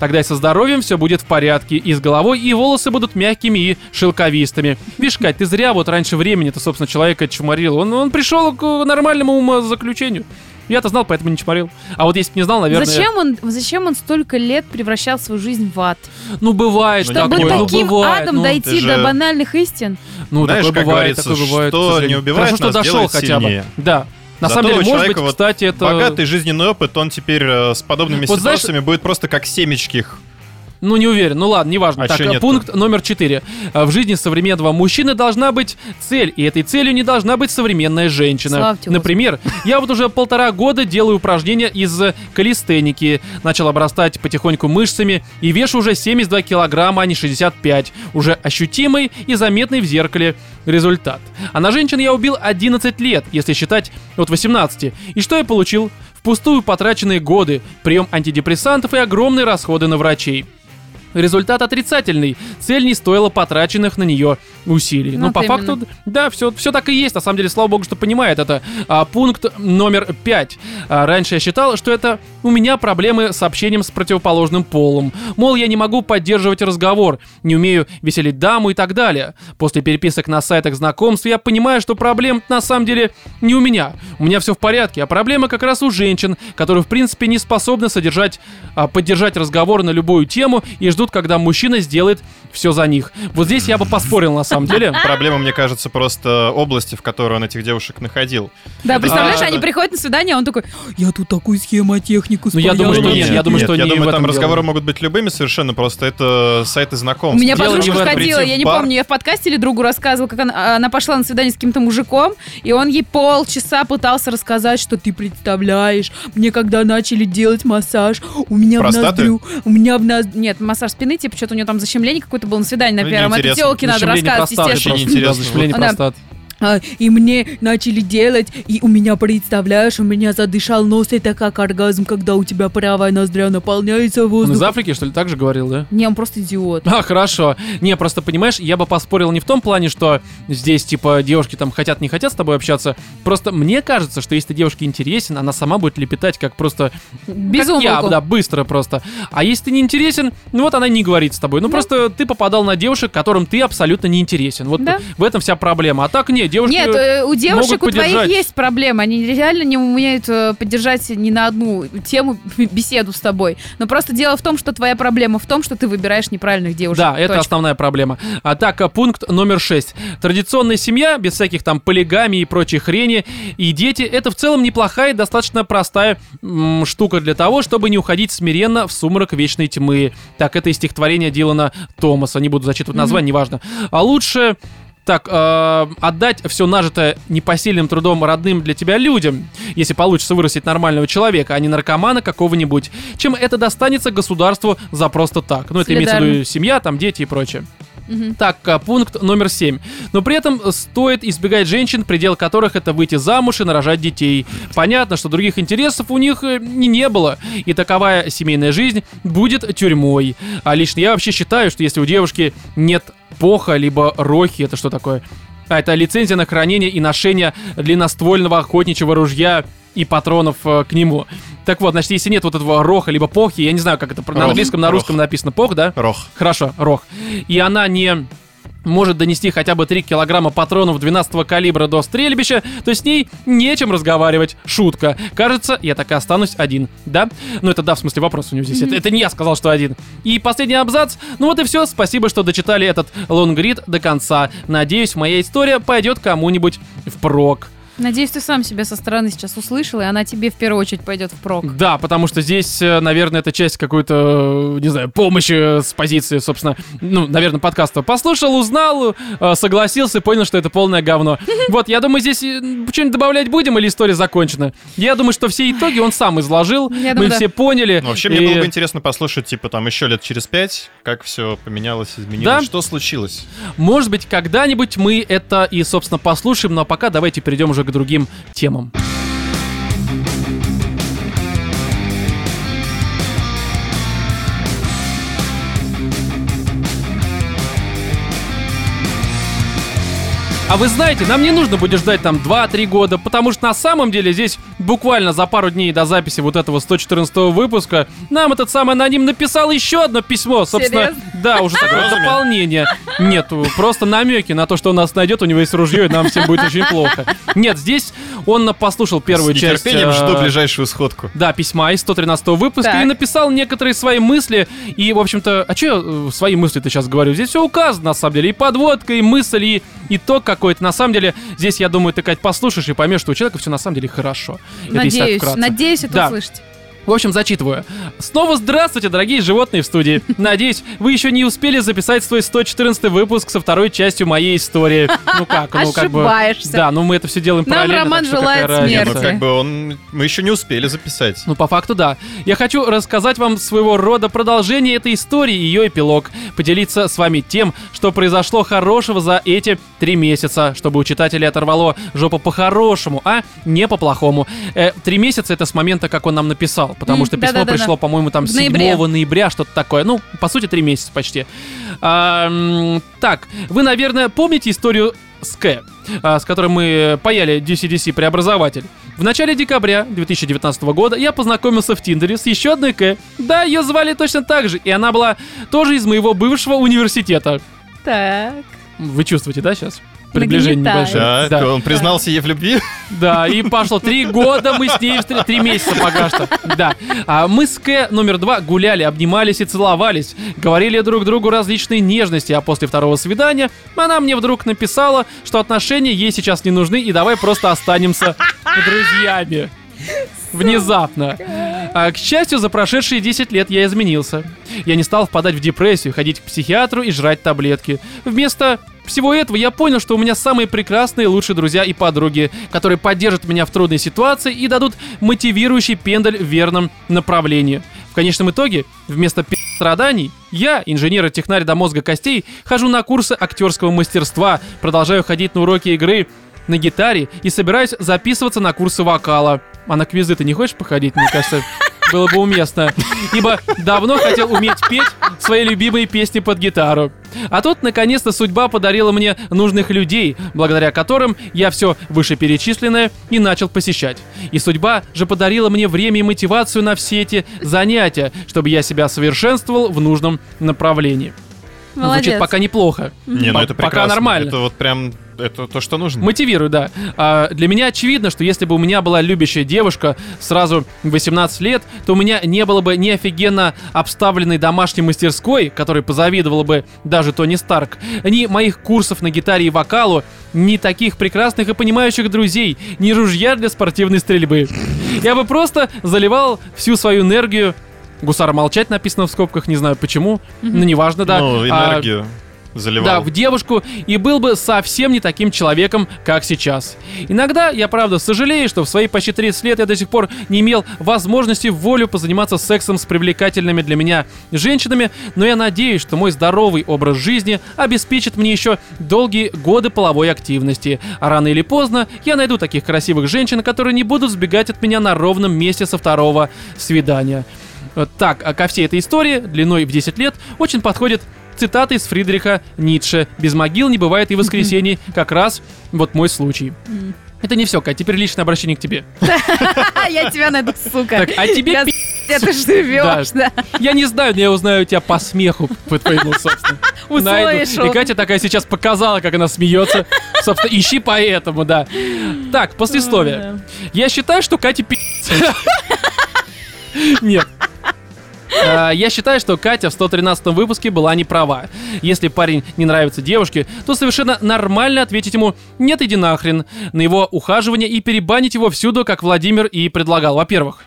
A: Тогда и со здоровьем все будет в порядке, и с головой, и волосы будут мягкими и шелковистыми. Видишь, Кать, ты зря вот раньше времени ты, собственно, человека чморил. Он, он пришел к э, нормальному умозаключению. Я-то знал, поэтому не чморил. А вот если бы не знал, наверное...
C: Зачем он, зачем он столько лет превращал свою жизнь в ад?
A: Ну, бывает
B: Ну,
C: Чтобы
A: такое.
B: такой-
C: таким
A: ну, бывает.
C: адом
A: ну,
B: ты
C: дойти до
B: же-
C: банальных истин.
A: Ну,
B: Знаешь,
A: такое
B: как
A: бывает,
B: говорится,
A: такое бывает. к
B: что
A: сожалению.
B: не убивает
A: Хорошо, что
B: нас,
A: дошел
B: делает
A: хотя бы.
B: сильнее.
A: Да. На
B: Зато
A: самом деле, может
B: у
A: быть,
B: человека вот
A: кстати, это...
B: Богатый жизненный опыт, он теперь э, с подобными
A: Вот знаешь-
B: ситуациями будет просто как семечки их.
A: Ну, не уверен. Ну, ладно, неважно.
B: А
A: так,
B: чё
A: э,
B: нет-то?
A: пункт номер четыре. Э, В жизни современного мужчины должна быть цель, и этой целью не должна быть современная женщина.
C: Слава тебе,
A: Например, я вот уже полтора года делаю упражнения из э, калистеники, начал обрастать потихоньку мышцами и вешу уже 72 килограмма, а не 65. Уже ощутимый и заметный в зеркале результат. А на женщин я убил 11 лет, если считать от 18. И что я получил? Впустую потраченные годы, прием антидепрессантов и огромные расходы на врачей. Результат отрицательный. Цель не стоила потраченных на нее усилий.
C: Ну,
A: Ну, по
C: вот
A: факту, да, все, все так и есть. На самом деле, слава богу, что понимает это. А, пункт номер пять. А, раньше я считал, что это у меня проблемы с общением с противоположным полом. Мол, я не могу поддерживать разговор, не умею веселить даму и так далее. После переписок на сайтах знакомств я понимаю, что проблем на самом деле не у меня. У меня все в порядке, а проблема как раз у женщин, которые в принципе не способны содержать, а, поддержать разговор на любую тему и ждут, когда мужчина сделает все за них. Вот здесь я бы поспорил на самом деле.
B: Проблема, мне кажется, просто области, в которой он этих девушек находил.
C: Да, представляешь,
B: А,
C: они
B: да.
C: приходят на свидание, а он такой,
D: Я тут такую схемотехнику
A: Ну, я думаю,
D: спаял.
A: что нет, я думаю, что
B: я
A: не в
B: думаю,
A: этом
B: там
A: дело.
B: разговоры могут быть любыми совершенно, просто это сайты
C: У
B: знакомств.
C: меня
A: Дело не
C: подружка
A: в этом.
C: сходила,
B: Прийти в
C: я не
B: бар.
C: помню, я в подкасте или другу рассказывала, как она, она пошла на свидание с каким-то мужиком, и он ей полчаса пытался рассказать, что ты представляешь, мне когда начали делать массаж, у меня в
B: Простаты?
C: ноздрю, у меня в ноздрю... Нет, массаж спины, типа, что-то у нее там защемление какое-то было на свидание на
B: Ну,
C: первом. Это
B: неинтересно.
C: телке надо
A: Зашибление
C: рассказывать,
A: простаты просто,
C: естественно.
B: Очень
A: да,
B: интересно.
A: зашибление
C: Да.
A: простаты.
D: А, И мне начали делать, и у меня, представляешь, у меня задышал нос, это как оргазм, когда у тебя правая ноздря наполняется
A: Он из
D: воздухом.
A: Африки, что ли, так же говорил, да?
C: Не, он просто идиот.
A: А, хорошо. Не, просто понимаешь, я бы поспорил не в том плане, что здесь, типа, девушки там хотят, не хотят с тобой общаться. Просто мне кажется, что если ты девушке интересен, она сама будет лепетать как просто...
C: Без
A: как я,
C: умолку.
A: да, быстро просто. А если ты не интересен, ну вот она не говорит с тобой. Ну, просто ты попадал на девушек, которым ты абсолютно не интересен. Вот
C: Да.
A: в этом вся проблема. А так нет, девушки...
C: Нет, э, у девушек, у
A: могут
C: твоих
A: поддержать.
C: есть проблемы. Они реально не умеют э, поддержать ни на одну тему беседу с тобой. Но просто дело в том, что твоя проблема в том, что ты выбираешь неправильных девушек.
A: Да, это
C: Точка.
A: основная проблема. А так, а, пункт номер 6. Традиционная семья, без всяких там полигамии и прочей хрени, и дети, это в целом неплохая и достаточно простая м, штука для того, чтобы не уходить смиренно в сумрак вечной тьмы. Так, это из стихотворения Дилана Томаса. Не буду зачитывать название, неважно. А лучше... Так, э, отдать все нажитое непосильным трудом родным для тебя людям, если получится вырастить нормального человека, а не наркомана какого-нибудь, чем это достанется государству за просто так. Ну, это имеется в виду
C: Солидарно.
A: семья, там дети и прочее.
C: Мгм.
A: Так, а, пункт номер 7. Но при этом стоит избегать женщин, предел которых это выйти замуж и нарожать детей. Понятно, что других интересов у них э, не, не было, и таковая семейная жизнь будет тюрьмой. А лично я вообще считаю, что если у девушки нет поха, либо рохи, это что такое? А это лицензия на хранение и ношение длинноствольного охотничьего ружья и патронов э, к нему. Так вот, значит, если нет вот этого роха, либо похи, я не знаю, как это на
B: Рох,
A: английском, на
B: рох.
A: русском написано пох, да?
B: Рох.
A: Хорошо, Рох. И она не может донести хотя бы 3 килограмма патронов 12 калибра до стрельбища, то с ней нечем разговаривать. Шутка. Кажется, я так и останусь один. Да? Ну это да, в смысле вопрос у него здесь. Это, это не я сказал, что один. И последний абзац. Ну вот и все. Спасибо, что дочитали этот лонгрид до конца. Надеюсь, моя история пойдет кому-нибудь впрок.
C: Надеюсь, ты сам себя со стороны сейчас услышал, и она тебе в первую очередь пойдет в прок.
A: Да, потому что здесь, э, наверное, это часть какой-то, э, не знаю, помощи э, с позиции, собственно, ну, наверное, подкаста. Послушал, узнал, э, согласился, понял, что это полное говно. Вот, я думаю, здесь э, что-нибудь добавлять будем или история закончена? Я думаю, что все итоги он сам изложил,
C: Я
A: мы
C: думаю, да.
A: все поняли.
B: Ну,
A: и-
B: вообще, мне было бы интересно послушать, типа, там, еще лет через пять, как все поменялось, изменилось,
A: Да?
B: что случилось.
A: Может быть, когда-нибудь мы это и, собственно, послушаем, но пока давайте перейдем уже к другим темам. А вы знаете, нам не нужно будет ждать там 2-3 года, потому что на самом деле здесь буквально за пару дней до записи вот этого 114 выпуска нам этот самый аноним написал еще одно письмо, собственно.
C: Серьезно?
A: Да, уже такое
B: Угрозами?
A: дополнение. Нет, просто намеки на то, что он нас найдет, у него есть ружье, и нам всем будет очень плохо. Нет, здесь он послушал первую
B: С
A: часть.
B: нетерпением
A: э,
B: жду ближайшую сходку.
A: да, письма из 113 выпуска
C: Так.
A: и написал некоторые свои мысли. И, в общем-то, а что свои мысли-то сейчас говорю? Здесь все указано, на самом деле. И подводка, и мысль, и итог какой-то. На самом деле, здесь, я думаю, ты, Кать, послушаешь и поймешь, что у человека все на самом деле хорошо. Это если так
C: Надеюсь,
A: вкратце.
C: надеюсь это
A: Да.
C: услышать.
A: В общем, зачитываю. Снова здравствуйте, дорогие животные в студии. Надеюсь, вы еще не успели записать свой 114 выпуск со второй частью моей истории. Ну как, ну как бы...
C: Ошибаешься.
A: Да, ну мы это все делаем
C: Нам
A: параллельно.
C: Роман
A: так что какая
C: желает
A: разница?
B: Не, ну
C: Версия.
B: как бы он... Мы еще не успели записать.
A: Ну, по факту, да. Я хочу рассказать вам своего рода продолжение этой истории и ее эпилог. Поделиться с вами тем, что произошло хорошего за эти три месяца, чтобы у читателей оторвало жопу по-хорошему, а не по-плохому. Э, три месяца — это с момента, как он нам написал, потому
C: М,
A: что письмо
C: да-да-да-да.
A: пришло, по-моему, там
C: В
A: 7
C: ноябре.
A: ноября, что-то такое. Ну, по сути, три месяца почти. А, м, так, вы, наверное, помните историю с К, а, с которой мы паяли DCDC преобразователь. В начале декабря 2019 года я познакомился в Тиндере с еще одной К. Да, ее звали точно так же, и она была тоже из моего бывшего университета.
C: Так.
A: Вы чувствуете, да, сейчас? Приближение
C: Нагнетает.
A: небольшое.
B: Да,
A: да.
B: А, он признался ей в любви.
A: Да, и пошло. Три года мы с ней, встр- три месяца пока что. Да. А мы с К номер два гуляли, обнимались и целовались. Говорили друг другу различные нежности, а после второго свидания она мне вдруг написала, что отношения ей сейчас не нужны, и давай просто останемся друзьями. Внезапно. А, к счастью, за прошедшие 10 лет я изменился. Я не стал впадать в депрессию, ходить к психиатру и жрать таблетки. Вместо всего этого я понял, что у меня самые прекрасные и лучшие друзья и подруги, которые поддержат меня в трудной ситуации и дадут мотивирующий пендаль в верном направлении. В конечном итоге, вместо пи- страданий, я, инженер и технарь до мозга костей, хожу на курсы актерского мастерства, продолжаю ходить на уроки игры на гитаре и собираюсь записываться на курсы вокала. А на квизы ты не хочешь походить, мне кажется, было бы уместно. Ибо давно хотел уметь петь свои любимые песни под гитару. А тут, наконец-то, судьба подарила мне нужных людей, благодаря которым я все вышеперечисленное и начал посещать. И судьба же подарила мне время и мотивацию на все эти занятия, чтобы я себя совершенствовал в нужном направлении. Ну,
C: Молодец.
A: Звучит пока неплохо.
B: Не, ну
A: Пок-
B: это
A: пока
B: прекрасно.
A: нормально.
B: Это вот прям... Это то, что нужно.
A: Мотивирую, да. А, для меня очевидно, что если бы у меня была любящая девушка сразу 18 лет, то у меня не было бы ни офигенно обставленной домашней мастерской, которой позавидовала бы даже Тони Старк, ни моих курсов на гитаре и вокалу, ни таких прекрасных и понимающих друзей, ни ружья для спортивной стрельбы. Я бы просто заливал всю свою энергию Гусар молчать написано в скобках, не знаю почему, но неважно, да.
B: Ну,
A: А,
B: энергию заливал.
A: да, в девушку и был бы совсем не таким человеком, как сейчас. Иногда я, правда, сожалею, что в свои почти 30 лет я до сих пор не имел возможности в волю позаниматься сексом с привлекательными для меня женщинами, но я надеюсь, что мой здоровый образ жизни обеспечит мне еще долгие годы половой активности. А рано или поздно я найду таких красивых женщин, которые не будут сбегать от меня на ровном месте со второго свидания. Вот Так, а ко всей этой истории, длиной в 10 лет, очень подходит цитата из Фридриха Ницше. «Без могил не бывает и воскресений». Как раз вот мой случай. Это не все, Кать, теперь личное обращение к тебе.
C: А, я тебя найду, сука.
A: Так, а тебе
C: Я-
A: пи***.
C: Это живешь, да.
A: Я не знаю, но я узнаю тебя по смеху, по твоему, собственно. Найду.
C: Услышал.
A: И Катя такая сейчас показала, как она смеется. Собственно, ищи поэтому, да. Так, послесловие. Я считаю, что Катя пи***. Нет. А, Я считаю, что Катя в 113 выпуске была не права. Если парень не нравится девушке, то совершенно нормально ответить ему «нет, иди нахрен» на его ухаживание и перебанить его всюду, как Владимир и предлагал. Во-первых,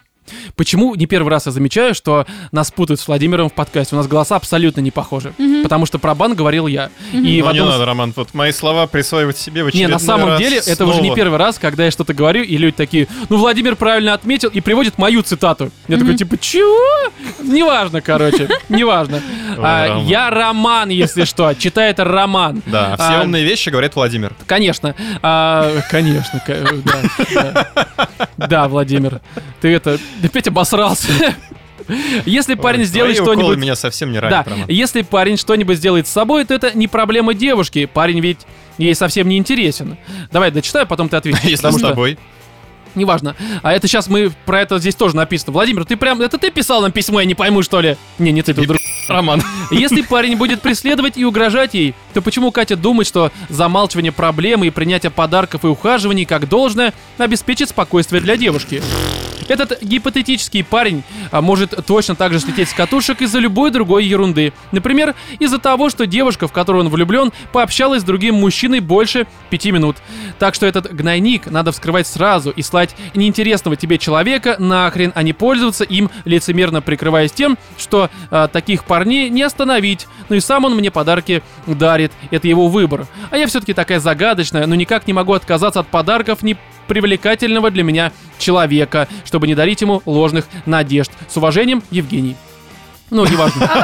A: Почему не первый раз я замечаю, что нас путают с Владимиром в подкасте? У нас голоса абсолютно не похожи. Потому что про бан говорил я. И в
B: Ну, не
A: одном-
B: надо, Роман, вот мои слова присваивать себе в
A: не, на
B: очередной
A: самом
B: раз
A: деле, это уже не
B: снова.
A: первый раз, когда я что-то говорю, и люди такие, ну, Владимир правильно отметил, и приводит мою цитату. Я такой, типа, чего? Неважно, короче, неважно. А,
B: Роман.
A: Я Роман, если что, читает Роман.
B: Да, все
A: А,
B: умные вещи говорит Владимир.
A: Конечно, А, конечно, ко- э, да, да. Да, Владимир, ты это, опять обосрался. Если парень
B: Ой,
A: сделает
B: твои уколы
A: что-нибудь...
B: меня совсем не
A: Да,
B: ранят, Роман.
A: если парень что-нибудь сделает с собой, то это не проблема девушки. Парень ведь ей совсем не интересен. Давай дочитаю, а потом ты ответишь.
B: Если
A: потому
B: с
A: что-
B: тобой.
A: Неважно. А это сейчас мы про это здесь тоже написано. Владимир, ты прям... Это ты писал нам письмо, я не пойму, что ли? Не, не ты, тут
B: Не
A: друг.
B: Роман.
A: Если парень будет преследовать и угрожать ей, то почему Катя думает, что замалчивание проблемы и принятие подарков и ухаживаний как должное обеспечит спокойствие для девушки? Этот гипотетический парень а, может точно так же слететь с катушек из-за любой другой ерунды. Например, из-за того, что девушка, в которую он влюблен, пообщалась с другим мужчиной больше пяти минут. Так что этот гнойник надо вскрывать сразу и слать неинтересного тебе человека нахрен, а не пользоваться им, лицемерно прикрываясь тем, что а, таких парней не остановить. Ну и сам он мне подарки дарит. Это его выбор. А я все-таки такая загадочная, но никак не могу отказаться от подарков не привлекательного для меня человека, чтобы не дарить ему ложных надежд. С уважением, Евгений. Ну, неважно.
C: Как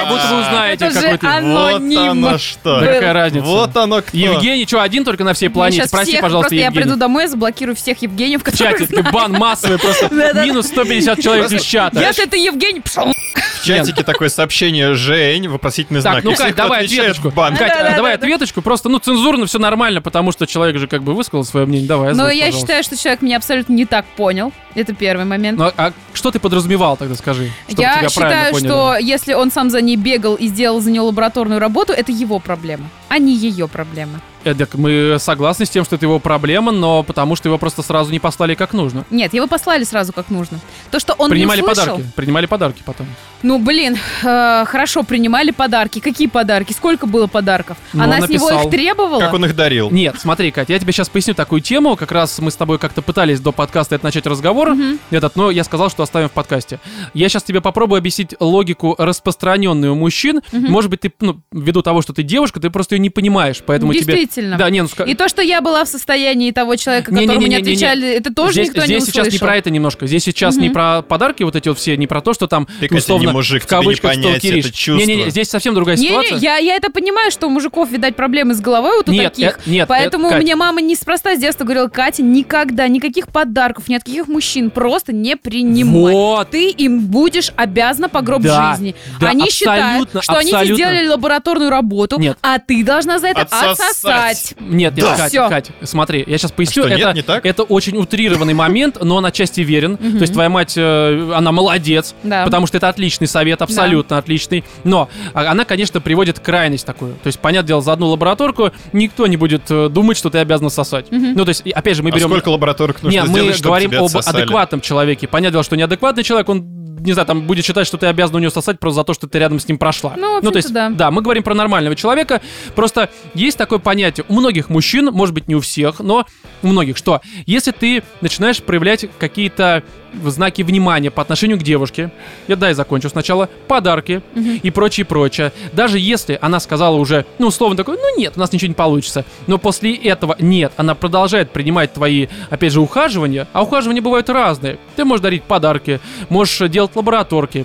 A: Как будто вы узнаете,
C: А, Это
A: какой
C: же
A: ты.
B: Вот
C: аноним.
B: оно
A: Да
B: что.
A: какая разница.
B: Вот оно кто.
A: Евгений, что, один только на всей планете?
C: Сейчас
A: Спроси,
C: всех-
A: пожалуйста,
C: просто я приду
A: Евгений.
C: домой, заблокирую всех Евгеньев,
A: В
C: которые...
A: чате бан массовый просто.
C: Да-да.
A: Минус 150 человек из чата.
C: Если это Евгений, пошел
B: В чатике такое сообщение «Жень», вопросительный знак.
A: Так, ну
B: Если
A: Кать,
B: кто
A: давай
B: отвечает,
A: ответочку.
B: бан.
A: Кать,
C: Да-да-да-да.
A: давай ответочку. Просто, ну, цензурно все нормально, потому что человек же как бы высказал свое мнение. Давай,
C: Но
A: озвучь,
C: я
A: пожалуйста.
C: считаю, что человек меня абсолютно не так понял. Это первый момент.
A: Ну, а что ты подразумевал тогда, скажи? чтобы
C: я
A: тебя правильно
C: считаю,
A: поняли?
C: что если он сам за ней бегал и сделал за нее лабораторную работу, это его проблема, а не ее проблема.
A: Эдак, Э, мы согласны с тем, что это его проблема, но потому что его просто сразу не послали как нужно.
C: Нет, его послали сразу как нужно. То, что он
A: принимали
C: не услышал...
A: подарки. Принимали подарки потом.
C: Ну, блин, э, хорошо, принимали подарки. Какие подарки? Сколько было подарков?
A: Ну,
C: Она
A: он
C: с него
A: написал.
C: их требовала?
B: Как он их дарил.
A: Нет, смотри, Кать, я тебе сейчас поясню такую тему. Как раз мы с тобой как-то пытались до подкаста это начать разговор
C: Мгм.
A: этот, но я сказал, что оставим в подкасте. Я сейчас тебе попробую объяснить логику распространенную мужчин.
C: Мгм.
A: Может быть, ты, ну, ввиду того, что ты девушка, ты просто ее не понимаешь, поэтому тебе...
C: Действительно.
A: Да, не, ну, ска-
C: И то, что я была в состоянии того человека, которому не,
A: Не-не-не-не-не-не.
C: отвечали, это тоже
A: здесь,
C: никто
A: здесь
C: не услышал.
A: сейчас не про это немножко. Здесь сейчас не про подарки вот эти вот все, не про то, что там
B: Ты, Катя,
A: условно
B: не мужик,
A: в
B: тебе не
A: кавычках
B: понять это
A: сталкеришь.
B: чувство.
A: Не-не-не, здесь совсем другая ситуация.
C: Не-не, я, я это понимаю, что у мужиков, видать, проблемы с головой вот у
A: Нет,
C: таких.
A: э, нет,
C: Поэтому
A: э, Кать.
C: мне мама неспроста с детства говорила, Катя, никогда никаких подарков, ни от каких мужчин просто не принимай.
A: Вот.
C: Ты им будешь обязана по гроб
A: Да,
C: жизни.
A: да,
C: они считают,
A: абсолютно,
C: что они тебе
A: абсолютно.
C: сделали лабораторную работу,
A: Нет.
C: а ты должна за это
B: Отсосать.
C: отсосать.
A: Нет, нет,
B: Да.
A: Кать,
C: Всё.
A: Кать, смотри, я сейчас поясню.
B: А что, нет,
A: это,
B: не так?
A: это очень утрированный момент, но он отчасти верен. То есть твоя мать, э, она молодец,
C: Да.
A: потому что это отличный совет, абсолютно отличный. Но а, она, конечно, приводит крайность такую. То есть, понятное дело, за одну лабораторку никто не будет э, думать, что ты обязана сосать. Ну, то есть, и опять же, мы
B: А
A: берем...
B: сколько лабораторок нужно
A: Нет, мы
B: сделать, чтобы
A: говорим
B: тебя
A: об
B: отсосали?
A: адекватном человеке. Понятное дело, что неадекватный человек, он, не знаю, там будет считать, что ты обязан у него сосать просто за то, что ты рядом с ним прошла.
C: Ну, в общем-то,
A: то есть,
C: да.
A: мы говорим про нормального человека. Просто есть такое понятие у многих мужчин, может быть, не у всех, но у многих, что если ты начинаешь проявлять какие-то знаки внимания по отношению к девушке, я дай закончу сначала, подарки и прочее, прочее. Даже если она сказала уже, ну, условно такое, ну нет, у нас ничего не получится. Но после этого нет, она продолжает принимать твои, опять же, ухаживания, а ухаживания бывают разные. Ты можешь дарить подарки, можешь э, делать лабораторки,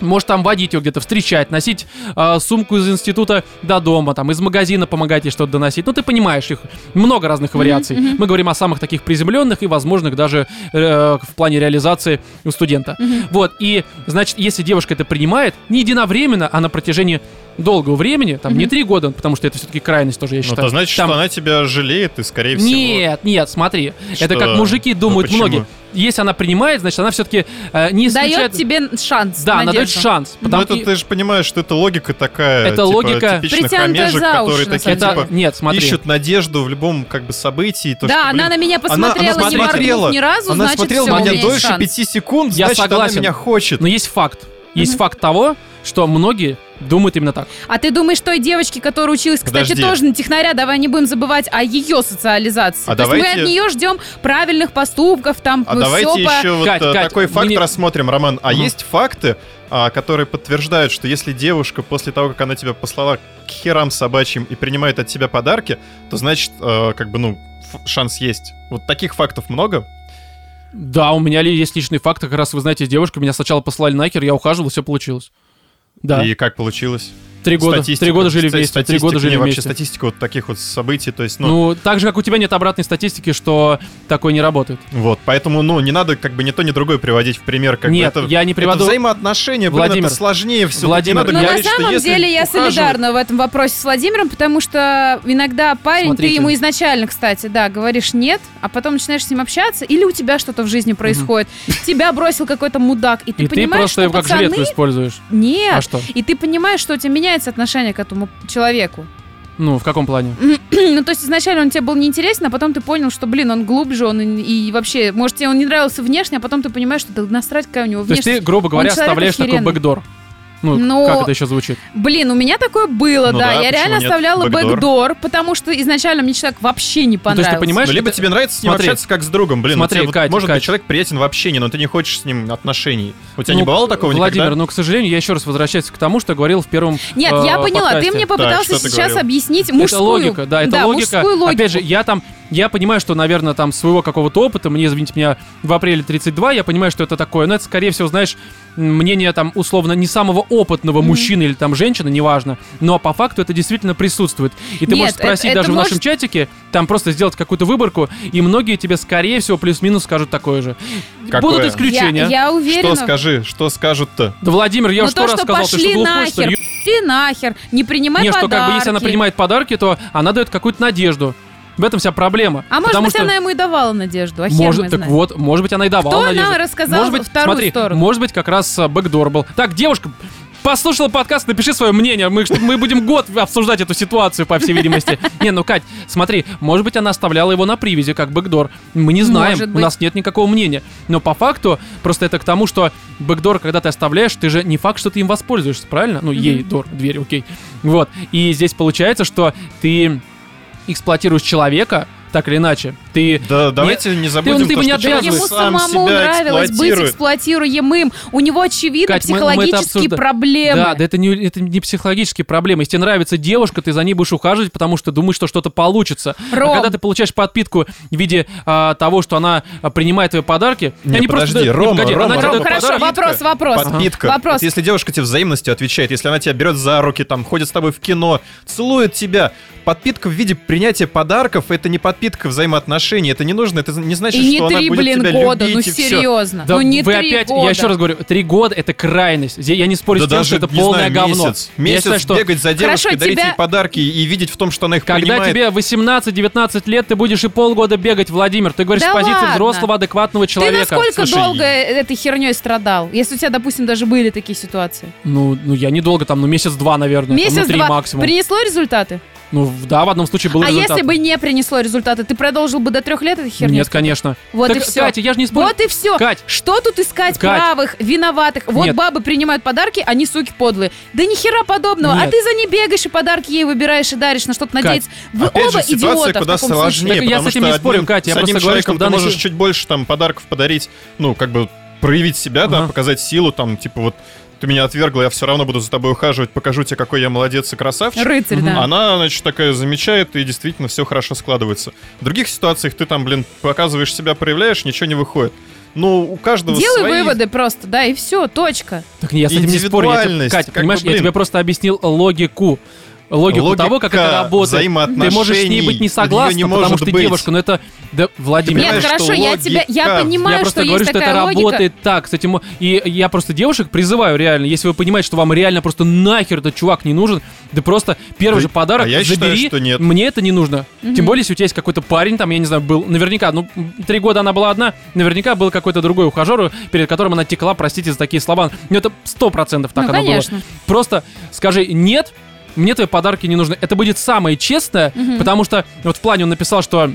A: Можешь там водить ее где-то, встречать, носить э, сумку из института до дома, там из магазина помогать ей что-то доносить. Ну, ты понимаешь, их много разных вариаций. Мы говорим о самых таких приземленных и возможных даже э, в плане реализации у студента. Вот, и, значит, если девушка это принимает, не единовременно, а на протяжении долгого времени, там, не три года, потому что это все-таки крайность тоже, я
B: Ну,
A: считаю.
B: это значит,
A: Там-
B: что она тебя жалеет, и, скорее всего...
A: Нет, нет, смотри. Это
B: Что?
A: как мужики
B: Ну,
A: думают
B: почему?
A: многие. Если она принимает, значит, она все-таки не исключает...
C: Дает тебе шанс.
A: да, она дает
C: надежду.
A: шанс.
B: Ну,
A: потому
B: это
A: и-
B: ты же понимаешь, что это логика такая.
A: Это
B: типа,
A: логика-
B: типичных
C: Притянутая
B: хомяжек,
C: за уши,
B: которые
C: на
B: такие,
A: Это-
B: типа,
A: нет, смотри.
B: ищут надежду в любом, как бы, событии. и то,
C: Да,
B: что, блин,
C: она на меня посмотрела,
B: она
C: не
B: смотрела,
C: моргнув ни разу,
B: она
C: значит,
B: смотрела
C: все,
B: на
C: у меня
B: меня
C: есть
B: дольше
C: шанс.
B: пяти секунд,
A: Я
B: значит,
A: согласен.
B: она меня хочет.
A: Но есть факт. Есть факт того, что многие думают именно так.
C: А ты думаешь, той девочке, которая училась, кстати,
B: Подожди.
C: тоже на технаря, давай не будем забывать о ее социализации.
B: А
C: То есть
B: давайте-
C: мы от нее ждем правильных поступков, там,
B: А
C: ну,
B: давайте
C: всё по-
B: еще вот
A: Кать,
B: э,
A: Кать,
B: такой факт
A: мне-
B: рассмотрим, Роман. А
A: Мгм.
B: есть факты, а, которые подтверждают, что если девушка после того, как она тебя послала к херам собачьим и принимает от тебя подарки, то значит, э, как бы, ну, ф- шанс есть. Вот таких фактов много.
A: Да, у меня ли есть личный факт, как раз вы знаете, девушка меня сначала послали нахер, я ухаживал, все получилось. Да.
B: И как получилось?
A: Так Три года.
B: статистика.
A: Три года жили
B: Ста-
A: вместе. Три
B: статистика.
A: года жили
B: Не, вообще
A: вместе.
B: статистика вот таких вот событий, то есть, ну,
A: Ну, так же, как у тебя нет обратной статистики, что такое не работает.
B: вот, поэтому, ну, не надо как бы ни то, ни другое приводить в пример, как
A: Нет,
B: бы это...
A: я не приводу-
B: Это взаимоотношения, блин,
A: Владимир.
B: это сложнее все.
A: Владимир.
B: не
A: Ну,
B: надо
C: Но на
B: говорить, что
C: самом
B: если
C: деле я
B: ухаживать-
C: солидарна в этом вопросе с Владимиром, потому что иногда парень,
A: Смотрите.
C: ты ему изначально, кстати, да, говоришь нет, а потом начинаешь с ним общаться, или у тебя что-то в жизни происходит. Тебя бросил какой-то мудак, и ты
A: И ты
C: понимаешь,
A: просто
C: что
A: его как
C: пацаны...
A: жилетку используешь. А
C: Нет.
A: что?
C: И ты понимаешь, что у тебя меняется отношение к этому человеку.
A: Ну, в каком плане?
C: Ну, то есть изначально он тебе был неинтересен, а потом ты понял, что, блин, он глубже, он и, и вообще, может, тебе он не нравился внешне, а потом ты понимаешь, что да насрать, какая у него
A: То есть
C: внешность.
A: ты, грубо говоря,
C: человек
A: оставляешь такой
C: охеренный.
A: бэкдор. Ну,
C: Но-
A: как это еще звучит? Ну,
C: Блин, у меня такое было,
B: Ну
C: да.
B: да,
C: Я
B: почему
C: реально
B: нет?
C: оставляла
B: Бэкдор.
C: бэкдор, потому что изначально мне человек вообще не
A: Ну, то есть
C: понравился.
A: ты понимаешь,
B: Ну, либо
A: это-
B: тебе нравится с ним
A: Смотри.
B: общаться как с другом, блин.
A: Смотри,
B: у тебя вот
A: Кать,
B: может
A: Кать.
B: быть человек приятен в общении, но ты не хочешь с ним отношений. У тебя не
A: Ну,
B: бывало такого
A: Владимир,
B: никогда?
A: ну, к сожалению, я еще раз возвращаюсь к тому, что говорил в первом
C: Нет,
A: э,
C: я поняла,
A: подкасте.
C: ты мне попытался
B: что ты
C: сейчас
B: говорил?
C: объяснить мужскую...
A: Это логика, да, это логика.
C: мужскую логику.
A: Опять же, я там, я понимаю, что, наверное, там своего какого-то опыта, мне, извините меня, в апреле 32, я понимаю, что это такое, но это, скорее всего, знаешь, м, мнение там, условно, не самого опытного мужчины или там женщины, неважно, но по факту это действительно присутствует. И ты
C: Нет,
A: можешь
C: это-
A: спросить
C: это
A: даже в нашем
C: может-
A: чатике, там просто сделать какую-то выборку, и многие тебе, скорее всего, плюс-минус скажут такое же. ну,
B: Какое?
A: Будут
B: Я-
C: я,
A: исключения.
C: я уверена...
B: Что скажи, что скажут-то?
A: Да, Владимир, я
C: Но
A: уже
C: то,
A: сто раз
C: что
A: сказал, ты
C: пошли
A: что глухой, что
C: нахер,
A: ли?
C: пошли нахер, не принимай
A: Не,
C: подарки.
A: что как бы, если она принимает подарки, то она дает какую-то надежду. В этом вся проблема.
C: А может
A: Потому
C: быть,
A: что...
C: она ему и давала надежду, а хер
A: Может,
C: мы
A: так
C: знаем.
A: вот, может быть, она и давала
C: Кто нам
A: надежду.
C: рассказал
A: может быть,
C: вторую
A: смотри,
C: сторону?
A: Может быть, как раз а, бэкдор был. Так, девушка, послушала подкаст, напиши свое мнение. Мы, мы будем год обсуждать эту ситуацию, по всей видимости. Не, ну, Кать, смотри, может быть, она оставляла его на привязи, как бэкдор. Мы не знаем,
C: Может
A: у
C: быть.
A: нас нет никакого мнения. Но по факту, просто это к тому, что бэкдор, когда ты оставляешь, ты же не факт, что ты им воспользуешься, правильно? Ну, ей, дор, дверь, окей. Вот. И здесь получается, что ты эксплуатируешь человека, так или иначе. Ты
B: Да, давайте не, забудем,
A: он, ты
B: то,
A: меня
B: что человек
A: обязываешь.
B: сам
C: Ему самому
B: себя
C: нравилось быть
B: эксплуатирует.
C: эксплуатируемым. У него, очевидно,
A: Кать, мы- мы это
C: психологические
A: обсужда-
C: проблемы.
A: Да, да это не, это не психологические проблемы. Если тебе нравится девушка, ты за ней будешь ухаживать, потому что думаешь, что что-то получится.
C: Ром.
A: А когда ты получаешь подпитку в виде а, того, что она а, принимает твои подарки...
B: Не,
A: они
B: подожди,
A: просто, дают-
B: Рома,
A: погоди,
B: Рома,
A: она тебе
B: Рома,
A: дает
C: Ну, хорошо,
A: подарок.
C: вопрос, вопрос.
B: Подпитка.
C: Ага. Вопрос.
B: Вот если девушка тебе взаимностью отвечает, если она тебя берет за руки, там, ходит с тобой в кино, целует тебя, подпитка в виде принятия подарков, это не подпитка взаимоотношений, это не нужно, это не значит,
C: И не
B: что она
C: три,
B: будет
C: блин,
B: тебя
C: года, ну
B: любить и всё.
C: серьезно.
A: Да
C: ну не
A: вы
C: три
A: опять,
C: года.
A: я еще раз говорю, три года это крайность. Я я не спорю
B: Да
A: с тем,
B: даже,
A: что это
B: не
A: полное
B: знаю,
A: говно.
B: месяц.
A: Я
B: Месяц
A: считаю, что
B: бегать за девушкой,
C: Хорошо,
B: дарить
C: тебя-
B: ей подарки и, и видеть в том, что она их
A: Когда
B: принимает.
A: тебе 18-19 лет, ты будешь и полгода бегать, Владимир. Ты говоришь
C: Да
A: с позиции
C: ладно.
A: взрослого, адекватного
C: Ты
A: человека.
C: насколько
B: Слушай,
C: долго этой херней страдал? Если у тебя, допустим, даже были такие ситуации.
A: Ну, ну, я недолго там, ну, месяц-два, наверное. там, ну, три
C: Месяц-два
A: максимум.
C: принесло результаты?
A: Ну, в- да, в одном случае был
C: а
A: результат.
C: если бы не принесло результаты, ты продолжил бы до трех лет этой херню?
A: Нет, конечно.
C: Вот
A: так,
C: и все.
A: Катя, я же не спорю.
C: Вот и все.
A: Кать.
C: Что тут искать
A: Кать.
C: правых, виноватых? Вот
A: Нет.
C: бабы принимают подарки, они суки подлые. Да ни хера подобного. А
A: Нет.
C: ты за ней бегаешь и подарки ей выбираешь и даришь на что-то надеяться. Вы
B: Опять
C: оба
B: же, ситуация
C: идиота в
B: куда
C: таком случае.
B: сложнее,
A: Так я
B: потому
A: с этим
B: что
A: не
B: одним-
A: спорю, Катя, я
B: с одним
A: просто говорю, что
B: человеком
A: в данной
B: ты можешь
A: си-
B: чуть больше там подарков подарить, ну, как бы проявить себя, да,
A: Ага.
B: показать силу, там, типа вот ты меня отвергла, я все равно буду за тобой ухаживать, покажу тебе, какой я молодец и красавчик.
C: Рыцарь, да.
B: Она, значит, такая замечает, и действительно все хорошо складывается. В других ситуациях ты там, блин, показываешь себя, проявляешь, ничего не выходит. Ну, у каждого
C: Делай
B: свои...
C: выводы просто, да, и все, точка.
A: Так я с этим не спорю. Я тебе,
B: Индивидуальность,
A: Катя,
B: как бы,
A: понимаешь, я
B: блин.
A: тебе просто объяснил логику. Логику
B: Логика
A: того, как это работает. Ты
B: взаимоотношений,
A: можешь с ней быть не
B: её
A: согласна,
B: не
A: потому
B: может
A: что ты
B: быть.
A: девушка, но это... Да, Владимир,
C: Нет,
B: Понимаешь,
C: хорошо,
B: что
C: я тебя, я
B: логика.
A: я
C: понимаю,
A: просто
C: что
A: говорю, что
C: есть
A: это
C: такая логика.
A: работает так. Кстати, мо- и я просто девушек призываю реально, если вы понимаете, что вам реально просто нахер этот чувак не нужен, да просто первый
B: Да,
A: же подарок
B: а я считаю,
A: забери,
B: что нет.
A: мне это не нужно.
C: Мгм.
A: Тем более, если у тебя есть какой-то парень, там, я не знаю, был, наверняка, ну, три года она была одна, наверняка был какой-то другой ухажер, перед которым она текла, простите за такие слова, но это сто процентов так
C: ну,
A: оно было.
C: конечно.
A: Просто скажи нет, мне твои подарки не нужны. Это будет самое честное,
C: Мгм.
A: потому что вот в плане он написал, что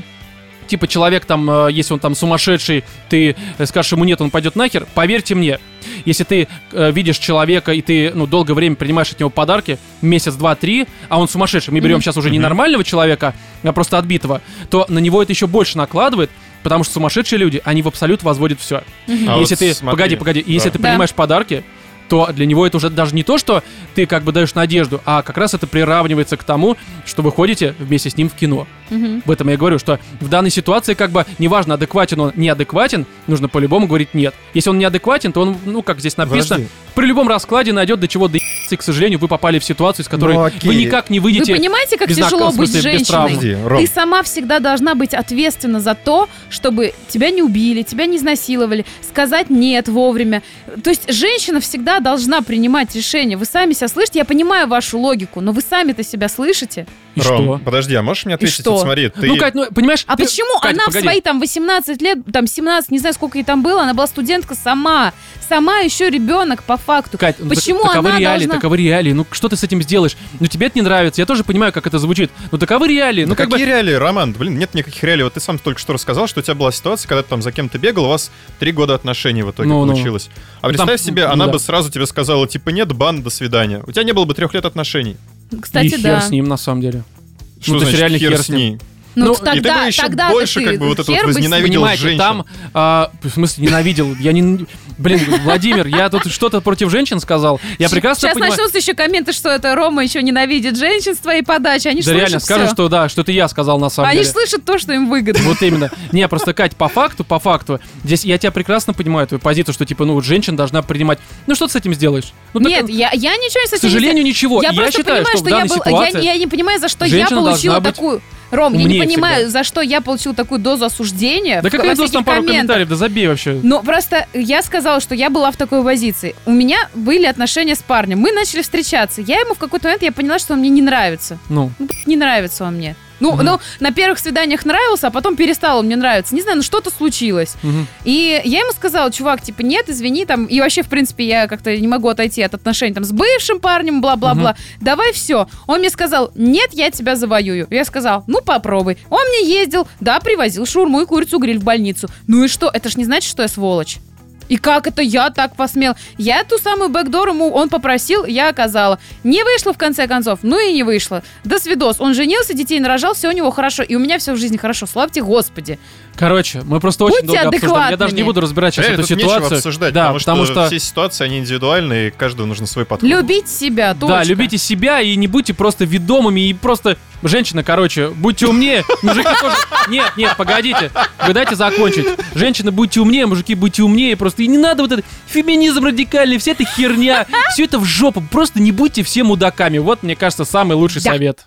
A: типа человек там, э, если он там сумасшедший, ты э, скажешь ему нет, он пойдет нахер. Поверьте мне, если ты э, видишь человека и ты ну долгое время принимаешь от него подарки, месяц, два, три, а он сумасшедший, мы берем
C: Мгм.
A: сейчас уже не нормального человека, а просто отбитого, то на него это еще больше накладывает. Потому что сумасшедшие люди, они в абсолют возводят все.
B: А
A: если
B: вот
A: ты,
B: смотри,
A: погоди, погоди, и если
B: да.
A: ты
C: Да.
A: принимаешь подарки, то для него это уже даже не то, что ты как бы даешь надежду, а как раз это приравнивается к тому, что вы ходите вместе с ним в кино.
C: Мгм.
A: В этом я и говорю, что в данной ситуации как бы неважно, адекватен он, неадекватен, нужно по-любому говорить нет. Если он неадекватен, то он, ну как здесь написано,
B: Подожди.
A: при любом раскладе найдет до чего доебаться ситуации, к сожалению, вы попали в ситуацию, с которой
B: Ну, окей.
A: вы никак не выйдете.
C: Вы понимаете, как
A: без знака,
C: тяжело
A: в
C: быть
A: смысле, без
C: женщиной?
A: травм.
B: Подожди, Ром,
C: Ты сама всегда должна быть ответственна за то, чтобы тебя не убили, тебя не изнасиловали, сказать нет вовремя. То есть женщина всегда должна принимать решение. Вы сами себя слышите, я понимаю вашу логику, но вы сами-то себя слышите.
A: Ну И
B: Ром,
A: что?
B: подожди, а можешь мне ответить?
C: что?
B: Вот смотри, ты...
A: Ну, Кать, ну, понимаешь,
C: А
A: ты-
C: почему
A: Кать,
C: она
A: погоди.
C: в свои там 18 лет, там 17, не знаю, сколько ей там было, она была студентка сама. Сама еще ребенок по факту.
A: Кать, ну, так-
C: почему
A: таковы
C: она
A: реалии,
C: должна...
A: таковы реалии. Ну что ты с этим сделаешь? Ну тебе это не нравится. Я тоже понимаю, как это звучит. Ну таковы реалии. Ну
B: Ну,
A: как
B: какие
A: бы.
B: реалии, Роман? Блин, нет никаких реалий. Вот ты сам только что рассказал, что у тебя была ситуация, когда ты там за кем-то бегал, у вас три года отношений в итоге
A: Ну, ну.
B: получилось. А
A: Ну,
B: представь
A: там,
B: себе,
A: ну,
B: она
A: да.
B: бы сразу тебе сказала, типа, нет, бан, до свидания. У тебя не было бы трех лет отношений.
A: И
C: Кстати,
A: хер
C: да.
A: с ним на самом деле.
B: Что
A: Ну, то есть
B: значит
A: реально
B: хер
A: хер
B: с
A: с ним.
B: ней?
C: Ну,
A: Ну,
C: тогда,
B: и тогда еще
C: тогда
B: больше
C: ты
B: как бы вот это
C: хер
B: вот
C: бы с ним.
B: возненавидел
A: Понимаете,
B: женщин.
A: там, а, в смысле, ненавидел. Я не, блин, Владимир, я тут что-то против женщин сказал. Я прекрасно
C: Сейчас
A: понимаю.
C: начнутся еще комменты, что это Рома еще ненавидит женщин с твоей подачи. Они ж
A: Да реально,
C: слышат
A: скажу,
C: всё.
A: что да, что это я сказал на самом
C: Они ж
A: деле.
C: слышат то, что им выгодно.
A: Вот именно. Не, просто, Кать, по факту, по факту, здесь я тебя прекрасно понимаю, твою позицию, что, типа, ну, вот женщина должна принимать... Ну, что ты с этим сделаешь? Ну, так,
C: Нет, я, я ничего с
A: к
C: этим не
A: сожалению, ничего.
C: Я
A: И
C: просто
A: считаю,
C: понимаю,
A: что,
C: что,
A: в данной
C: я, был,
A: ситуации...
C: я, я не понимаю, за что я
A: женщина
C: получила
A: должна быть
C: такую... Ром, я не
A: умнее
C: понимаю, за что я получила такую дозу осуждения
A: Да
C: в-
A: какая
C: во
A: доза
C: всяких
A: там пару
C: комментах.
A: комментариев, да забей вообще.
C: Но просто я сказала, что я была в такой позиции. У меня были отношения с парнем. Мы начали встречаться. Я ему в какой-то момент я поняла, что он мне не нравится.
A: Ну,
C: Ну, блин, не нравится он мне. Ну,
A: Мгм.
C: ну, на первых свиданиях нравился, а потом перестал он мне нравиться. Не знаю, ну что-то случилось.
A: мгм.
C: И я ему сказала, чувак, типа, нет, извини, там, и вообще, в принципе, я как-то не могу отойти от отношений там с бывшим парнем, бла-бла-бла. Давай все. Он мне сказал, нет, я тебя завоюю. Я сказал, ну попробуй. Он мне ездил, да, привозил шурму и курицу гриль в больницу. Ну и что? Это ж не значит, что я сволочь. И как это я так посмел? Я ту самую бэкдор ему, он попросил, я оказала. Не вышло в конце концов, ну и не вышло. До свидос. Он женился, детей нарожал, все у него хорошо. И у меня все в жизни хорошо, славьте Господи.
A: Короче, мы просто
C: Будьте
A: очень долго обсуждаем. Я даже
C: адекватными.
A: не буду разбирать сейчас
B: Реально,
A: эту
B: Э, тут нечего
A: ситуацию.
B: обсуждать,
A: Да,
B: потому, что, все ситуации, они индивидуальные, и каждому нужно свой подход.
C: Любить себя, точка.
A: Да, любите себя и не будьте просто ведомыми и просто... Женщина, короче, будьте умнее, мужики тоже... Нет, нет, погодите, вы дайте закончить. Женщины, будьте умнее, мужики, будьте умнее, просто и не надо вот этот феминизм радикальный, вся эта херня, все это в жопу, просто не будьте все мудаками. Вот, мне кажется, самый лучший
C: Да.
A: совет.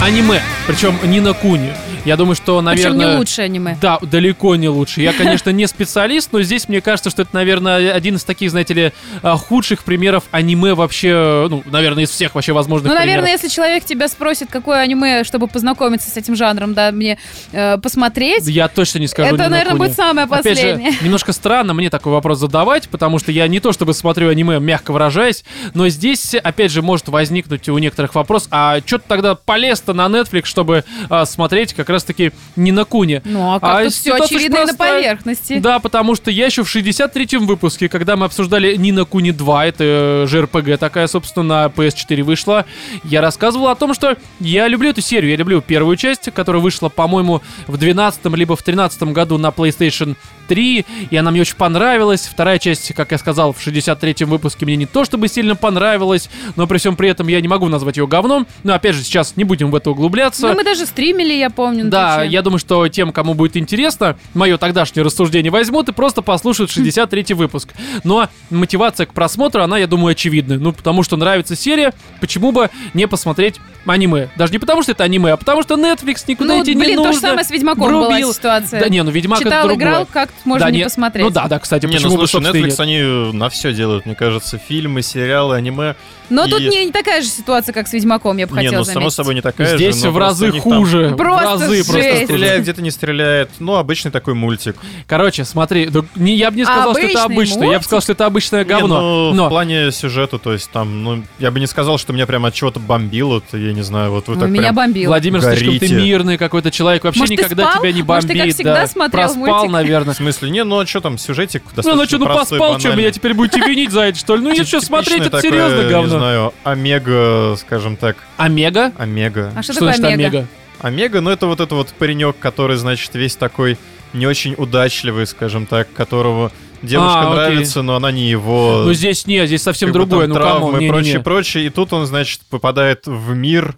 A: Аниме, причем не на куни. Я думаю, что,
C: Причем
A: наверное...
C: не лучшее аниме. Ну,
A: Да, далеко не лучше. Я, конечно, не специалист, но здесь мне кажется, что это, наверное, один из таких, знаете ли, а, худших примеров аниме вообще, ну, наверное, из всех вообще возможных
C: Ну, наверное,
A: примеров.
C: если человек тебя спросит, какое аниме, чтобы познакомиться с этим жанром, да, мне э, посмотреть,
A: Я точно не скажу. ни
C: это,
A: на
C: наверное,
A: куни.
C: будет самое
A: Опять же,
C: последнее.
A: немножко странно мне такой вопрос задавать, потому что я не то чтобы смотрю аниме, мягко выражаясь, но здесь, опять же, может возникнуть у некоторых вопрос, а что ты тогда полез-то на Netflix, чтобы а, смотреть как раз-таки не на куне?
C: Ну, а как
A: А
C: тут все
A: ситуация
C: очевидно и на
A: простая.
C: поверхности.
A: Да, потому что я еще в 63-м выпуске, когда мы обсуждали Нина Куни 2, это э, JRPG такая, собственно, на PS4 вышла, я рассказывал о том, что я люблю эту серию, я люблю первую часть, которая вышла, по-моему, в 12-м либо в 13-м году на PlayStation 3, и она мне очень понравилась. Вторая часть, как я сказал, в 63-м выпуске мне не то чтобы сильно понравилась, но при всем при этом я не могу назвать ее говном. Но опять же, сейчас не будем в это углубляться.
C: Ну, мы даже стримили, я помню. на
A: Да,
C: Твиче.
A: я думаю, что тем, кому будет интересно, мое тогдашнее рассуждение возьмут и просто послушают 63-й выпуск. Но мотивация к просмотру, она, я думаю, очевидна. Ну, потому что нравится серия, почему бы не посмотреть аниме? Даже не потому, что это аниме, а потому что Netflix никуда
C: Ну,
A: идти не
C: блин,
A: нужно.
C: то же самое с Ведьмаком
A: Врубил.
C: была ситуация.
A: Да не, ну Ведьмак
C: Читал,
A: это другое.
C: играл, как можно
A: Да,
C: не
A: не-
C: посмотреть.
A: Ну да, да, кстати,
B: Не, ну
A: почему бы,
B: слушай,
A: собственно, и
B: Netflix,
A: нет?
B: они на все делают, мне кажется. Фильмы, сериалы, аниме.
C: Но
B: и-
C: тут не, не такая же ситуация, как с Ведьмаком, я бы
B: не,
C: хотела
B: ну
C: заметить.
B: само собой не такая же,
A: Здесь
B: но
A: в
B: ну, просто у
A: разы
B: них там
A: хуже.
C: Просто
A: в разы
C: жесть.
A: просто
B: Где-то
A: хуже.
B: стреляет, где-то не стреляет. Ну, обычный такой мультик.
A: Короче, смотри, да не- я бы не сказал, что это
C: Обычный
A: обычно. Я бы
C: мультик?
A: сказал, что это обычное говно.
B: Не, ну,
A: Но
B: в плане сюжета, то есть там, ну, я бы не сказал, что меня прям от чего-то бомбило, то я не знаю, вот вы
C: Ну,
B: так
C: Меня
B: прям...
C: бомбило.
A: Владимир, слишком ты
B: Горите.
A: мирный какой-то человек, вообще
C: Может, ты
A: никогда
C: спал?
A: тебя не
C: Может,
A: бомбит.
C: ты, как всегда,
A: да.
C: смотрел
A: Проспал,
C: мультик?
A: наверное.
B: В смысле, не, ну а что там, сюжетик
A: Ну,
B: достаточно
A: ну что, ну
B: простой,
A: поспал, что меня
B: банальный.
A: теперь будете винить за это, что ли? Ну, я что, смотреть, это
B: Типичное
A: серьезно
B: такое, Не
A: говно.
B: знаю, омега, скажем так,
A: Омега?
B: омега.
C: А что,
A: Что значит
C: такое Омега?
A: Омега?
B: Омега, ну это вот этот вот паренек, который, значит, весь такой не очень удачливый, скажем так, которого девушка
A: А, окей.
B: нравится, но она не его.
A: Ну здесь нет, здесь совсем
B: Как бы там
A: другое, ну
B: травмы
A: камон,
B: и прочее,
A: не-не-не.
B: прочее. И тут он, значит, попадает в мир,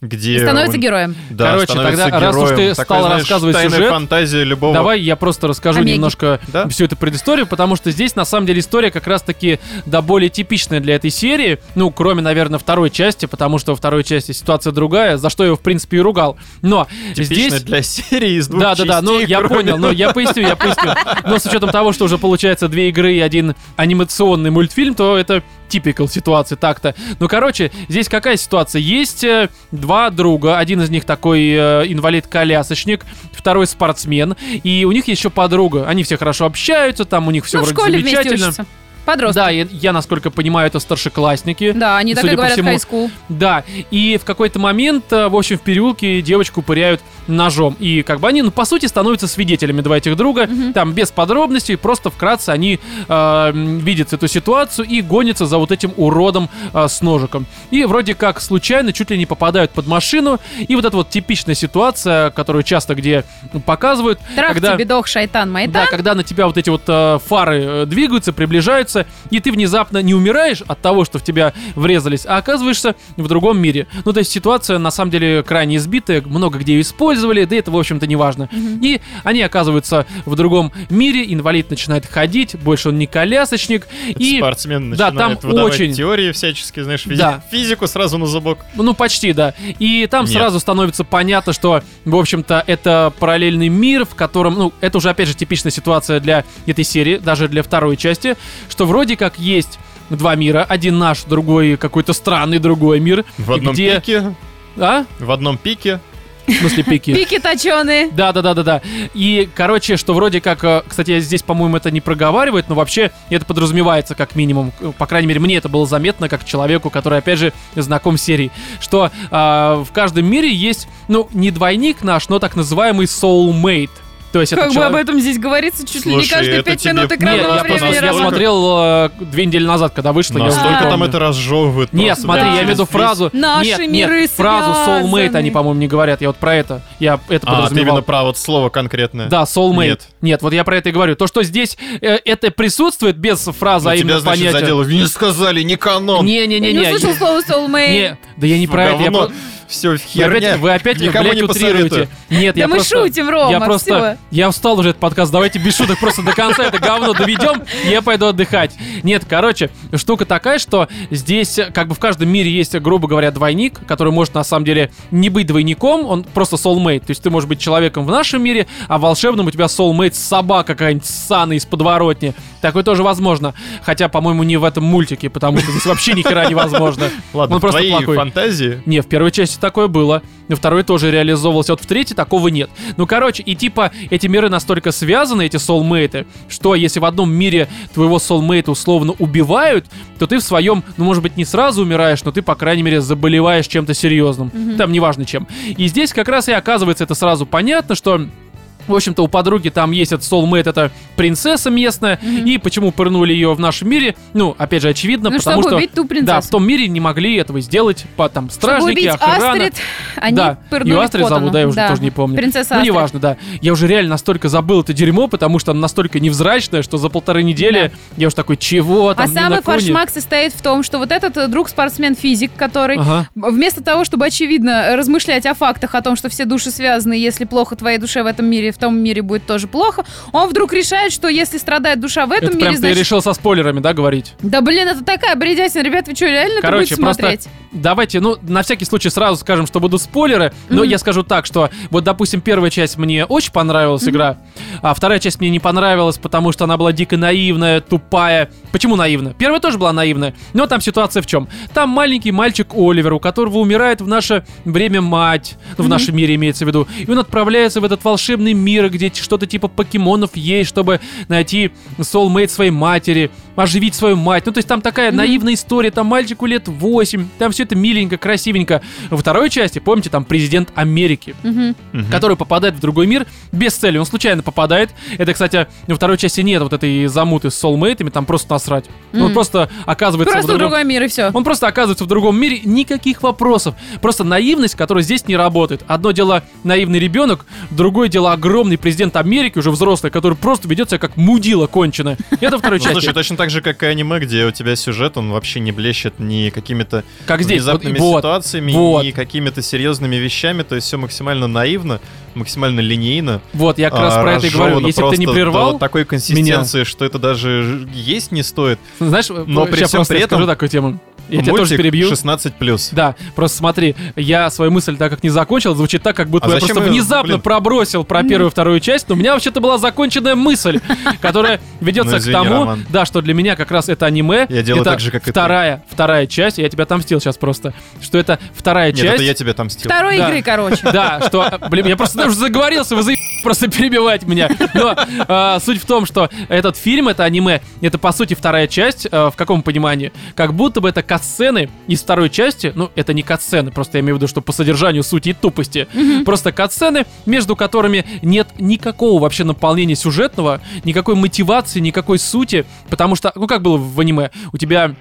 B: где...
C: И становится
B: он-
C: героем.
B: Да,
A: Короче,
B: становится
A: тогда, раз уж
B: героем.
A: ты
B: Такой,
A: стала
B: знаешь,
A: рассказывать
B: тайная
A: сюжет,
B: фантазия любого...
A: Давай я просто расскажу
C: Омеги.
A: немножко
B: Да?
A: всю эту предысторию, потому что здесь на самом деле история как раз-таки да более типичная для этой серии, ну, кроме, наверное, второй части, потому что во второй части ситуация другая, за что я, его, в принципе, и ругал. Но
B: Типично
A: здесь...
B: для серии из двух
A: Да, да, да, ну
B: частей,
A: я
B: кроме-
A: понял, но я поясню, я поясню. Но с учетом того, что уже получается две игры и один анимационный мультфильм, то это типикал ситуации так-то. Ну, короче, здесь какая ситуация? Есть э, два друга, один из них такой э, инвалид-колясочник, второй спортсмен, и у них еще подруга. Они все хорошо общаются, там у них все
C: ну, в
A: вроде
C: школе вместе
A: замечательно.
C: учатся. Подростки.
A: Да, я, я, насколько понимаю, это старшеклассники.
C: Да, они так и
A: Судя по
C: говорят
A: всему,
C: high school.
A: Да, и в какой-то момент, э, в общем, в переулке девочку пыряют ножом. И как бы они, ну, по сути, становятся свидетелями два этих друга.
C: Мгм.
A: Там без подробностей, просто вкратце они э, м, видят эту ситуацию и гонятся за вот этим уродом э, с ножиком. И вроде как случайно чуть ли не попадают под машину. И вот эта вот типичная ситуация, которую часто где ну, показывают.
C: Трах
A: когда-
C: тебе, дох, шайтан,
A: Да,
C: майта.
A: когда на тебя вот эти вот э, фары э, двигаются, приближаются, и ты внезапно не умираешь от того, что в тебя врезались, а оказываешься в другом мире. Ну, то есть ситуация на самом деле крайне избитая, много где ее использовали, да это, в общем-то, не важно. И они оказываются в другом мире, инвалид начинает ходить, больше он не колясочник, и...
B: Спортсмен
A: да,
B: начинает
A: там
B: выдавать
A: очень-
B: теории всяческие, знаешь, физи-
A: Да.
B: физику сразу на зубок.
A: Ну, почти, да. И там
B: Нет.
A: сразу становится понятно, что, в общем-то, это параллельный мир, в котором, ну, это уже, опять же, типичная ситуация для этой серии, даже для второй части, что вроде как есть два мира, один наш, другой какой-то странный другой мир.
B: В
A: И
B: одном
A: где...
B: пике,
A: А?
B: в одном пике.
A: В смысле пики?
C: Пики точеные.
A: Да, да, да, да, да. И, короче, что вроде как, э, кстати, я здесь, по-моему, это не проговаривает, но вообще это подразумевается как минимум. Э, По крайней мере, мне это было заметно как человеку, который, опять же, знаком с серией, что а, в каждом мире есть, ну, не двойник наш, но так называемый soulmate. То есть
C: Как
A: это
C: бы
A: человек...
C: об этом здесь говорится чуть ли не
B: Слушай,
C: каждые
B: это
C: пять
B: тебе
C: минут
A: Не,
B: Не,
C: экранного
A: я,
B: времени
A: просто,
C: времени.
A: я
B: раз.
C: Роман.
A: смотрел э, две недели назад, когда вышло, я уже не
B: Настолько там
A: помню.
B: это разжевывает.
A: Нет,
B: просто,
A: смотри,
B: да,
A: я имею в виду
B: через весь-
A: фразу...
C: Наши
A: нет,
C: миры
A: нет, фразу soulmate
C: связаны.
A: они, по-моему, не говорят. Я вот про это. Я это
B: А, ты
A: подразумевал.
B: именно про вот слово конкретное.
A: Да, soulmate. Нет.
B: Э, Нет.
A: вот я про это и говорю. То, что здесь э, это присутствует без фразы,
B: Ну,
A: а именно
B: тебя, значит,
A: понятия.
B: задело. Не сказали, не канон.
A: Не-не-не-не.
C: Я не услышал слово
A: Не,
C: soulmate.
A: да я не про это. я про-
B: Все
A: Вы
B: херня.
A: опять, вы опять,
B: Никому
A: блядь,
B: не
A: утрируете.
B: посоветую.
A: Нет, я
C: Да мы
A: просто...
C: шутим,
A: я
C: Рома,
A: просто...
C: всё.
A: Я устал уже этот подкаст, давайте без шуток просто до конца это говно доведем, и я пойду отдыхать. Нет, короче, штука такая, что здесь э, как бы в каждом мире есть, э, грубо говоря, двойник, который может на самом деле не быть двойником, он просто soulmate, то есть ты можешь быть человеком в нашем мире, а в волшебном у тебя soulmate собака какая-нибудь ссаная из подворотни. Такое тоже возможно, хотя, по-моему, не в этом мультике, потому что здесь вообще ни хера невозможно.
B: Ладно,
A: Он просто
B: твои
A: плохой.
B: фантазии.
A: Не, в первой части такое было, на второй тоже реализовывалось, а вот в третьей такого нет. Ну, короче, и типа эти миры настолько связаны, эти солмейты, что если в одном мире твоего солмейта условно убивают, то ты в своем, ну, может быть, не сразу умираешь, но ты, по крайней мере, заболеваешь чем-то серьезным. Там неважно чем. И здесь как раз и оказывается это сразу понятно, что в общем-то, у подруги там есть этот soulmate, это принцесса местная. И почему пырнули ее в нашем мире? Ну, опять же, очевидно,
C: Ну,
A: потому
C: чтобы
A: что...
C: убить ту
A: Да, в
C: принцессу.
A: том мире не могли этого сделать, по там
C: Чтобы
A: стражники,
C: убить
A: охрана.
C: Астрид, они
A: да,
C: пырнули
A: ее Астрид
C: Коттону.
A: зовут, да, я уже
C: Да.
A: тоже не помню.
C: Принцесса
A: ну,
C: Астрид.
A: неважно, да. Я уже реально настолько забыл это дерьмо, потому что оно настолько невзрачное, что за полторы недели я уже такой, чего там,
C: А
A: ни на
C: самый
A: куни».
C: фаршмак состоит в том, что вот этот э, друг-спортсмен-физик, который
A: Ага.
C: Вместо того, чтобы, очевидно, размышлять о фактах, о том, что все души связаны, и если плохо твоей душе в этом мире, в том мире будет тоже плохо, он вдруг решает, что если страдает душа в этом
A: Это прям
C: мире, значит...
A: ты решил со спойлерами, да, говорить?
C: Да блин, это такая бредятина, ребят, вы что, реально
A: Короче,
C: это будете
A: просто
C: смотреть?
A: Давайте, ну, на всякий случай сразу скажем, что будут спойлеры, но
C: Мгм.
A: я скажу так, что вот, допустим, первая часть мне очень понравилась игра, а вторая часть мне не понравилась, потому что она была дико наивная, тупая. Почему наивная? Первая тоже была наивная, но там ситуация в чем? Там маленький мальчик Оливер, у которого умирает в наше время мать, ну, в
C: Мгм.
A: нашем мире имеется в виду, и он отправляется в этот волшебный мир, где т- что-то типа покемонов есть, чтобы найти soulmate своей матери. оживить свою мать. Ну, то есть там такая наивная история, там мальчику лет 8, там все это миленько, красивенько. Во второй части, помните, там президент Америки,
C: Мгм.
B: Мгм.
A: который попадает в другой мир без цели. Он случайно попадает. Это, кстати, во второй части нет вот этой замуты с солмейтами, там просто насрать. Ну, Он
C: М.
A: просто оказывается в
C: Просто
A: другом...
C: другой мир и все.
A: Он просто оказывается в другом мире, никаких вопросов. Просто наивность, которая здесь не работает. Одно дело наивный ребенок, другое дело огромный президент Америки, уже взрослый, который просто ведет себя как мудила конченая. Это второй
B: Ну, слушай,
A: части.
B: точно так же, как и аниме, где у тебя сюжет, он вообще не блещет ни какими-то
A: Как здесь. Вот,
B: внезапными
A: вот.
B: ситуациями,
A: вот.
B: ни какими-то серьезными вещами, то есть все максимально наивно, максимально линейно.
A: Вот, я как раз
B: а,
A: про это и говорю.
B: разжевано
A: Если бы ты не
B: просто
A: прервал,
B: до такой консистенции, что это даже ж- есть не стоит.
A: знаешь,
B: Но при
A: сейчас
B: всем
A: просто
B: при
A: я скажу
B: этом
A: такую тему. Я тебя тоже
B: Мультик
A: перебью.
B: 16+.
A: Да, просто смотри, я свою мысль так как не закончил, звучит так, как будто
B: А
A: я
B: зачем
A: просто
B: ее,
A: внезапно
B: блин?
A: пробросил про первую и вторую часть, но у меня вообще-то была законченная мысль, которая ведется
B: Ну,
A: к
B: извини,
A: тому,
B: Роман.
A: да, что для меня как раз это аниме,
B: Я делаю
A: это
B: так же, как и ты.
A: вторая, вторая часть, я тебя отомстил сейчас просто, что это вторая
B: Нет, это я
A: часть,
B: тебе отомстил.
C: Второй
A: Да.
C: игры, короче.
A: да, что, блин, я просто даже заговорился, вы заеб- просто перебивать меня. Но а, суть в том, что этот фильм, это аниме, это по сути вторая часть, а, в каком понимании? Как будто бы это катсцены из второй части, ну это не катсцены, просто я имею в виду, что по содержанию сути и тупости. Просто катсцены, между которыми нет никакого вообще наполнения сюжетного, никакой мотивации, никакой сути, потому что, ну как было в аниме, у тебя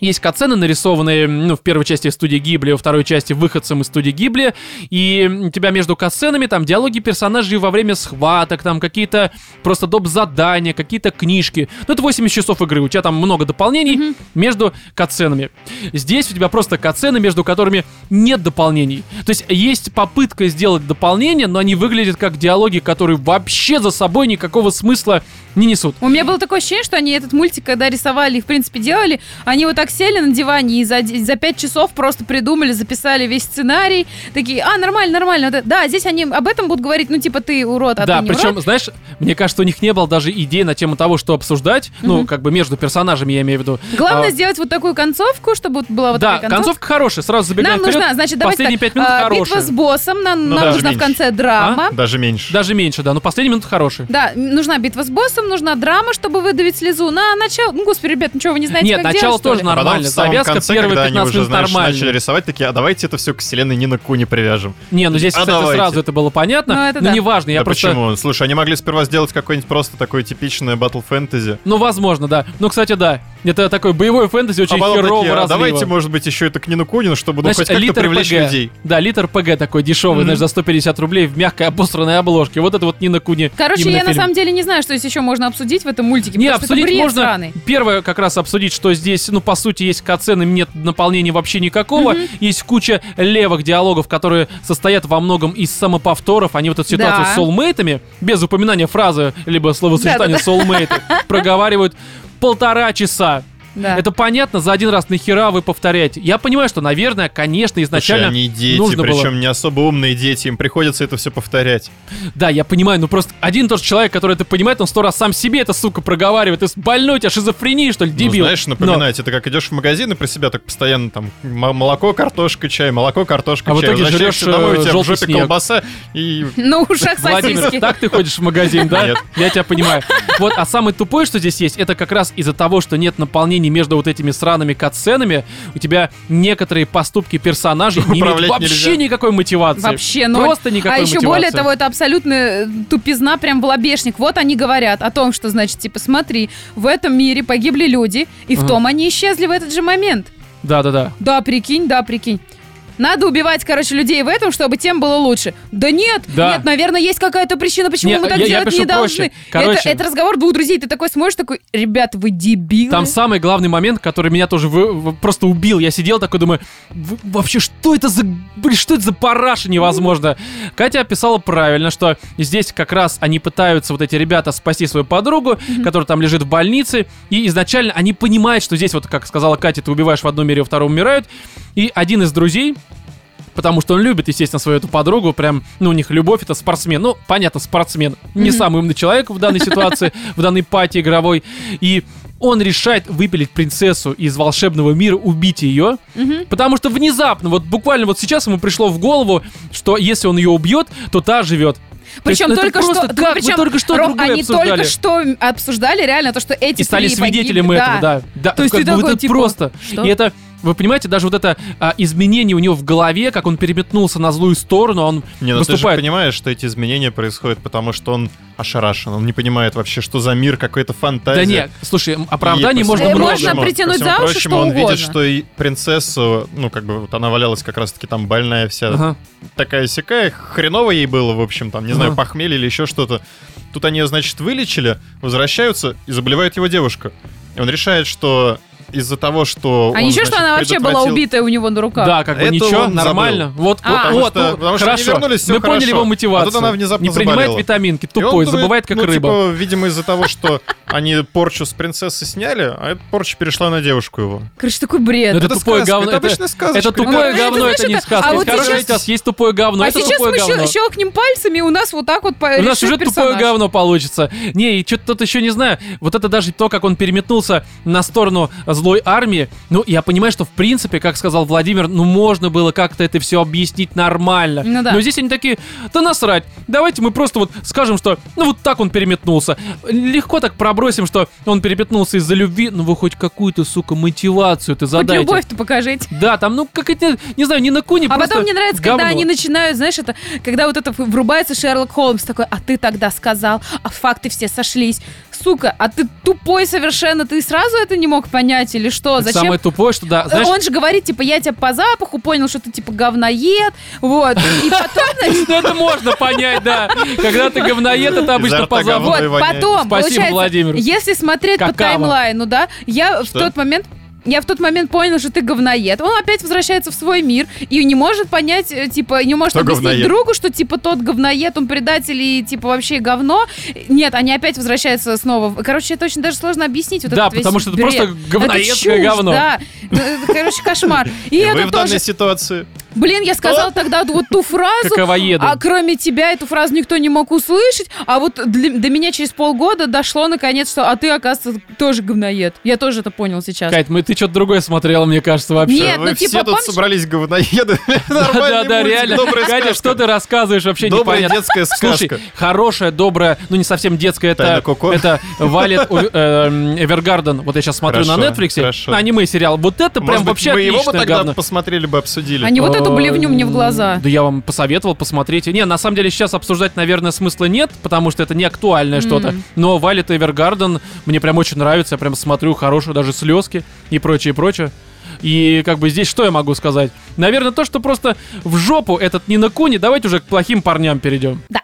A: есть катсцены, нарисованные, ну, в первой части студии Гибли, во второй части выходцем из студии Гибли, и у тебя между катсценами там диалоги персонажей во время схваток, там какие-то просто доп. задания, какие-то книжки. Ну, это 80 часов игры, у тебя там много дополнений между катсценами. Здесь у тебя просто катсцены, между которыми нет дополнений. То есть есть попытка сделать дополнение, но они выглядят как диалоги, которые вообще за собой никакого смысла не несут.
C: У меня было такое ощущение, что они этот мультик, когда рисовали и, в принципе, делали, они вот так сели на диване и за, де- за пять часов просто придумали, записали весь сценарий. Такие, а, нормально, нормально. вот это- Да, здесь они об этом будут говорить, ну, типа, ты урод, а
A: да,
C: ты не
A: причем,
C: урод.
A: знаешь, мне кажется, у них не было даже идей на тему того, что обсуждать. Ну,
C: Мгм.
A: как бы между персонажами, я имею в виду.
C: Главное
A: А,
C: сделать вот такую концовку, чтобы вот была вот
A: да,
C: такая
A: концовка. хорошая, сразу забегаем
C: Нам
A: вперед.
C: нужна, значит, давайте
A: Последние
C: так,
A: пять минут
C: а, битва
A: хорошие.
C: с боссом, нам,
B: Ну,
C: нам
B: даже
C: нужна в
B: меньше.
C: конце
A: А?
C: драма.
B: Даже меньше.
A: Даже меньше, да, но последние минуты хорошие.
C: Да, м, нужна битва с боссом, нужна драма, чтобы выдавить слезу. На начало... Ну, господи, ребят, ничего вы не знаете,
A: Нет,
C: как
A: начало
C: делать, что
A: тоже
C: ли?
B: А потом
A: нормально,
B: в самом
A: завязка
B: конце,
A: первые
B: когда они
A: 15
B: уже,
A: минут
B: знаешь,
A: нормальная.
B: начали рисовать, такие, а давайте это все к вселенной Нина Куни привяжем.
A: Не, ну здесь,
B: А
A: кстати,
B: давайте.
A: сразу это было понятно.
C: Ну, это
A: но
C: да.
A: неважно, я
B: да
A: просто.
B: почему? Слушай, они могли сперва сделать какое-нибудь просто такое типичное батл фэнтези.
A: Ну, возможно, да. Ну, кстати, да. Это такой боевой фэнтези, очень
B: а потом
A: херово
B: такие, а
A: разлива.
B: давайте, может быть, еще это к Нину Кунину, чтобы ну,
A: Значит,
B: хоть как-то
A: литр
B: привлечь
A: PG.
B: людей.
A: Да, литр ПГ такой дешевый,
B: Мгм.
A: знаешь, за 150 рублей в мягкой обосранной обложке. Вот это вот Нина Куни.
C: Короче,
A: именно
C: я на
A: фильм.
C: самом деле не знаю, что здесь еще можно обсудить в этом мультике.
A: Не,
C: потому что это
A: обсудить
C: бред
A: можно.
C: сраный.
A: Первое, как раз обсудить, что здесь, ну, по сути, есть кацены, нет наполнения вообще никакого. Есть куча левых диалогов, которые состоят во многом из самоповторов. Они вот эту ситуацию
C: Да.
A: с соулмейтами, без упоминания фразы, либо словосочетания
C: Да-да-да.
A: соулмейты, проговаривают полтора часа.
C: Да.
A: Это понятно, за один раз нахера вы повторяете. Я понимаю, что, наверное, конечно,
B: Слушай,
A: изначально
B: они дети,
A: нужно было.
B: причем не особо умные дети, им приходится это все повторять.
A: Да, я понимаю, ну просто один и тот же человек, который это понимает, он сто раз сам себе это, сука, проговаривает. Ты с- больной, у тебя шизофрения, что ли, дебил?
B: Ну, знаешь,
A: Но-
B: напоминать, это как идешь в магазин и про себя так постоянно там м- молоко, картошка, чай, молоко, картошка,
A: А в
B: чай.
A: итоге
B: Возвращаешься
A: жрёшь,
B: домой,
A: э,
B: у тебя в
A: жёлтый
B: жопе
A: снег.
B: колбаса и...
C: На ушах
A: Владимир,
C: сосиски.
A: так ты ходишь в магазин, да?
B: Нет.
A: Я тебя понимаю. Вот, а самый тупой, что здесь есть, это как раз из-за того, что нет наполнений между вот этими сраными катсценами, у тебя некоторые поступки персонажей не имеют
B: Управлять
A: вообще
B: нельзя.
A: никакой мотивации.
C: Вообще, ну.
A: Просто никакой
C: А еще
A: мотивации.
C: более того, это абсолютно э, тупизна, прям в лобешник. Вот они говорят о том, что, значит, типа, смотри, в этом мире погибли люди, и в
A: Ага.
C: том они исчезли в этот же момент.
A: Да-да-да.
C: Да, прикинь, да, прикинь. Надо убивать, короче, людей в этом, чтобы тем было лучше. Да нет,
A: Да.
C: нет, наверное, есть какая-то причина, почему
A: Не,
C: мы так
A: я- я
C: делать
A: пишу
C: не
A: проще.
C: должны.
A: Короче.
C: Это, это разговор двух друзей. Ты такой смотришь, такой, ребят, вы дебилы.
A: Там самый главный момент, который меня тоже вы- в- просто убил. Я сидел такой, думаю, «Вы- вообще, что это за... Блин, что это за параша невозможно? Катя описала правильно, что здесь как раз они пытаются, вот эти ребята, спасти свою подругу, которая там лежит в больнице, и изначально они понимают, что здесь, вот как сказала Катя, ты убиваешь в одном мире, во втором умирают, и один из друзей, потому что он любит, естественно, свою эту подругу, прям, ну, у них любовь, это спортсмен, ну, понятно, спортсмен, не самый умный человек в данной ситуации, в данной пати игровой, и он решает выпилить принцессу из волшебного мира, убить ее, потому что внезапно, вот буквально вот сейчас ему пришло в голову, что если он ее убьет, то та живет.
C: Причем
A: это
C: только
A: просто
C: что...
A: как? Вы
C: причем,
A: только что
C: Ром,
A: другое
C: они
A: обсуждали.
C: только что обсуждали реально то, что эти
D: Типа
A: и стали
C: три
A: свидетелями
C: погибли.
A: этого, да. да.
D: То есть
A: как
D: ты
A: бы вот
D: такой,
A: это
D: типа,
A: просто.
D: что?
A: И это, вы понимаете, даже вот это а, изменение у него в голове, как он переметнулся на злую сторону, он
B: Не, ну ты же
A: выступает.
B: понимаешь, что эти изменения происходят, потому что он ошарашен, он не понимает вообще, что за мир, какой-то фантазия.
A: да нет, слушай, м, оправданий
B: И
A: можно
C: Э,
B: по всему
A: много.
C: можно
B: прочему-
C: притянуть
B: по всему
C: за уши
B: прочему,
C: что
B: он
C: угодно.
B: видит, что и принцессу, ну, как бы, вот она валялась как раз-таки там больная вся,
A: Ага.
B: такая сякая, хреново ей было, в общем, там, не знаю,
A: Ага.
B: похмелье или еще что-то. Тут они ее, значит, вылечили, возвращаются, и заболевает его девушка. И он решает, что из-за того, что
C: А
B: он,
C: ничего,
B: значит,
C: что она вообще была
B: предотвратил-
C: убитая у него на руках?
A: Да, как бы
B: Это
A: ничего,
B: он
A: нормально. Вот,
C: А,
A: вот,
B: потому
A: вот,
B: что-
A: ну,
B: потому что они
A: хорошо.
B: вернулись, всё
A: Мы поняли
B: хорошо.
A: его
B: А тут
A: мотивацию.
B: она внезапно
A: не принимает
B: заболела.
A: витаминки,
B: И он
A: тупой,
B: думает,
A: забывает как
B: ну,
A: рыба.
B: типа, видимо, из-за того, что они порчу с принцессы сняли, а эта порча перешла на девушку его.
C: Короче, такой бред.
A: Ну, Это тупое
B: сказка,
A: говно,
B: Это
A: это-
B: обычная сказочка.
A: Это
B: ребята.
A: тупое
C: это,
A: говно,
C: Ну, знаешь,
A: это не
C: это-
A: сказка.
C: а вот
A: Короче,
C: сейчас-
A: сейчас есть тупое говно,
C: а
A: Ну, это
C: сейчас мы
A: тупое
C: щел-
A: говно.
C: щелкнем пальцами, и у нас вот так вот по-
A: У нас
C: решит
A: уже тупое
C: персонаж.
A: говно получится. Не, и что-то тут еще не знаю. Вот это даже то, как он переметнулся на сторону злой армии. Ну, я понимаю, что в принципе, как сказал Владимир, ну можно было как-то это все объяснить нормально.
C: Ну да.
A: Но здесь они такие, да насрать. Давайте мы просто вот скажем, что ну вот так он переметнулся. Легко так пробросим, что он переметнулся из-за любви. Ну вы хоть какую-то, сука, мотивацию ты
C: Хоть
A: задайте.
C: любовь-то покажите.
A: Да, там, ну как это, не знаю, не на куни,
C: А
A: просто
C: потом мне нравится, когда
A: говно.
C: они начинают, знаешь, это, когда вот это врубается Шерлок Холмс такой, а ты тогда сказал, а факты все сошлись. Сука, а ты тупой совершенно, ты сразу это не мог понять или что?
A: Это
C: Зачем?
A: Самое тупое, что да, знаешь,
C: Он же говорит, типа, я тебя по запаху понял, что ты, типа, говноед, вот. И потом, значит,
A: Ну, это можно понять, да. Когда ты говноед, это
B: Изо
A: обычно А
B: рта
A: по запаху.
B: говно.
C: вот,
B: и воняет.
C: потом,
A: Спасибо,
C: получается,
A: Владимир.
C: если смотреть по
A: Какао.
C: таймлайну, да, я в
B: Что?
C: тот момент... Я в тот момент понял, что ты говноед. Он опять возвращается в свой мир и не может понять, э, типа, не может
B: Кто
C: объяснить
B: говноед?
C: другу, что, типа, тот говноед, он предатель и, типа, вообще говно. Нет, они опять возвращаются снова. в- Короче, это очень даже сложно объяснить. Вот
A: Да,
C: этот весь
A: потому что это
C: бред.
A: просто говноедское
C: чушь,
A: говно.
C: Да, Ну, это, короче, кошмар. И
B: И вы
C: это
B: в данной
C: тоже...
B: ситуации.
C: Блин, я сказала тогда вот ту фразу,
A: Каковоеды.
C: а кроме тебя эту фразу никто не мог услышать. А вот для- до меня через полгода дошло наконец, что а ты, оказывается, тоже говноед. Я тоже это понял сейчас.
A: Кать, мы, ты что-то другое смотрела, мне кажется, вообще.
C: Нет,
B: Вы
C: ну, типа,
B: все тут
C: помнишь-
B: собрались говноеды.
A: Да,
B: Нормальный
A: да,
B: мультик,
A: реально.
B: добрая
A: Катя,
B: сказка.
A: что ты рассказываешь, вообще
B: Добрая
A: непонятно.
B: детская
A: Слушай,
B: сказка.
A: хорошая, добрая, ну не совсем детская, это,
B: Тайна Коко.
A: это Валет у- эм, Эвергарден. Вот я сейчас смотрю
B: Хорошо,
A: на Netflix,
B: хорошо.
A: на аниме сериал. Вот это прям
B: Может быть,
A: вообще
B: мы его бы
A: отличное
B: тогда
A: говно.
B: посмотрели бы, обсудили.
C: Они вот эту
A: Э,
C: блевню мне в глаза.
A: Да я вам посоветовал посмотреть. Не, на самом деле сейчас обсуждать, наверное, смысла нет, потому что это не актуальное
C: М.
A: что-то. Но Валет Эвергарден мне прям очень нравится. Я прям смотрю хорошие даже слезки и прочее, прочее. И как бы здесь что я могу сказать? Наверное, то, что просто в жопу этот Нина Куни. Давайте уже к плохим парням перейдем.
C: Да.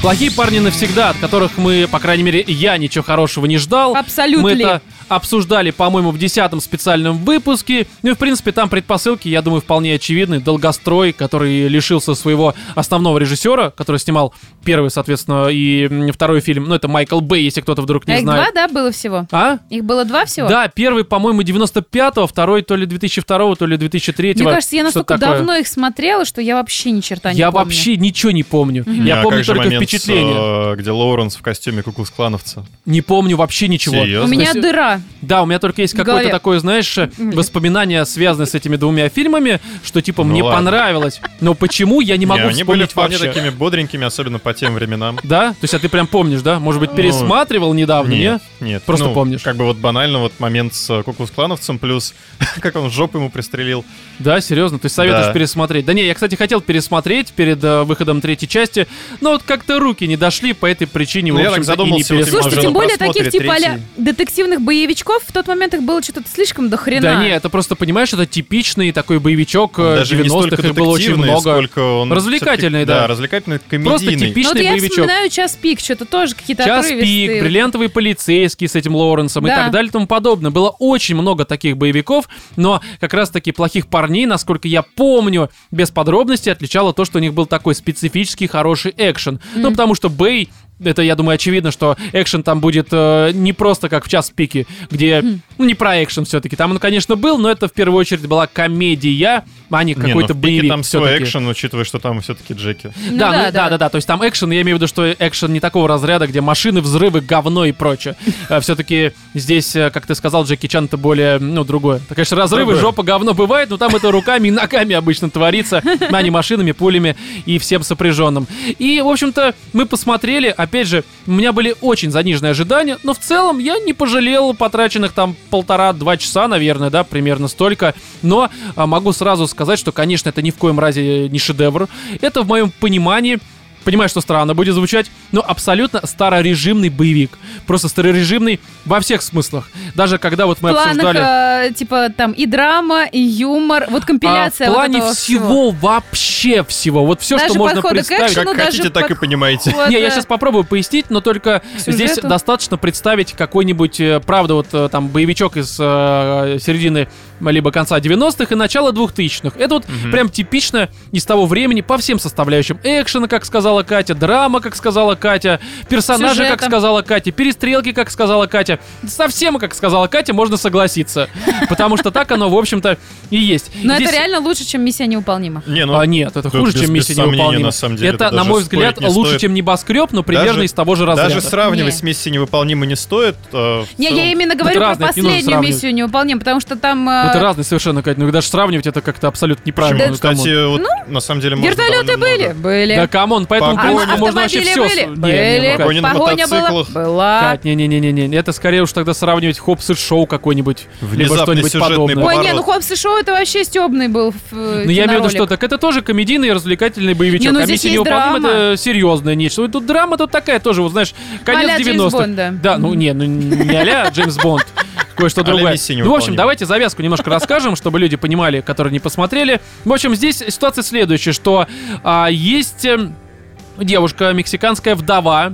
A: Плохие парни навсегда, от которых мы, по крайней мере, я ничего хорошего не ждал.
C: Абсолютно.
A: Мы это обсуждали, по-моему, в десятом специальном выпуске. Ну и, в принципе, там предпосылки, я думаю, вполне очевидны. Долгострой, который лишился своего основного режиссера, который снимал первый, соответственно, и м, второй фильм. Ну, это Майкл Бэй, если кто-то вдруг
C: А
A: не
C: их
A: знает.
C: два, да, было всего?
A: А?
C: Их было два всего?
A: Да, первый, по-моему, 95-го, второй то ли 2002-го, то ли 2003-го.
C: Мне кажется, я
A: типа, Что-то
C: настолько
A: такое.
C: давно их смотрела, что я вообще ни черта не
A: Я
C: помню.
A: вообще ничего не помню.
B: Не,
A: Я
B: а
A: помню
B: как же
A: только
B: момент с,
A: впечатление.
B: э, где Лоуренс в костюме куклы-склановца.
A: Не помню вообще ничего.
B: Серьезно?
C: У меня
A: Если-
C: дыра.
A: Да, у меня только есть
C: В
A: какое-то
C: голове.
A: такое, знаешь, э, воспоминание, связанное с этими двумя фильмами, что типа
B: Ну
A: мне
B: ладно.
A: понравилось. Но почему я не могу
B: они были
A: вспомнить
B: вполне
A: вообще.
B: такими бодренькими, особенно по тем временам.
A: Да? То есть, а ты прям помнишь, да? Может быть, пересматривал недавно, не?
B: Ну, Нет, нет.
A: Просто
B: Ну,
A: помнишь.
B: Как бы вот банально вот момент с э, куклус-клановцем, плюс как он в жопу ему пристрелил.
A: Да, серьезно, ты советуешь
B: Да.
A: пересмотреть. Да не, я, кстати, хотел пересмотреть перед э, выходом третьей части, но вот как-то руки не дошли, по этой причине,
B: Ну,
A: в
B: я так
A: общем-то, и не
B: задумался, вот
A: пересмотрел.
B: Уже
C: Слушайте,
B: на
C: тем более
B: просмотре
C: таких типа а-ля
B: третий.
C: детективных боевичков в тот момент их было что-то слишком до хрена.
A: Да не, это просто, понимаешь, это типичный такой боевичок э,
B: Даже не столько
A: 90-х, их было очень
B: детективный,
A: много.
B: сколько он...
A: Развлекательный,
B: всё-таки-
A: да.
B: Да, развлекательный,
A: Просто
B: комедийный.
C: Ну, вот
A: типичный
C: я
A: боевичок.
C: вспоминаю час пик, что-то тоже какие-то
A: Час пик,
C: отрывистые.
A: бриллиантовый полицейский с этим Лоуренсом и
C: Да.
A: так далее и тому подобное. Было очень много таких боевиков, но как раз-таки плохих парней, насколько я помню, без подробностей отличало то, что у них был такой специфический хороший экшен. Ну, потому что Бэй это, я думаю, очевидно, что экшен там будет э, не просто как в час пике, где ну, не про экшен все-таки. Там он, конечно, был, но это в первую очередь была комедия, а не
B: Не, ну,
A: какой-то
B: в «Пике»
A: боевик.
B: там свой
A: всё-таки.
B: экшен, учитывая, что там все-таки Джеки.
C: Ну
A: да, ну,
C: да,
A: да, да,
C: да.
A: да, То есть там экшен, я имею в виду, что экшен не такого разряда, где машины, взрывы, говно и прочее. Все-таки здесь, э, как ты сказал, Джеки Чан это более, ну, другое. Так, конечно, разрывы,
B: Другое.
A: жопа, говно бывает, но там это руками и ногами обычно творится, а не машинами, пулями и всем сопряженным. И, в общем-то, мы посмотрели, опять же, у меня были очень заниженные ожидания, но в целом я не пожалел потраченных там полтора-два часа, наверное, да, примерно столько. Но а, могу сразу сказать, что, конечно, это ни в коем разе не шедевр. Это, в моем понимании, Понимаю, что странно будет звучать, но абсолютно старорежимный боевик. Просто старорежимный во всех смыслах. Даже когда вот
C: В
A: мы
C: планах,
A: обсуждали...
C: э, типа, там и драма, и юмор, вот компиляция
A: А, в
C: вот
A: плане
C: этого
A: всего,
C: всего.
A: вообще всего. Вот все,
C: Даже
A: что можно
C: подхода к
A: представить.
C: экшену,
B: Как
C: даже
B: хотите, так и
C: подхода-
B: понимаете.
A: Не,
C: э,
A: я сейчас попробую пояснить, но только
C: Сюжету?
A: здесь достаточно представить какой-нибудь, э, правда, вот э, там боевичок из э, середины э, либо конца 90-х и начала 2000-х. Это вот
B: Мгм.
A: прям типично из того времени по всем составляющим. Экшена, как сказала Катя, драма, как сказала Катя, персонажи, как
C: Сюжета.
A: сказала Катя, перестрелки, как сказала Катя. Совсем, как сказала Катя, можно согласиться. Потому что так оно, в общем-то, и есть.
C: Но
A: Здесь-
C: это реально лучше, чем «Миссия невыполнима».
B: Не, ну,
A: а, нет, это
B: да,
A: хуже,
B: без-
A: чем
B: без
A: миссия
B: сомнения,
A: невыполнима.
B: на самом деле,
A: это,
B: это
A: на
B: даже
A: мой
B: спорить
A: взгляд,
B: не
A: лучше,
B: стоит.
A: чем небоскреб, но примерно
B: Даже-
A: из того же разряда.
B: даже сравнивать
C: Не.
B: с миссией невыполнимой не стоит. э, в
C: Не,
B: целом.
C: я именно говорю про
A: разные, это не нужно
C: последнюю
A: сравнивать.
C: «Миссию невыполнима», потому что там...
A: Ну,
C: э,
A: Это разные совершенно, Кать. Ну и даже сравнивать это как-то абсолютно
B: Почему?
A: неправильно. Ну, камон.
B: Кстати, вот на самом деле можно
C: Вертолеты
B: довольно
C: были?
B: много.
C: Были. А,
A: Да камон, по этому
B: Погоня.
A: поводу можно вообще
C: Автомобили
A: все...
C: были?
A: с-
C: Были.
A: Не, не, ну, Кать,
B: Погоня на
C: Погоня была?
B: мотоциклах.
C: Была.
A: Кать, не-не-не-не, это скорее уж тогда сравнивать Хопс и Шоу какой-нибудь, либо
B: Внезапный
A: что-нибудь
B: сюжетный
A: подобное.
C: Ой, не, ну
B: Поворот.
C: Хопс и Шоу это вообще стебный был Ну,
A: Ну, я имею в виду, что так это тоже комедийный и развлекательный боевичок.
C: Не, ну,
A: а
C: здесь
A: «Миссия
C: есть
A: невыполнима»
C: драма.
A: это э, серьезное нечто. Ой, Тут драма тут такая тоже, вот знаешь, конец
C: А-ля Джеймс
A: 90-х.
C: Бонд, да.
A: Да, ну не, ну не а-ля Джеймс Бонд. Кое-что
B: А-ля
A: другое.
B: «Миссия
A: Ну, в общем,
B: невыполнима».
A: давайте завязку немножко расскажем, чтобы люди понимали, которые не посмотрели. В общем, здесь ситуация следующая, что а, есть эм, девушка, мексиканская вдова,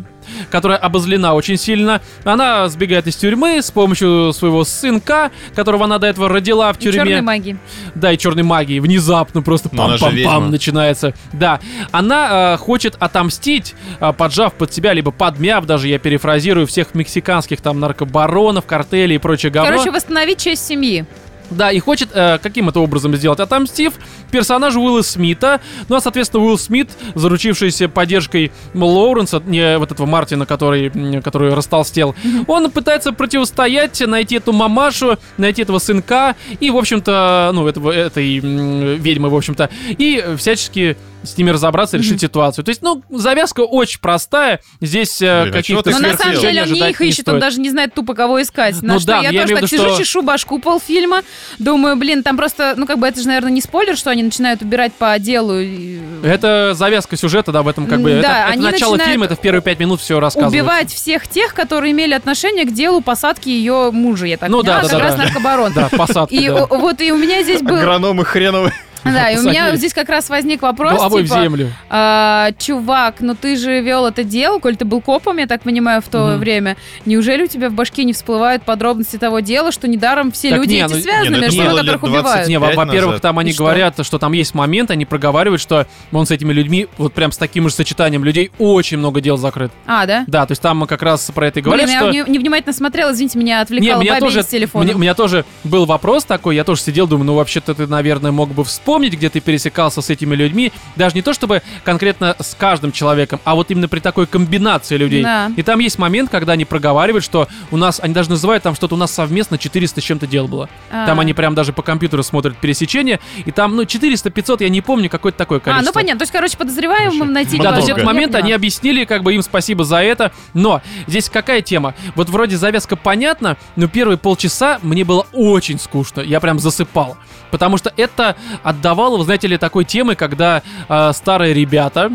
A: которая обозлена очень сильно. Она сбегает из тюрьмы с помощью своего сынка, которого она до этого родила в тюрьме.
C: Черной магии.
A: Да, и черной магии. Внезапно просто
B: Но она же ведьма.
A: пам-пам-пам начинается. Да. Она э, хочет отомстить, э, поджав под себя, либо подмяв даже, я перефразирую, всех мексиканских там наркобаронов, картелей и прочее говно.
C: Короче, восстановить честь семьи.
A: Да, и хочет э, каким это образом сделать, отомстив персонажу Уилла Смита. Ну а, соответственно, Уилл Смит, заручившийся поддержкой Лоуренса, не вот этого Мартина, который, м, который растолстел, он пытается противостоять, найти эту мамашу, найти этого сынка и, в общем-то, ну, этого, этой м, ведьмы, в общем-то, и всячески с ними разобраться, решить ситуацию. То есть, ну, завязка очень простая. Здесь э,
B: Блин, а
A: каких-то
B: чего ты
C: Но на самом
B: сверхъестественного
C: деле он не
A: ожидать
C: их ищет, он
A: стоит.
C: даже не знает тупо кого искать. На
A: Ну
C: что
A: да,
C: я
A: но я
C: тоже
A: имею в
C: так
A: виду,
C: сижу,
A: что-
C: чешу башку полфильма, думаю, блин, там просто, ну как бы это же, наверное, не спойлер, что они начинают убирать по делу. и-
A: Это завязка сюжета, да, в этом как бы.
C: Да,
A: это, это
C: они
A: начало
C: начинают
A: фильма, это в первые пять минут все рассказывают.
C: Убивать всех тех, которые имели отношение к делу посадки ее мужа, я так
A: Ну да,
C: поняла,
A: да,
C: как
A: да,
C: раз
A: да.
C: наркобарон.
A: Да, посадки.
C: И
A: да. Ну,
C: о- вот и у меня здесь был...
B: Агрономы хреновые.
C: Да, и у меня
A: посадили.
C: здесь как раз возник вопрос,
A: Головой в
C: типа,
A: землю.
C: «А, чувак, ну ты же вел это дело, коль ты был копом, я так понимаю, в то
A: Мгм.
C: время. Неужели у тебя в башке не всплывают подробности того дела, что недаром все
A: Так
C: люди
A: не,
C: эти
A: ну-
C: связаны
B: не, ну это
C: между собой,
B: было лет
C: которых
B: 20.
C: убивают?
A: Не, во-
B: пять
A: во-первых,
B: назад.
A: там они
C: И что?
A: говорят, что там есть момент, они проговаривают, что он с этими людьми, вот прям с таким же сочетанием людей, очень много дел закрыт.
C: А, да?
A: Да, то есть там как раз про это и говорят,
C: Блин,
A: что...
C: я не- невнимательно смотрела, извините, меня
A: Не,
C: отвлекала бабе с телефона.
A: мне- у меня тоже был вопрос такой, я тоже сидел, думаю, ну вообще-то ты, наверное, мог бы вспомнить, где ты пересекался с этими людьми, даже не то чтобы конкретно с каждым человеком, а вот именно при такой комбинации людей.
C: Да.
A: И там есть момент, когда они проговаривают, что у нас, они даже называют там что-то, у нас совместно 400 с чем-то дел было.
C: А.
A: Там они прям даже по компьютеру смотрят пересечения, и там, ну, 400-500, я не помню, какое-то такое
C: А,
A: количество.
C: ну понятно, то есть, короче, подозреваемым
B: Слушай,
C: найти
A: Да,
B: Много.
A: то есть
C: кого-то.
A: а этот
C: Я
A: момент они
C: поняла.
A: объяснили, как бы им спасибо за это. Но здесь какая тема? Вот вроде завязка понятна, но первые полчаса мне было очень скучно. Я прям засыпал. Потому что это отдавало, вы знаете ли, такой темы, когда э, старые ребята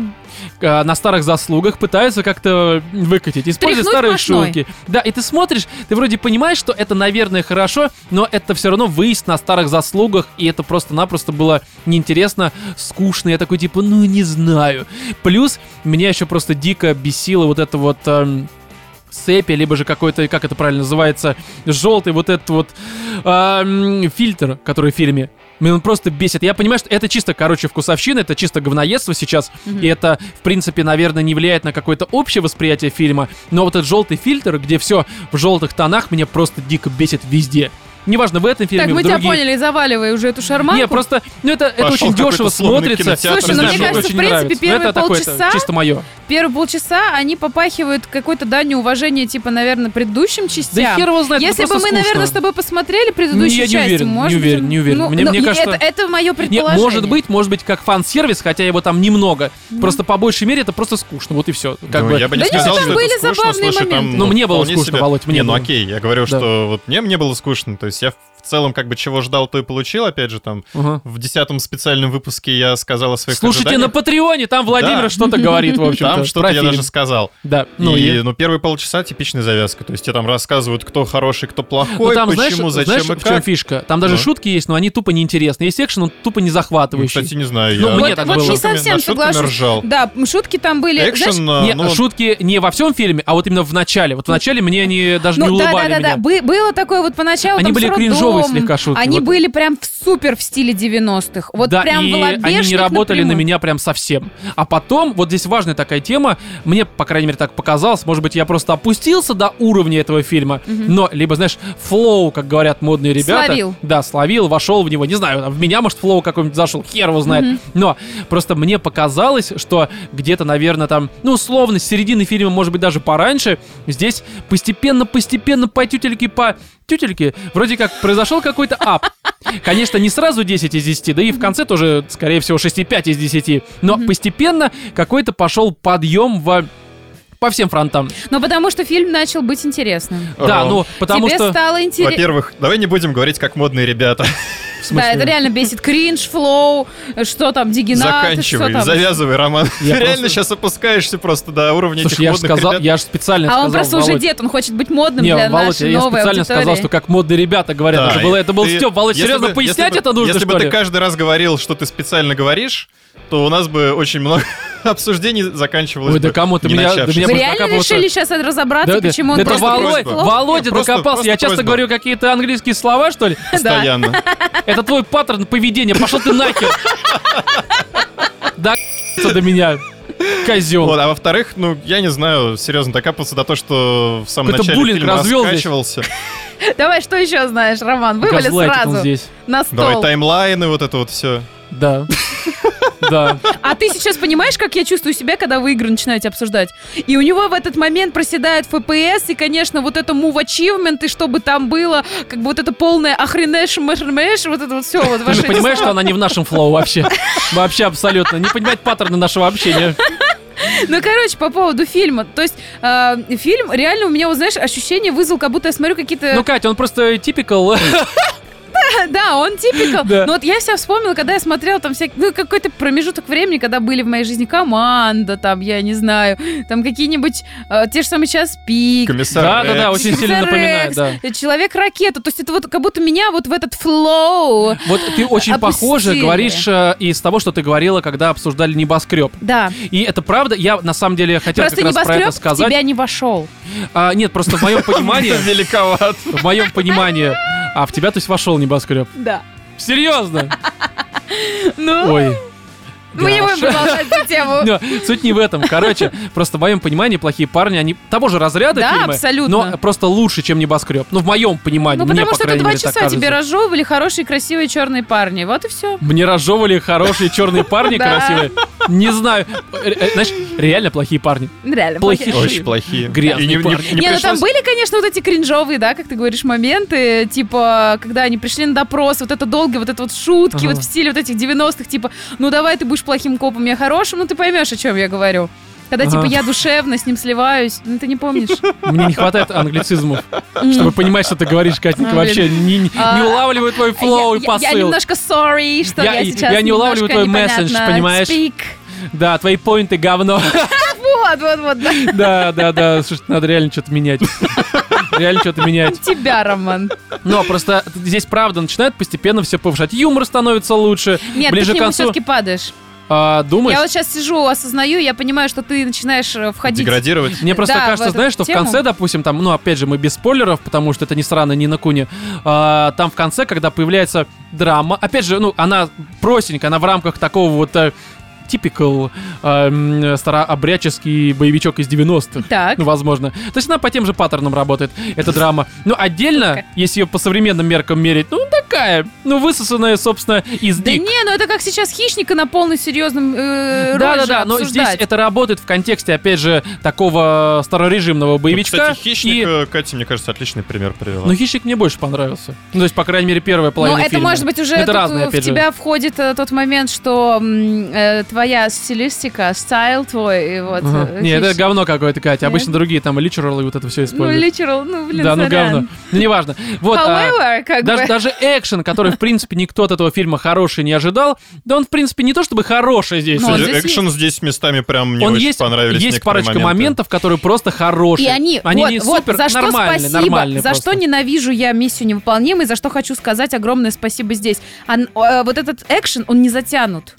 A: э, на старых заслугах пытаются как-то выкатить, используя
C: Тряхнуть
A: старые
C: мошной.
A: шутки. Да, и ты смотришь, ты вроде понимаешь, что это, наверное, хорошо, но это все равно выезд на старых заслугах, и это просто-напросто было неинтересно, скучно. Я такой, типа, ну, не знаю. Плюс меня еще просто дико бесило вот это вот... эм, цепи, либо же какой-то, как это правильно называется, желтый вот этот вот эм, фильтр, который в фильме. Меня он просто бесит. Я понимаю, что это чисто, короче, вкусовщина, это чисто говноедство сейчас. И это, в принципе, наверное, не влияет на какое-то общее восприятие фильма. Но вот этот желтый фильтр, где все в желтых тонах, меня просто дико бесит везде. Неважно, в этом фильме,
C: Так, мы
A: в
C: тебя
A: других.
C: поняли, заваливай уже эту шарманку.
A: Не, просто, ну это, это
B: Пошёл
A: очень
B: какой-то
A: дешево
B: условный
A: смотрится.
B: кинотеатр,
C: Слушай, ну, мне
A: Даже
C: кажется,
A: очень
C: в принципе,
A: нравится. Но
C: первые
A: это такое-то
C: полчаса-
A: чисто мое.
C: Первые полчаса они попахивают какой-то данью уважения, типа, наверное, предыдущим частям.
A: Да хер его знает, это
C: Если бы мы,
A: просто скучно.
C: наверное, с тобой посмотрели предыдущие
A: Не, я не
C: части,
A: уверен, не
C: может быть,
A: уверен, не уверен.
C: ну,
A: Мне-
C: ну,
A: мне
C: и
A: кажется-
C: это, это мое
A: Не,
C: предположение.
A: может быть, может быть, как фан-сервис, хотя его там немного. Просто по большей мере это просто скучно, вот и все. Как
B: Ну,
A: бы.
B: я бы не
C: Да нет,
B: сказал,
C: там
B: что это
C: были
B: скучно,
C: забавные
B: слушай, там,
C: моменты.
A: Ну, мне было
B: вполне
A: скучно, Володь, мне
B: Не, ну
A: было.
B: окей, я
A: Да.
B: говорю, что вот мне, мне было скучно, то есть я в целом как бы чего ждал, то и получил, опять же, там,
A: Ага.
B: в десятом специальном выпуске я сказал о своих
A: Слушайте на
B: ожиданиях.
A: Патреоне, там Владимир
B: Да.
A: что-то говорит, в общем-то.
B: Там что-то
A: про
B: я
A: фильм.
B: даже сказал.
A: Да, ну
B: и,
A: и...
B: ну, первые полчаса типичная завязка. То есть тебе там рассказывают, кто хороший, кто
A: Ну,
B: плохой,
A: там,
B: почему,
A: знаешь,
B: зачем
A: знаешь,
B: и
A: в чем
B: как.
A: фишка? Там даже
B: Ну.
A: шутки есть, но они тупо неинтересны. Есть экшен, он тупо не
B: Ну,
A: захватывающий.
B: кстати, не знаю,
A: Ну,
B: я
A: мне
B: над
A: так
C: вот, вот
A: было.
C: не
B: шутками-
C: совсем
B: над шутками
C: соглашусь.
B: ржал.
C: Да, м, шутки там были, знаешь,
B: Экшен, а,
A: Не,
B: ну,
A: шутки не во всем фильме, а вот именно в начале. Вот в начале мне они даже не
C: Ну да, да,
A: улыбали
C: да, да.
A: меня.
C: Бы- было такое вот поначалу.
A: Они
C: там с
A: были
C: роддомом.
A: кринжовые слегка шутки,
C: Они
A: вот.
C: были прям в супер в стиле 90-х. Вот
A: Да,
C: прям
A: и
C: в лобешник
A: они не работали
C: напрямую.
A: на меня прям совсем. А потом, вот здесь важная такая тема, мне, по крайней мере, так показалось, может быть, я просто опустился до уровня этого фильма, но, либо, знаешь, флоу, как говорят модные ребята.
C: Словил.
A: Да, словил, вошел в него, не знаю, в меня, может, флоу какой-нибудь зашел, хер его знает. Но просто мне показалось, что где-то, наверное, там, ну, условно, с середины фильма, может быть, даже пораньше, здесь постепенно-постепенно по тютельке, по тютельке, вроде как произошел какой-то ап. Конечно, не сразу 10 из 10, да и в конце тоже, скорее всего, 6,5 из 10. Но постепенно какой-то пошел подъем во- по всем фронтам.
C: Ну потому что фильм начал быть интересным.
A: Да,
B: Ром,
A: ну, потому
C: Тебе
A: что...
C: стало интересно.
B: э, Во-первых, давай не будем говорить, как модные ребята.
A: в смысле,
C: Да, это реально бесит. Кринж, флоу, э, что там, дигенат, что
B: Заканчивай,
C: там.
B: завязывай, Роман.
A: Я
B: Ты реально
A: просто-
B: сейчас опускаешься просто до уровня
A: Слушай,
B: этих
A: я же
B: модных
A: сказал,
B: ребят.
A: я же специально
C: А
A: сказал,
C: он просто уже
A: Володь.
C: дед, он хочет быть модным
A: Не,
C: для
A: Володь,
C: нашей
A: я
C: новой
A: специально
C: аудитории.
A: сказал, что как модные ребята говорят.
B: Да,
A: это, же было, это был
B: ты-
A: Степ. Володь,
B: если
A: серьезно,
B: бы-
A: пояснять
B: если бы-
A: это нужно,
B: Если
A: что
B: бы ты
A: ли?
B: каждый раз говорил, что ты специально говоришь, то у нас бы очень много обсуждений заканчивалось
A: Ой, да
B: бы
A: кому ты
B: не
A: меня- да
B: начавшись.
A: меня
C: Вы
A: просто
C: реально
A: докапываться.
C: решили сейчас разобраться,
A: Да, да.
C: А почему он
A: Это
B: просто
A: Володь-
B: просьба.
A: Володя
B: Просто-
A: докопался. Я
B: просто
A: часто
B: просьба.
A: говорю какие-то английские слова, что ли?
C: Да.
B: Постоянно.
A: Это твой паттерн поведения. Пошел ты нахер. Да до меня.
B: Вот,
A: Козел.
B: а во-вторых, ну, я не знаю, серьезно, докапался до того, что в самом
A: Какой-то
B: начале
A: буллинг
B: фильма
A: развел здесь.
B: раскачивался.
C: Давай, что еще знаешь, Роман? Вывали
A: Газлайтит он
C: сразу
A: здесь.
C: на стол.
B: Давай таймлайны, вот это вот все.
A: Да. Да.
C: А ты сейчас понимаешь, как я чувствую себя, когда вы игры начинаете обсуждать? И у него в этот момент проседает FPS, и, конечно, вот это move achievement, и чтобы там было, как бы вот это полное охренеш мэш вот это вот все
A: Ты
C: вот
A: же
C: ваше...
A: понимаешь, что она не в нашем флоу вообще? Вообще абсолютно. Не понимать паттерны нашего общения.
C: Ну, короче, по поводу фильма. То есть, э, фильм реально у меня, вот знаешь, ощущение вызвал, как будто я смотрю какие-то...
A: Ну, Катя, он просто типикал.
C: Да, он типикал.
A: Да.
C: Но вот я себя вспомнила, когда я смотрела там всякие, ну, какой-то промежуток времени, когда были в моей жизни команда, там, я не знаю, там какие-нибудь э, те же самые час пик.
B: Комиссар
A: Да-да-да,
B: Рекс.
A: очень сильно
C: Рекс, э,
A: напоминает, да.
C: Человек-ракета. То есть это вот как будто меня вот в этот флоу.
A: Вот ты очень похоже
C: Опустили.
A: говоришь э, из того, что ты говорила, когда обсуждали небоскреб.
C: Да.
A: И это правда, я на самом деле хотел
C: Просто
A: как раз про это
C: небоскреб в
A: сказать.
C: тебя не вошел.
A: А, нет, просто в моем понимании,
B: Это великоват.
A: в моем понимании, а в тебя, то есть, вошел небоскреб.
C: Да.
A: Серьезно?
C: Ну,
A: Ой.
C: мы не
A: Даша.
C: будем продолжать эту тему.
A: Но суть не в этом. Короче, просто в моем понимании плохие парни, они того же разряда
C: Да,
A: фильмы,
C: абсолютно.
A: но просто лучше, чем небоскреб. Ну, в моем понимании,
C: Ну,
A: мне,
C: потому
A: по
C: что это
A: крайней
C: два
A: мере, так
C: часа тебе
A: кажется.
C: разжевывали хорошие, красивые черные парни. Вот и все.
A: Мне разжевывали хорошие черные парни
C: Да.
A: красивые. Не знаю. Э, э, Знаешь, реально плохие парни.
C: Реально.
A: Плохие.
C: плохие.
B: Очень плохие.
A: Грязные
B: И не- не-
A: парни.
B: не
C: Не, ну там
B: пришлось-
C: были, конечно, вот эти кринжовые, да, как ты говоришь, моменты, типа, когда они пришли на допрос, вот это долгие, вот это вот шутки,
A: Ага.
C: вот в стиле вот этих 90-х, типа, ну давай ты будешь плохим копом, я хорошим, ну ты поймешь, о чем я говорю. Когда,
A: Ага.
C: типа, я душевно с ним сливаюсь, ну ты не помнишь.
A: Мне не хватает англицизмов, чтобы понимать, что ты говоришь, Катенька.
C: А,
A: Вообще не, не-
C: А,
A: не улавливаю твой флоу
C: Я-
A: и
C: я- Я
A: посыл.
C: немножко sorry, что
A: Я-
C: я сейчас
A: я не улавливаю
C: немножко
A: твой месседж,
C: непонятно
A: понимаешь?
C: speak.
A: Да, твои поинты говно.
C: Вот, вот, вот, да.
A: Да, да, да. Слушай, надо реально что-то менять. Реально что-то менять.
C: Тебя, Роман.
A: Но просто здесь правда начинает постепенно все повышать. Юмор становится лучше.
C: Нет,
A: ближе
C: ты
A: к
C: к нему
A: концу.
C: все-таки падаешь.
A: а, думаешь...
C: Я вот сейчас сижу, осознаю, я понимаю, что ты начинаешь э, входить.
B: Деградировать. Ну,
A: Мне просто
C: Да, в
A: кажется,
C: эту
A: знаешь, что
C: тему.
A: в конце, допустим, там, ну, опять же, мы без спойлеров, потому что это не срано, ни на куне. А, там в конце, когда появляется драма, опять же, ну, она простенькая, она в рамках такого вот э, типикал эм, старообрядческий боевичок из 90-х.
C: Так.
A: Ну, возможно. То есть она по тем же паттернам работает, эта драма. Но отдельно,
C: Шутка.
A: если ее по современным меркам мерить, ну, такая, ну, высосанная, собственно, из
C: Да
A: дик.
C: не, ну это как сейчас хищника на полном серьезном э,
A: Да, да,
C: роже
A: да, но здесь
C: обсуждать.
A: это работает в контексте, опять же, такого старорежимного боевичка.
B: Кстати, хищник,
A: и-
B: э, Катя, мне кажется, отличный пример привела.
A: Ну, хищник мне больше понравился. Ну, то есть, по крайней мере, первая
C: Но
A: половина
C: это,
A: фильма.
C: может быть, уже
A: Это
C: тут
A: разные,
C: в
A: опять же.
C: тебя входит э, тот момент, что м, э, твоя стилистика, стайл твой, и вот.
A: Ага.
C: э,
A: Не, это
C: хищ-
A: говно какое-то, Катя.
C: Нет?
A: Обычно другие там и личералы и вот это все
C: Ну,
A: используют.
C: литерал, ну, блин,
A: да, ну
C: сорян.
A: говно. Ну, неважно. Вот, а,
C: However, как
A: даже,
C: бы...
A: даже экшен, который, в принципе, никто от этого фильма хороший не ожидал, да он, в принципе, не то чтобы хороший здесь.
C: Ну,
A: он
C: он
B: Слушай,
C: здесь
B: экшен здесь местами прям мне
A: он
B: очень
A: есть,
B: понравились
A: есть
B: некоторые
A: парочка
B: моменты.
A: моментов, которые просто хорошие.
C: И они, вот,
A: не
C: вот
A: супер,
C: за что
A: нормальные,
C: спасибо,
A: нормальные
C: за
A: просто.
C: что ненавижу я миссию невыполнимой, за что хочу сказать огромное спасибо здесь. Ан- э, вот этот экшен, он не затянут.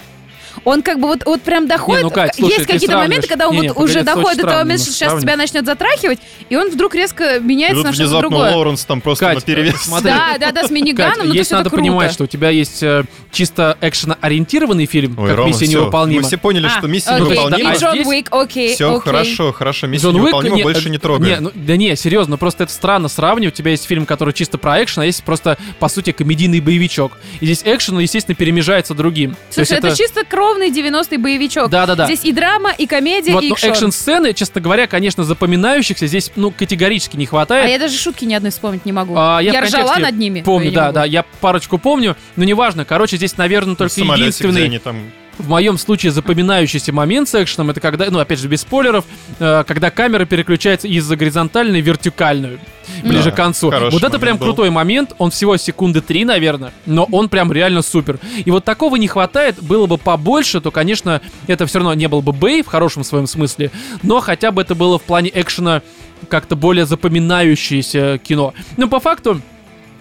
C: Он как бы вот, вот прям доходит.
A: ну, Кать, слушай,
C: Есть
A: ты
C: какие-то
A: сравниваешь.
C: моменты, когда он
A: Не-не,
C: вот
A: погоди,
C: уже
A: это
C: доходит
A: очень
C: до того
A: странно,
C: момента,
A: ну,
C: что сейчас
A: сравнивать.
C: тебя начнет затрахивать, и он вдруг резко
B: И
C: меняется
B: тут
C: на что-то
B: внезапно
C: другое.
B: Лоуренс там просто
A: Кать,
B: на перевес.
A: смотри,
C: Да, да, да, с
A: Кать,
C: миниганом, но Ну, то
A: есть
C: есть это
A: надо понимать,
C: круто.
A: что у тебя есть э, чисто экшено-ориентированный фильм,
B: Ой,
A: как
B: Рома,
A: миссия
B: всё,
A: невыполнима.
B: Мы все поняли, что
C: А,
B: миссия
C: окей,
A: невыполнима.
C: и
A: А
B: невыполнима.
C: Джон
A: здесь
C: Уик, окей,
B: Все
C: окей.
B: хорошо, хорошо, миссия
A: Джон Уик,
B: невыполнима
A: не,
B: больше не
A: э, не,
B: трогаем.
A: ну, да не, серьезно, просто это странно сравнивать. У тебя есть фильм, который чисто про экшен, а есть просто, по сути, комедийный боевичок. И здесь экшен, ну, естественно, перемежается другим. То есть
C: Слушай, это чисто кровный 90-й боевичок.
A: Да-да-да.
C: Здесь и драма, и комедия,
A: Вот, ну,
C: и
A: но
C: экшен.
A: экшн-сцены, честно говоря, конечно, запоминающихся здесь, ну, категорически не
C: А
A: хватает.
C: я даже шутки ни одной вспомнить не могу.
A: Э. А,
C: я
A: в контексте
C: ржала над ними. но
A: Помню,
C: я
A: да,
C: не
A: да,
C: могу.
A: я парочку помню, но неважно. Короче, здесь, наверное, только
B: Самолетик, где
A: единственный
B: они там
A: в моем случае запоминающийся момент с экшеном, это когда, ну, опять же, без спойлеров, э, когда камера переключается из горизонтальной в вертикальную, ближе
B: Да,
A: к концу.
B: хороший
A: Вот это
B: момент
A: прям
B: был.
A: крутой момент, он всего секунды три, наверное, но он прям реально супер. И вот такого не хватает, было бы побольше, то, конечно, это все равно не был бы Бэй в хорошем своем смысле, но хотя бы это было в плане экшена как-то более запоминающееся кино. Ну, по факту,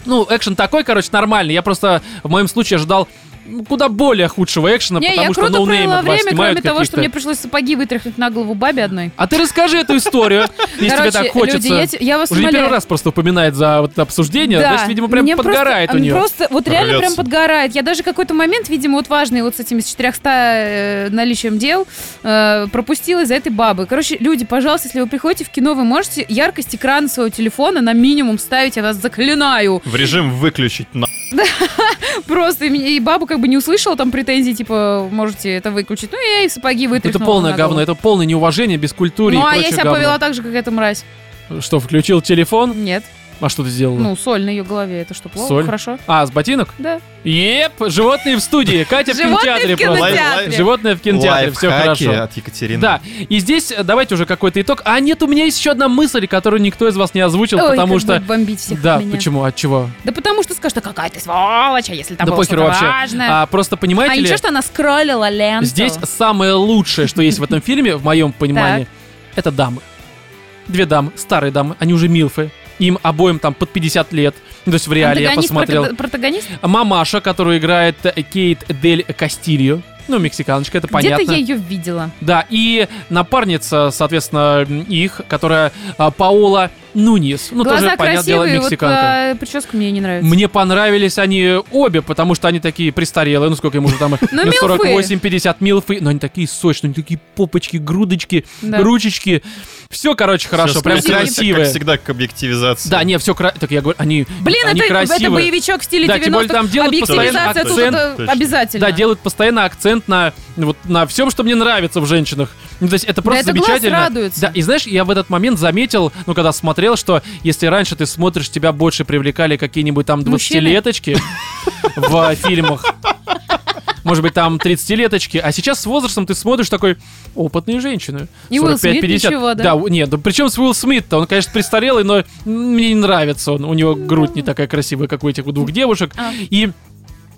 A: ну, экшен такой, короче, нормальный. Я просто в моем случае ожидал ну, куда более худшего экшена,
C: Не,
A: потому
C: я
A: что
C: круто
A: ноунеймы
C: провела
A: два
C: время,
A: снимают
C: кроме того, что
A: каких-то.
C: мне пришлось сапоги вытряхнуть на голову бабе одной.
A: А ты расскажи эту историю, А если тебе
C: Короче,
A: так хочется.
C: люди, я те- я вас
A: Уже не
C: умоляю.
A: первый раз просто упоминает за вот обсуждение.
C: Да.
A: Значит, видимо, прям
C: Мне
A: подгорает
C: просто,
A: у нее.
C: Просто, вот реально прям
B: Рвётся.
C: подгорает. Я даже какой-то момент, видимо, вот важный вот с этими с 400 э, наличием дел э, пропустила из-за этой бабы. Короче, люди, пожалуйста, если вы приходите в кино, вы можете яркость экрана своего телефона на минимум ставить, я вас заклинаю.
B: в режим выключить на...
C: Просто, и меня- и баба как бы не услышала там претензий, типа, можете это выключить. Ну, я и сапоги
A: Это
C: вытряхнула
A: полное
C: на голову.
A: говно, это полное неуважение, бескультуре
C: Ну,
A: и
C: а
A: прочее
C: я себя
A: говно.
C: повела так же, как эта мразь.
A: Что, включил телефон?
C: Нет.
A: А что ты сделала?
C: Ну, соль на ее голове, это что, плохо?
A: Соль?
C: Хорошо.
A: А, с ботинок?
C: Да.
A: Еп, животные в студии. Катя в кинотеатре
C: Животные в
A: просто.
C: кинотеатре.
A: Животные в кинотеатре, все
B: лайфхаки
A: хорошо.
B: от Екатерины.
A: Да, и здесь э, давайте уже какой-то итог. А нет, у меня есть еще одна мысль, которую никто из вас не озвучил,
C: Ой,
A: потому
C: как
A: что...
C: будет бомбить всех
A: да,
C: меня.
A: почему, от чего?
C: Да потому что скажешь, да какая ты сволочь, а если там
A: да
C: было
A: похер
C: что-то
A: вообще.
C: важное.
A: А просто
C: А,
A: понимаете ли,
C: ничего, что она скроллила ленту.
A: здесь самое лучшее, что есть в этом фильме, в моем понимании, это дамы. Две дамы, старые дамы, они уже милфы. Им обоим там под 50 лет. Ну, То есть в реале я
C: Антагонист,
A: посмотрел.
C: прото- Протагонист?
A: Мамаша, которую играет э, Кейт Дель Кастильо. Ну, мексиканочка, это понятно.
C: Где-то я ее видела.
A: Да, и напарница, соответственно, м, их, которая а, Паола Нунис. Ну,
C: Глаза
A: тоже, понятное дело,
C: красивые, вот
A: мексиканка.
C: а, прическа мне не нравится.
A: Мне понравились они обе, потому что они такие престарелые, ну сколько им уже там,
C: Ну,
A: лет
C: милфы.
A: 48-50 милфы, но они такие сочные, они такие попочки, грудочки,
C: Да.
A: ручечки. Все, короче, хорошо,
B: Всё
A: прям
B: спускаемся,
A: красивые.
B: Как всегда, к объективизации.
A: Да, не, все так я говорю, они,
C: Блин,
A: они
C: это, это
A: красивые.
C: боевичок в стиле
A: Да,
C: 90-х.
A: тем более там делают
C: Объективизация
A: постоянно
C: тут
A: акцент.
C: это
B: Точно.
C: обязательно.
A: Да, делают постоянно акцент на ну, вот на всем, что мне нравится в женщинах. Ну, то есть это просто
C: это глаз
A: замечательно.
C: радуется.
A: Да, и знаешь, я в этот момент заметил, ну когда смотрел, что если раньше ты смотришь, тебя больше привлекали какие-нибудь там
C: Мужчины?
A: 20-леточки в э, фильмах. Может быть, там 30-леточки, а сейчас с возрастом ты смотришь такой опытные женщины.
C: И Уилл Смит
A: 45-50.
C: ничего, да?
A: нет, да, причем с Уилл Смит-то, он, конечно, престарелый, но мне не нравится он. У него грудь не такая красивая, как у этих у двух девушек.
C: А.
A: И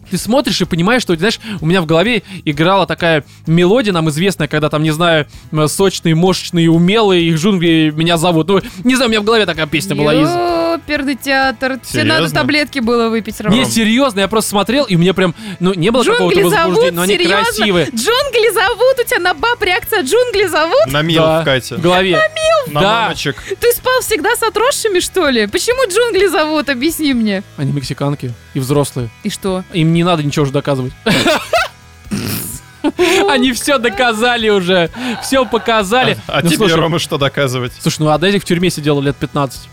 A: ты смотришь и понимаешь, что, знаешь, у меня в голове играла такая мелодия нам известная, когда там, не знаю, м, сочные, мощные, умелые, их джунгли меня зовут. Ну, не знаю, у меня в голове такая песня была из...
C: Ёперный театр. Тебе
B: Серьезно?
C: надо таблетки было выпить равно.
A: Не, серьезно, я просто смотрел, и мне прям, ну, не было какого-то
C: Джунгли
A: возбуждения,
C: зовут,
A: но они
C: серьезно?
A: красивые.
C: Джунгли зовут, у тебя на баб реакция джунгли зовут?
B: На мил
A: Да,
B: в Кате.
A: В голове.
B: На
A: да.
B: мамочек.
C: Ты спал всегда с отросшими, что ли? Почему джунгли зовут, объясни мне.
A: Они мексиканки и взрослые.
C: И что?
A: Им не надо ничего уже доказывать. Они все доказали уже. Все показали.
B: А
A: Ну,
B: тебе,
A: слушай,
B: Рома, что доказывать?
A: Слушай, ну одна из них в тюрьме сидела лет 15.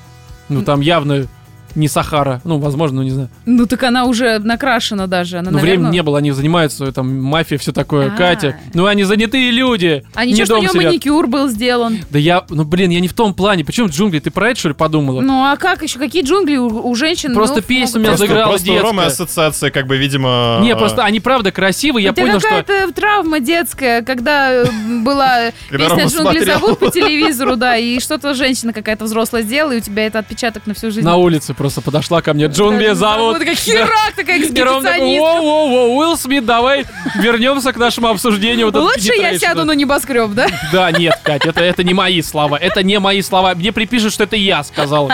A: Ну там явно не Сахара. Ну, возможно, ну не знаю.
C: Ну так она уже накрашена даже. Она,
A: Но времени
C: наверное,
A: Ну, не было, они занимаются, там, мафия, все такое,
C: Ну, А.
A: Катя. Ну, они занятые люди.
C: А
A: не
C: ничего, что у
A: дома
C: нее
A: сидят.
C: маникюр был сделан.
A: Да я, ну, блин, я не в том плане. Почему джунгли? Ты про это, что ли, подумала?
C: Ну а как еще? Какие джунгли у, у женщин?
A: Просто
C: ног
A: песня у
C: могут
A: меня
C: быть?
B: Просто,
A: заиграла
B: просто у
A: детская.
B: Ромы ассоциация, как бы, видимо...
A: не,
B: э,
A: просто они правда красивые. Я
C: Это
A: понял, что...
C: какая-то травма детская, когда э, была
B: Когда
C: песня
B: Рома
C: «Джунгли
B: смотрел.
C: зовут» по телевизору, да, и что-то женщина какая-то взрослая сделала, и у тебя это отпечаток на всю жизнь.
A: На улице просто подошла ко мне. Джунгли
C: Да,
A: зовут.
C: Такая херак,
A: И
C: такая
A: Ром такой,
C: экспедиционистка.
A: воу-воу-воу, Уилл Смит, давай вернемся к нашему обсуждению. вот этого
C: Лучше я
A: Penetration».
C: сяду на небоскреб, да?
A: Да, нет, Кать, это, это не мои слова, это не мои слова. Мне припишут, что это я сказал,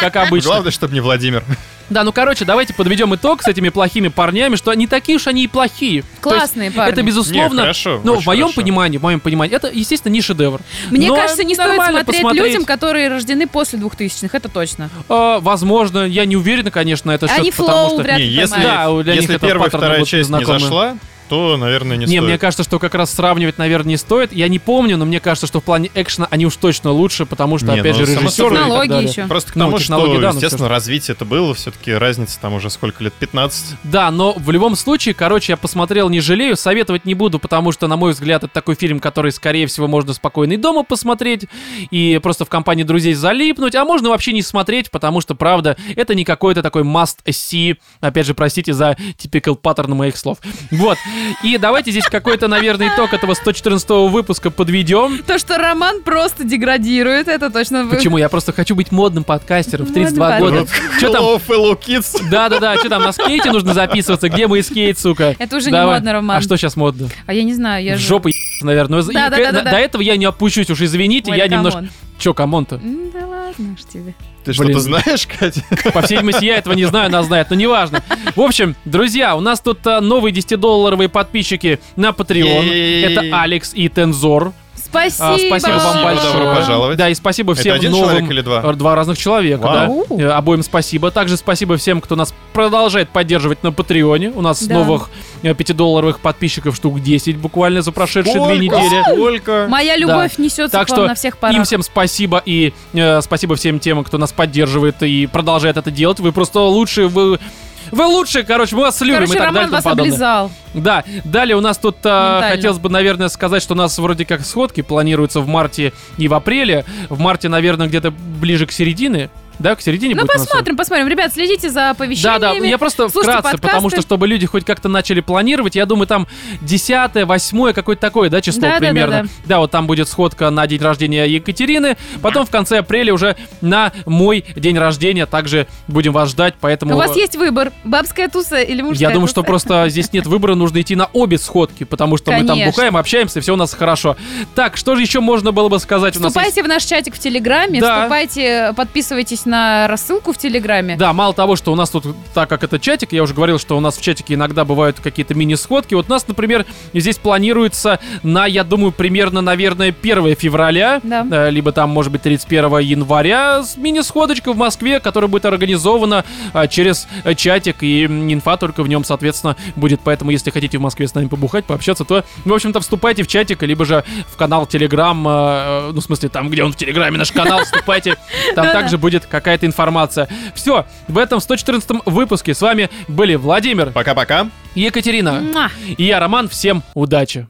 A: как обычно.
B: Ну, Главное, чтобы не Владимир.
A: Да, ну короче, давайте подведем итог с этими плохими парнями, что не такие уж они и плохие. То есть
C: Классные парни.
A: Это безусловно,
B: Не, хорошо,
A: ну в
B: очень
A: моем
B: хорошо.
A: понимании, в моем понимании, это естественно не шедевр.
C: Мне
A: Но
C: кажется, не стоит
A: Ну, нормально
C: смотреть
A: посмотреть.
C: людям, которые рождены после 2000-х, это точно.
A: Э, возможно, я не уверен, конечно, это
C: Они
A: что-то, потому
C: флоу
A: что
C: вряд
B: Не,
C: ли
B: если,
C: поймают.
A: Да, у- для
B: если
A: них это
B: первая и
A: паттерны
B: вторая
A: будут
B: часть
A: знакомы.
B: не зашла, то, наверное, не,
A: Не,
B: стоит.
A: мне кажется, что как раз сравнивать, наверное, не стоит. Я не помню, но мне кажется, что в плане экшена они уж точно лучше, потому что,
B: Не,
A: опять
B: ну,
A: же,
B: само
A: режиссеры. и так
C: Технологии
A: далее.
C: еще.
B: Просто к
A: Ну,
B: тому,
A: технологии,
B: что,
A: да, ну,
B: естественно,
A: всё же.
B: развитие это было, все-таки разница там уже сколько лет, 15.
A: Да, но в любом случае, короче, я посмотрел, не жалею, советовать не буду, потому что, на мой взгляд, это такой фильм, который, скорее всего, можно спокойно и дома посмотреть, и просто в компании друзей залипнуть, а можно вообще не смотреть, потому что, правда, это не какой-то такой must-see, опять же, простите за typical паттерн моих слов. Вот, и давайте здесь какой-то, наверное, итог этого 114 выпуска подведем.
C: То, что роман просто деградирует, это точно... вы-
A: Почему? Я просто хочу быть модным подкастером в 32
C: Модным
A: года. Что там?
B: Hello, fellow kids.
A: Да-да-да, а что там, на скейте нужно записываться? Где мой скейт, сука?
C: Это уже не
A: Давай.
C: модно, Роман.
A: А что сейчас модно?
C: А я не знаю, я
A: в
C: же-
A: жопу, е- наверное. Но
C: Да,
A: и
C: да,
A: к-
C: да, да,
A: на-
C: да.
A: До этого я не опущусь, уж извините,
C: Ой,
A: я
C: да
A: немножко... А,
C: камон.
A: Чё, камон-то?
C: М, Да ладно ж тебе.
B: Ты
A: Блин.
B: что-то знаешь, Катя?
A: По всей видимости, я этого не знаю, она знает, но неважно. В общем, друзья, у нас тут а, новые 10-долларовые подписчики на Patreon.
B: Е-е-е.
A: Это Алекс и Тензор.
C: Спасибо.
A: А, Спасибо вам
B: Спасибо,
A: большое.
B: добро пожаловать.
A: Да, и спасибо всем
B: один
A: новым...
B: человек или два?
A: э, Два разных человека, да.
B: Вау.
A: Э, Обоим спасибо. Также спасибо всем, кто нас продолжает поддерживать на Патреоне. У нас
C: Да.
A: новых 5-долларовых подписчиков штук 10 буквально за прошедшие две
B: Сколько?
A: недели.
B: Сколько?
C: Моя любовь несется
A: Так
C: к вам
A: что
C: на всех парах.
A: Им всем спасибо и э, спасибо всем тем, кто нас поддерживает и продолжает это делать. Вы просто лучшие, вы вы лучшие, короче, мы вас любим
C: Короче,
A: и так
C: Роман
A: далее. и тому
C: вас
A: подобное.
C: облизал.
A: Да, далее у нас тут э,
C: Ментально.
A: хотелось бы, наверное, сказать, что у нас вроде как сходки планируются в марте и в апреле. В марте, наверное, где-то ближе к середине. Да, к середине
C: Ну,
A: будет у нас
C: посмотрим, посмотрим. Рят, следите за
A: да,
C: оповещениями.
A: да, я просто
C: Слушайте
A: вкратце, потому
C: подкасты.
A: что, чтобы люди хоть как-то начали планировать, я думаю, там 10 8 какое-то такое, да, число
C: Да, да, да,
A: примерно.
C: да.
A: вот там будет сходка на день рождения Екатерины, потом в конце апреля уже на мой день рождения также будем вас ждать, поэтому...
C: У вас есть выбор, бабская туса или мужская
A: Я думаю,
C: туса?
A: что просто здесь нет выбора, нужно идти на обе сходки, потому что мы там
C: Конечно.
A: бухаем, общаемся, и все у нас хорошо. Так, что же еще можно было бы сказать? У нас есть-
C: Вступайте в наш чатик в Телеграме,
A: Да.
C: вступайте, подписывайтесь на рассылку в Телеграме.
A: Да, мало того, что у нас тут, так как это чатик, я уже говорил, что у нас в чатике иногда бывают какие-то мини-сходки. Вот у нас, например, здесь планируется на, я думаю, примерно, наверное, 1 февраля,
C: Да.
A: э, либо там, может быть, 31 января, с- мини-сходочка в Москве, которая будет организована э, через э, чатик, и м, инфа только в нем, соответственно, будет. Поэтому, если хотите в Москве с нами побухать, пообщаться, то, в общем-то, вступайте в чатик, либо же в канал Телеграм, э, ну, в смысле, там, где он в Телеграме, наш канал, вступайте. Там
C: Да-да.
A: также будет какая-то информация. Все, в этом 114 выпуске с вами были Владимир,
B: Пока-пока.
A: Екатерина
C: Муа.
A: и я, Роман. Всем удачи!